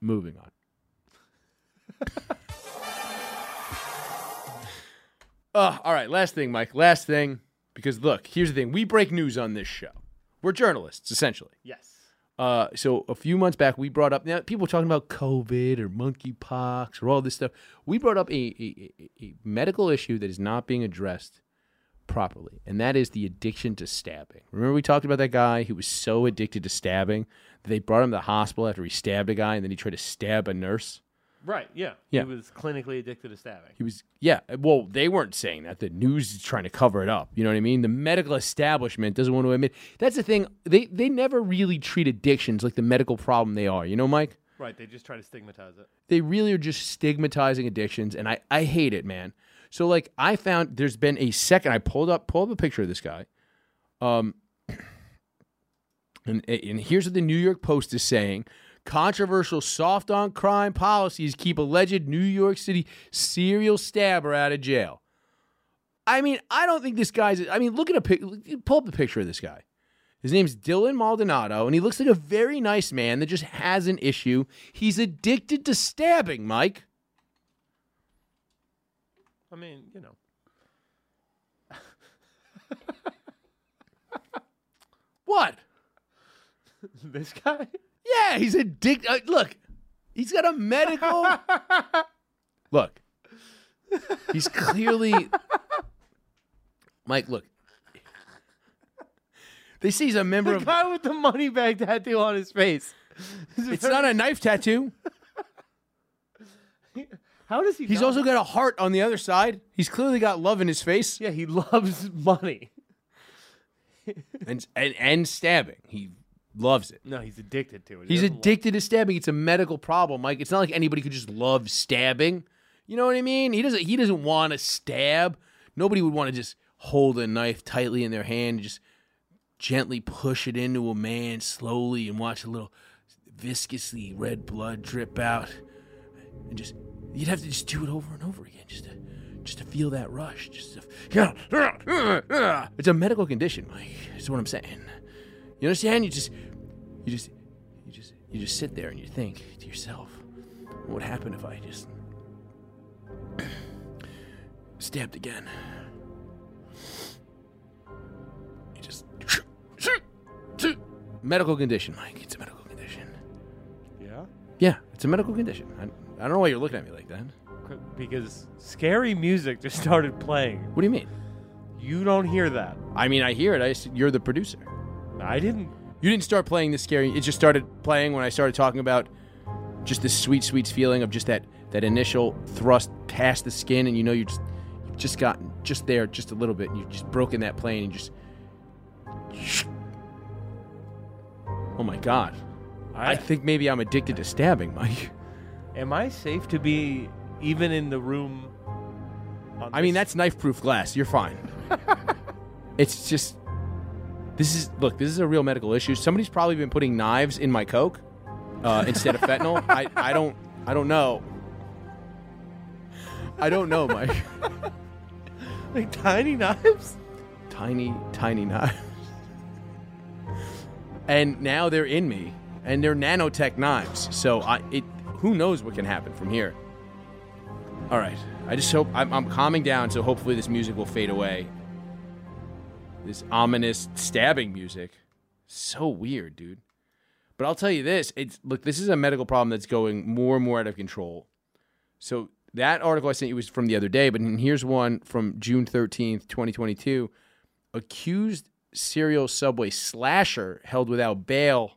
[SPEAKER 1] Moving on. Uh, all right, last thing, Mike. Last thing, because look, here's the thing: we break news on this show. We're journalists, essentially.
[SPEAKER 2] Yes.
[SPEAKER 1] Uh, so a few months back, we brought up now people were talking about COVID or monkeypox or all this stuff. We brought up a, a, a- a medical issue that is not being addressed properly, and that is the addiction to stabbing. Remember, we talked about that guy who was so addicted to stabbing that they brought him to the hospital after he stabbed a guy, and then he tried to stab a nurse.
[SPEAKER 2] Right. Yeah.
[SPEAKER 1] Yeah.
[SPEAKER 2] He was clinically addicted to stabbing.
[SPEAKER 1] He was, yeah. Well, they weren't saying that. The news is trying to cover it up. You know what I mean? The medical establishment doesn't want to admit. That's the thing. They they never really treat addictions like the medical problem they are. You know, Mike.
[SPEAKER 2] Right. They just try to stigmatize it.
[SPEAKER 1] they really are just stigmatizing addictions and I, I hate it man so like i found there's been a second i pulled up pulled up a picture of this guy um and and here's what the new york post is saying controversial soft on crime policies keep alleged new york city serial stabber out of jail i mean i don't think this guy's i mean look at a pic pull up the picture of this guy his name's Dylan Maldonado, and he looks like a very nice man that just has an issue. He's addicted to stabbing, Mike.
[SPEAKER 2] I mean, you know.
[SPEAKER 1] What?
[SPEAKER 2] this guy?
[SPEAKER 1] Yeah, he's addicted. Uh, look, he's got a medical. look, he's clearly. Mike, look. They see he's a member
[SPEAKER 2] The
[SPEAKER 1] of.
[SPEAKER 2] guy with the money bag tattoo on his face.
[SPEAKER 1] It's not a knife tattoo.
[SPEAKER 2] How does he
[SPEAKER 1] He's
[SPEAKER 2] not-
[SPEAKER 1] also got a heart on the other side. He's clearly got love in his face.
[SPEAKER 2] Yeah, he loves money.
[SPEAKER 1] and, and and stabbing. He loves it.
[SPEAKER 6] No, he's addicted to it. He
[SPEAKER 1] He's
[SPEAKER 6] doesn't love-
[SPEAKER 1] addicted to stabbing. It's a medical problem, Mike. It's not like anybody could just love stabbing. You know what I mean? He doesn't. He doesn't want to stab. Nobody would want to just hold a knife tightly in their hand and just gently push it into a man slowly and watch a little viscously red blood drip out and just you'd have to just do it over and over again just to just to feel that rush just to yeah, yeah, yeah, yeah. it's a medical condition Mike that's what I'm saying you understand you just you just you just you just sit there and you think to yourself what would happen if I just stabbed again you just medical condition Mike it's a medical condition
[SPEAKER 6] Yeah.
[SPEAKER 1] yeah it's a medical condition I, I don't know why you're looking at me like that
[SPEAKER 6] C- Because scary music just started playing.
[SPEAKER 1] what do you mean
[SPEAKER 6] You don't hear that.
[SPEAKER 1] I mean, I hear it. I s- you're the producer.
[SPEAKER 6] I didn't.
[SPEAKER 1] You didn't start playing this scary. It just started playing when I started talking about just this sweet, sweet feeling of just that that initial thrust past the skin, and you know you just you've just gotten just there, just a little bit, and you've just broken that plane, and you just. Oh my god! I
[SPEAKER 6] I,
[SPEAKER 1] think maybe I'm addicted to stabbing, Mike.
[SPEAKER 6] am I safe to be even in the room? On
[SPEAKER 1] I mean,
[SPEAKER 6] this?
[SPEAKER 1] that's knife proof glass. You're fine. it's just. This is. Look, this is a real medical issue. Somebody's probably been putting knives in my Coke uh, instead of fentanyl. I, I don't. I don't know. I don't know, Mike.
[SPEAKER 6] like tiny knives.
[SPEAKER 1] tiny, tiny knives. And now they're in me, and they're nanotech knives. So I, it, who knows what can happen from here? All right, I just hope I'm, I'm calming down. So hopefully this music will fade away. This ominous stabbing music, so weird, dude. But I'll tell you this: it's look, this is a medical problem that's going more and more out of control. So that article I sent you was from the other day, but here's one from June 13th, 2022 accused serial subway slasher held without bail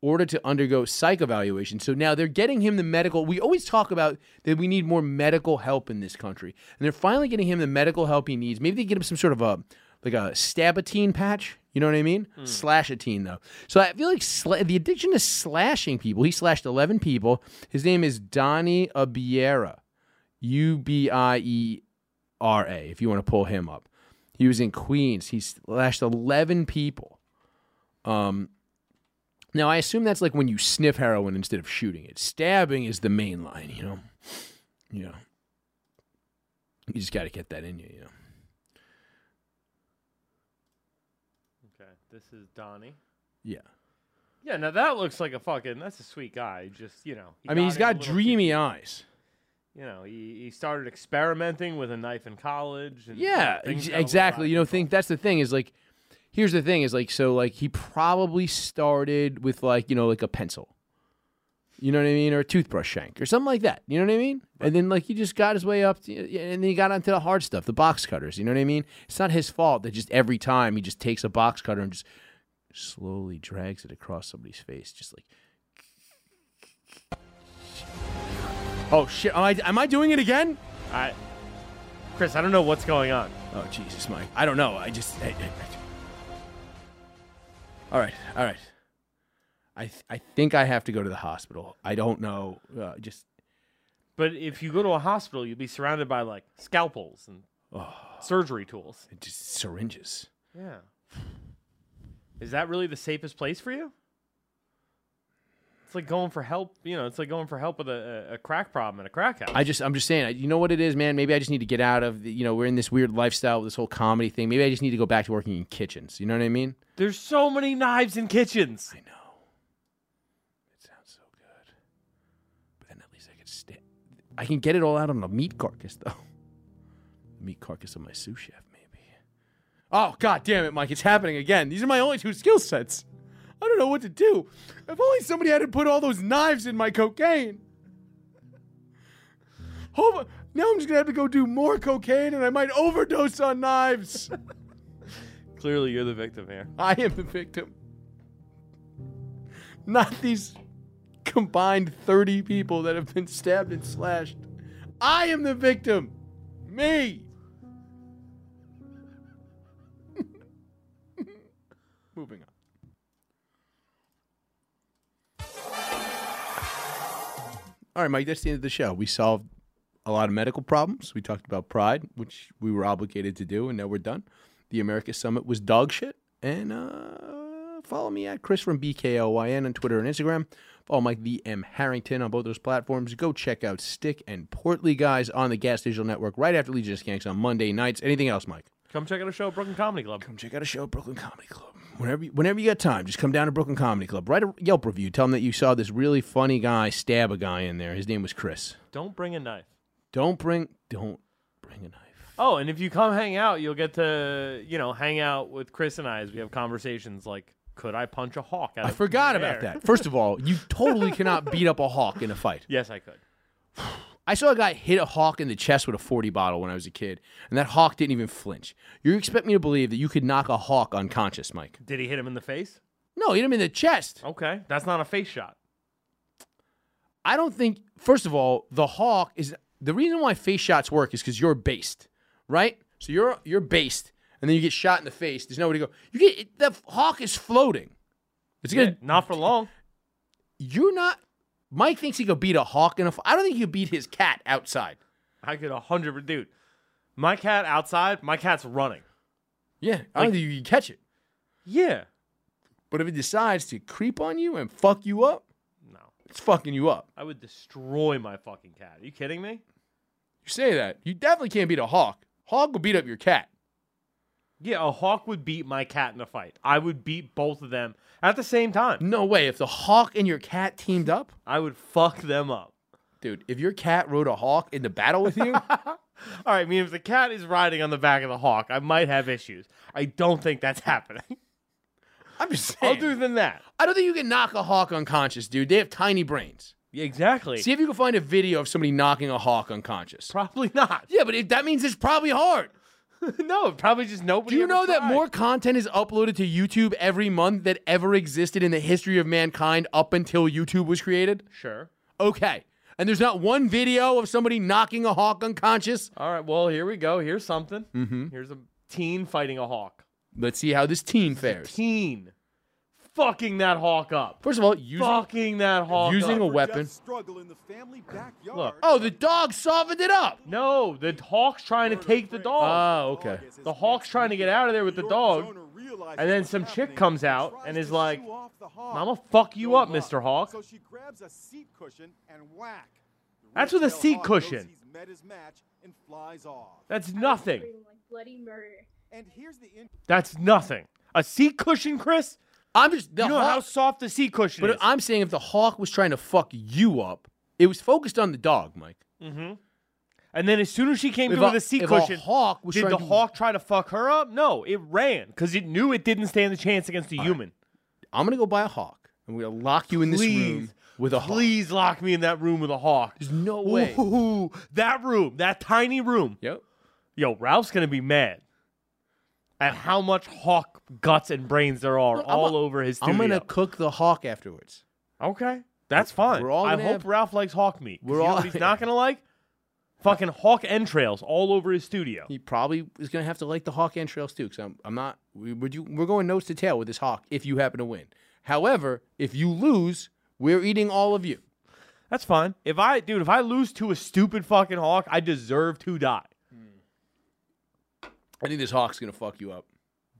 [SPEAKER 1] ordered to undergo psych evaluation so now they're getting him the medical we always talk about that we need more medical help in this country and they're finally getting him the medical help he needs maybe they get him some sort of a like a stabatine patch you know what i mean slashatine though so i feel like sla- the addiction is slashing people he slashed 11 people his name is donnie abiera u-b-i-e RA, E if you want to pull him up. He was in Queens. He slashed 11 people. Um, now, I assume that's like when you sniff heroin instead of shooting it. Stabbing is the main line, you know? You know. You just got to get that in you, you know?
[SPEAKER 6] Okay, this is Donnie.
[SPEAKER 1] Yeah.
[SPEAKER 6] Yeah, now that looks like a fucking. That's a sweet guy. Just you know. he
[SPEAKER 1] I mean, he's
[SPEAKER 6] in a
[SPEAKER 1] got
[SPEAKER 6] little
[SPEAKER 1] dreamy eyes.
[SPEAKER 6] you know, he, he started experimenting with a knife in college. And
[SPEAKER 1] Yeah, ex- exactly. You know, think that's the thing is like, here's the thing is like, so like he probably started with like you know like a pencil, you know what I mean, or a toothbrush shank or something like that. You know what I mean? And then like he just got his way up, to, and then he got onto the hard stuff, the box cutters. You know what I mean? It's not his fault that just every time he just takes a box cutter and just slowly drags it across somebody's face, just like. Oh shit! Am I am I doing it again?
[SPEAKER 6] I, Chris, I don't know what's going on.
[SPEAKER 1] Oh Jesus, Mike! I don't know. I just. I, I- I- All right, all right. I th- I think I have to go to the hospital. I don't know. Uh, just
[SPEAKER 6] But if you go to a hospital, you'll be surrounded by like scalpels and
[SPEAKER 1] Oh.
[SPEAKER 6] surgery tools.
[SPEAKER 1] just syringes.
[SPEAKER 6] Yeah. Is that really the safest place for you? It's like going for help. You know, it's like going for help with a, a- a crack problem in a crack house.
[SPEAKER 1] I just I'm just saying. I- You know what it is, man. Maybe I just need to get out of. The, you know, we're in this weird lifestyle with this whole comedy thing. Maybe I just need to go back to working in kitchens. You know what I mean?
[SPEAKER 6] There's so many knives in kitchens.
[SPEAKER 1] I know. It sounds so good. But then at least I could stay. I can get it all out on the meat carcass, though. The meat carcass of my sous chef, maybe. Oh, god damn it, Mike. It's happening again. These are my only two skill sets. I don't know what to do. If only somebody hadn't put all those knives in my cocaine. Hope, now I'm just gonna have to go do more cocaine and I might overdose on knives.
[SPEAKER 6] Clearly, you're the victim here.
[SPEAKER 1] I am the victim. Not these combined 30 people that have been stabbed and slashed. I am the victim. Me. All right, Mike, that's the end of the show. We solved a lot of medical problems. We talked about pride, which we were obligated to do, and now we're done. The America Summit was dog shit. And uh, follow me at Chris from BKOYN on Twitter and Instagram. Follow Mike the M Harrington on both those platforms. Go check out Stick and Portly Guys on the Gas Digital Network right after Legion of Skanks on Monday nights. Anything else, Mike?
[SPEAKER 2] Come check out a show at Brooklyn Comedy Club.
[SPEAKER 1] Come check out a show at Brooklyn Comedy Club. Whenever you, whenever you got time, just come down to Brooklyn Comedy Club. Write a Yelp review. Tell them that you saw this really funny guy stab a guy in there. His name was Chris.
[SPEAKER 2] Don't bring a knife.
[SPEAKER 1] Don't bring don't bring a knife.
[SPEAKER 2] Oh, and if you come hang out, you'll get to you know hang out with Chris and I as we have conversations like, could I punch a hawk? Out
[SPEAKER 1] I
[SPEAKER 2] of
[SPEAKER 1] forgot
[SPEAKER 2] the
[SPEAKER 1] about
[SPEAKER 2] air?
[SPEAKER 1] that. First of all, you totally cannot beat up a hawk in a fight.
[SPEAKER 2] Yes, I could.
[SPEAKER 1] I saw a guy hit a hawk in the chest with a 40 bottle when I was a kid, and that hawk didn't even flinch. You expect me to believe that you could knock a hawk unconscious, Mike?
[SPEAKER 2] Did he hit him in the face?
[SPEAKER 1] No, hit him in the chest.
[SPEAKER 2] Okay, that's not a face shot.
[SPEAKER 1] I don't think. First of all, the hawk is the reason why face shots work is because you're based, right? So you're you're based, and then you get shot in the face. There's nowhere to go. You get it- the hawk is floating. It's
[SPEAKER 2] Yeah,
[SPEAKER 1] gonna.
[SPEAKER 2] not for long.
[SPEAKER 1] You're not. Mike thinks he could beat a hawk in a. f- I don't think he could beat his cat outside.
[SPEAKER 2] I could a hundred, dude. My cat outside. My cat's running.
[SPEAKER 1] Yeah, I don't think you can catch it.
[SPEAKER 2] Yeah.
[SPEAKER 1] But if it decides to creep on you and fuck you up,
[SPEAKER 2] No,
[SPEAKER 1] it's fucking you up.
[SPEAKER 2] I would destroy my fucking cat. Are you kidding me?
[SPEAKER 1] You say that. You definitely can't beat a hawk. Hawk will beat up your cat.
[SPEAKER 2] Yeah, a hawk would beat my cat in a fight. I would beat both of them at the same time.
[SPEAKER 1] No way. If the hawk and your cat teamed up,
[SPEAKER 2] I would fuck them up.
[SPEAKER 1] dude, if your cat rode a hawk into battle with you,
[SPEAKER 2] All right, I mean, if the cat is riding on the back of the hawk, I might have issues. I don't think that's happening.
[SPEAKER 1] I'm just saying.
[SPEAKER 2] Other than that,
[SPEAKER 1] I don't think you can knock a hawk unconscious, dude. They have tiny brains.
[SPEAKER 2] yeah, exactly.
[SPEAKER 1] See if you can find a video of somebody knocking a hawk unconscious.
[SPEAKER 2] probably not.
[SPEAKER 1] Yeah, but it, that means it's probably hard.
[SPEAKER 2] no, probably just nobody.
[SPEAKER 1] Do you
[SPEAKER 2] ever
[SPEAKER 1] know that
[SPEAKER 2] tried.
[SPEAKER 1] more content is uploaded to YouTube every month that ever existed in the history of mankind up until YouTube was created?
[SPEAKER 2] Sure.
[SPEAKER 1] Okay. And there's not one video of somebody knocking a hawk unconscious.
[SPEAKER 2] All right. Well, here we go. Here's something. Mm-hmm. Here's a teen fighting a hawk.
[SPEAKER 1] Let's see how this teen fares.
[SPEAKER 2] Teen, fucking that hawk up.
[SPEAKER 1] First of all, using,
[SPEAKER 2] fucking that hawk.
[SPEAKER 1] using
[SPEAKER 2] up.
[SPEAKER 1] a weapon.
[SPEAKER 6] Struggle in the family backyard.
[SPEAKER 2] Look.
[SPEAKER 1] Oh, the dog softened it up.
[SPEAKER 2] No, the hawk's trying to take the dog.
[SPEAKER 1] Oh, okay.
[SPEAKER 2] the hawk's trying to get out of there with the dog, and then some chick comes out and is like, "Mama, fuck you up, Mr. Hawk."
[SPEAKER 6] So she grabs a seat cushion and whack. The
[SPEAKER 2] That's with a
[SPEAKER 6] red-tailed
[SPEAKER 2] seat
[SPEAKER 6] hawk
[SPEAKER 2] cushion.
[SPEAKER 6] knows he's met his match and flies off.
[SPEAKER 2] That's nothing.
[SPEAKER 12] Like bloody murder.
[SPEAKER 6] And here's the in-
[SPEAKER 2] That's nothing. A seat cushion, Chris.
[SPEAKER 1] I'm just the
[SPEAKER 2] You know
[SPEAKER 1] hawk.
[SPEAKER 2] how soft the seat cushion
[SPEAKER 1] but
[SPEAKER 2] is.
[SPEAKER 1] I'm saying if the hawk was trying to fuck you up, it was focused on the dog, Mike.
[SPEAKER 2] and then as soon as she came
[SPEAKER 1] If
[SPEAKER 2] through
[SPEAKER 1] a-
[SPEAKER 2] with a seat
[SPEAKER 1] if a
[SPEAKER 2] cushion,
[SPEAKER 1] hawk was
[SPEAKER 2] did
[SPEAKER 1] trying
[SPEAKER 2] the
[SPEAKER 1] to-
[SPEAKER 2] hawk try to fuck her up? No, it ran because it knew it didn't stand a chance against a human.
[SPEAKER 1] I'm gonna go buy a hawk, and we're gonna lock you in this room
[SPEAKER 2] Please,
[SPEAKER 1] with a hawk.
[SPEAKER 2] please lock me in that room with a hawk.
[SPEAKER 1] There's no way.
[SPEAKER 2] Ooh, that room, that tiny room.
[SPEAKER 1] Yep.
[SPEAKER 2] Yo, Ralph's gonna be mad at how much hawk guts and brains there are
[SPEAKER 1] Look, I'm
[SPEAKER 2] all
[SPEAKER 1] a-
[SPEAKER 2] over his studio.
[SPEAKER 1] I'm gonna cook the hawk afterwards.
[SPEAKER 2] okay, that's fine.
[SPEAKER 1] We're all
[SPEAKER 2] I
[SPEAKER 1] gonna
[SPEAKER 2] hope
[SPEAKER 1] have-
[SPEAKER 2] Ralph likes hawk meat. 'cause
[SPEAKER 1] We're
[SPEAKER 2] you know
[SPEAKER 1] all-
[SPEAKER 2] what he's not gonna like fucking hawk entrails all over his studio.
[SPEAKER 1] He probably is gonna have to like the hawk entrails too, because I'm, I'm not. We, we're, do, we're going nose to tail with this hawk if you happen to win. However, if you lose, we're eating all of you.
[SPEAKER 2] That's fine. If I, dude, if I lose to a stupid fucking hawk, I deserve to die.
[SPEAKER 1] I think this hawk's gonna fuck you up.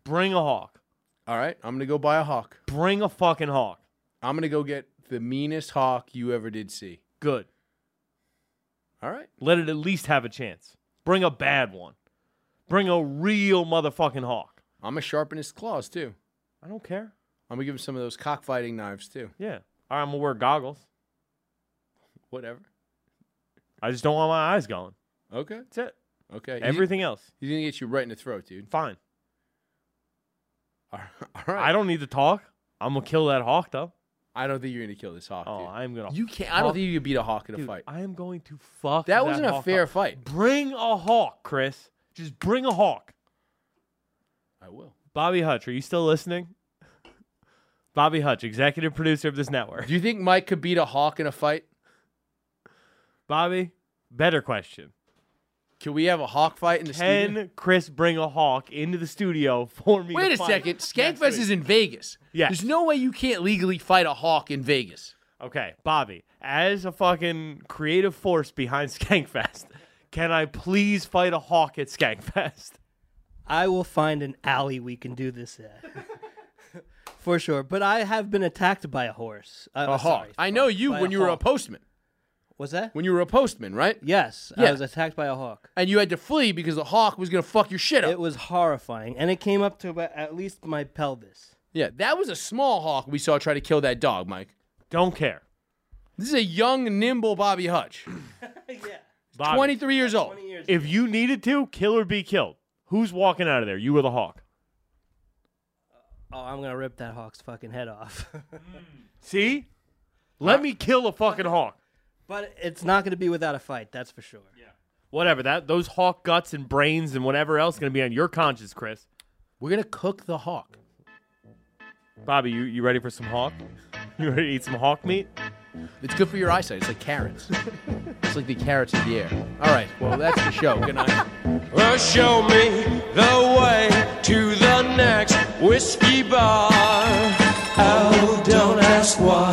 [SPEAKER 2] Bring a hawk.
[SPEAKER 1] All right, I'm gonna go buy a hawk.
[SPEAKER 2] Bring a fucking hawk.
[SPEAKER 1] I'm gonna go get the meanest hawk you ever did see.
[SPEAKER 2] Good.
[SPEAKER 1] All right.
[SPEAKER 2] Let it at least have a chance. Bring a bad one. Bring a real motherfucking hawk.
[SPEAKER 1] I'm gonna sharpen his claws too.
[SPEAKER 2] I don't care.
[SPEAKER 1] I'm gonna give him some of those cockfighting knives too.
[SPEAKER 2] Yeah. All right, I'm gonna wear goggles.
[SPEAKER 1] Whatever.
[SPEAKER 2] I just don't want my eyes going.
[SPEAKER 1] Okay.
[SPEAKER 2] That's it.
[SPEAKER 1] Okay.
[SPEAKER 2] Everything else,
[SPEAKER 1] He's, he's gonna get you right in the throat, dude.
[SPEAKER 2] fine.
[SPEAKER 1] All right.
[SPEAKER 2] I don't need to talk. I'm gonna kill that hawk though.
[SPEAKER 1] I don't think you're gonna kill this hawk.
[SPEAKER 2] Oh,
[SPEAKER 1] dude.
[SPEAKER 2] I am gonna.
[SPEAKER 1] You can't. I don't
[SPEAKER 2] fuck-
[SPEAKER 1] think you can beat a hawk in a
[SPEAKER 2] Dude,
[SPEAKER 1] fight.
[SPEAKER 2] I am going to fuck.
[SPEAKER 1] That wasn't a
[SPEAKER 2] hawk
[SPEAKER 1] fair
[SPEAKER 2] up.
[SPEAKER 1] fight.
[SPEAKER 2] Bring a hawk, Chris. Just bring a hawk.
[SPEAKER 1] I will.
[SPEAKER 2] Bobby Hutch, are you still listening? Bobby Hutch, executive producer of this network.
[SPEAKER 1] Do you think Mike could beat a hawk in a fight?
[SPEAKER 2] Bobby, better question.
[SPEAKER 1] Can we have a hawk fight in the studio?
[SPEAKER 2] Can Chris bring a hawk into the studio for me?
[SPEAKER 1] Wait
[SPEAKER 2] to
[SPEAKER 1] a
[SPEAKER 2] fight
[SPEAKER 1] second.
[SPEAKER 2] next
[SPEAKER 1] Skankfest
[SPEAKER 2] week?
[SPEAKER 1] is in Vegas.
[SPEAKER 2] Yes.
[SPEAKER 1] There's no way you can't legally fight a hawk in Vegas.
[SPEAKER 2] Okay, Bobby, as a fucking creative force behind Skankfest, can I please fight a hawk at Skankfest?
[SPEAKER 4] I will find an alley we can do this at. For sure. But I have been attacked by a horse. Uh,
[SPEAKER 13] A hawk.
[SPEAKER 4] sorry.
[SPEAKER 13] I know you
[SPEAKER 4] By a
[SPEAKER 13] when you were a
[SPEAKER 4] hawk.
[SPEAKER 13] postman.
[SPEAKER 4] Was that?
[SPEAKER 13] When you were a postman, right?
[SPEAKER 4] Yes.
[SPEAKER 13] Yeah.
[SPEAKER 4] I was attacked by a hawk.
[SPEAKER 13] And you had to flee because the hawk was gonna fuck your shit up.
[SPEAKER 4] It was horrifying. And it came up to about, at least my pelvis.
[SPEAKER 13] yeah, that was a small hawk we saw try to kill that dog, Mike.
[SPEAKER 2] Don't care.
[SPEAKER 13] This is a young, nimble Bobby Hutch,
[SPEAKER 2] Bobby,
[SPEAKER 13] 23 years old.
[SPEAKER 2] if you needed to, kill or be killed. Who's walking out of there? You or the hawk?
[SPEAKER 4] Oh, I'm going to rip that hawk's fucking head off.
[SPEAKER 2] See? Let me kill a fucking hawk.
[SPEAKER 4] but it's not going to be without a fight. That's for sure.
[SPEAKER 2] Whatever that those hawk guts and brains and whatever else gonna be on your conscience, Chris.
[SPEAKER 13] We're gonna cook the hawk.
[SPEAKER 2] Bobby, you, you ready for some hawk? You ready to eat some hawk meat?
[SPEAKER 13] It's good for your eyesight. It's like carrots. it's like the carrots of the air. All right. Well, that's the show. Good night.
[SPEAKER 1] Well, show me the way to the next whiskey bar. Oh, don't ask why.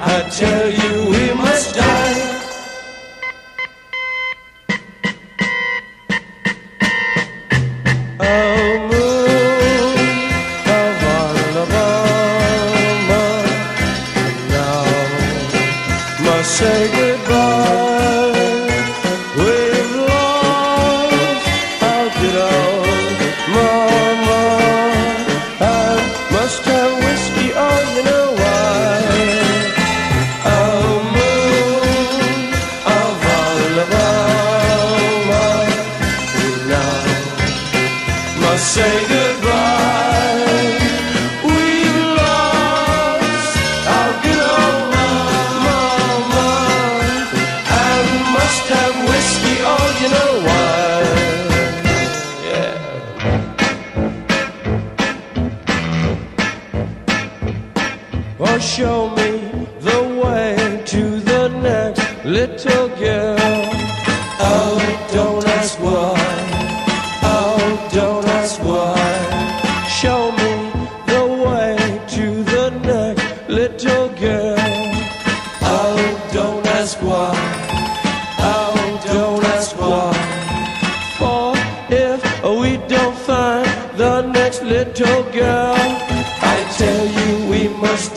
[SPEAKER 1] I tell you we must die. Oh, moon of Alabama, now must say goodbye. We've lost our good old mama. I must have whiskey, oh, you know why. Oh, moon of Alabama, we now must say goodbye. We've lost our good old mama. I must have whiskey, oh, you know why. Yeah. Well, show me the way to the next little girl. Oh, don't ask why. Oh, don't ask why. Show me the way to the next little girl. Oh, don't ask why. Oh, don't ask why. For if we don't find the next little girl, I tell you we must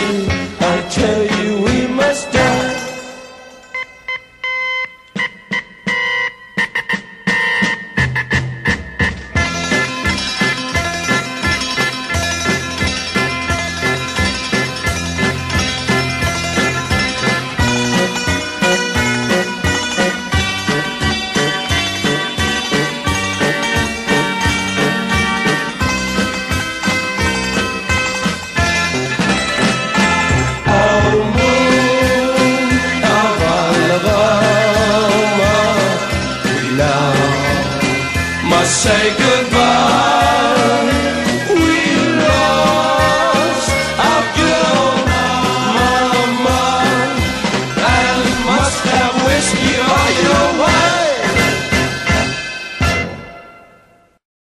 [SPEAKER 1] you, I tell you we must die. Alabama. We now must say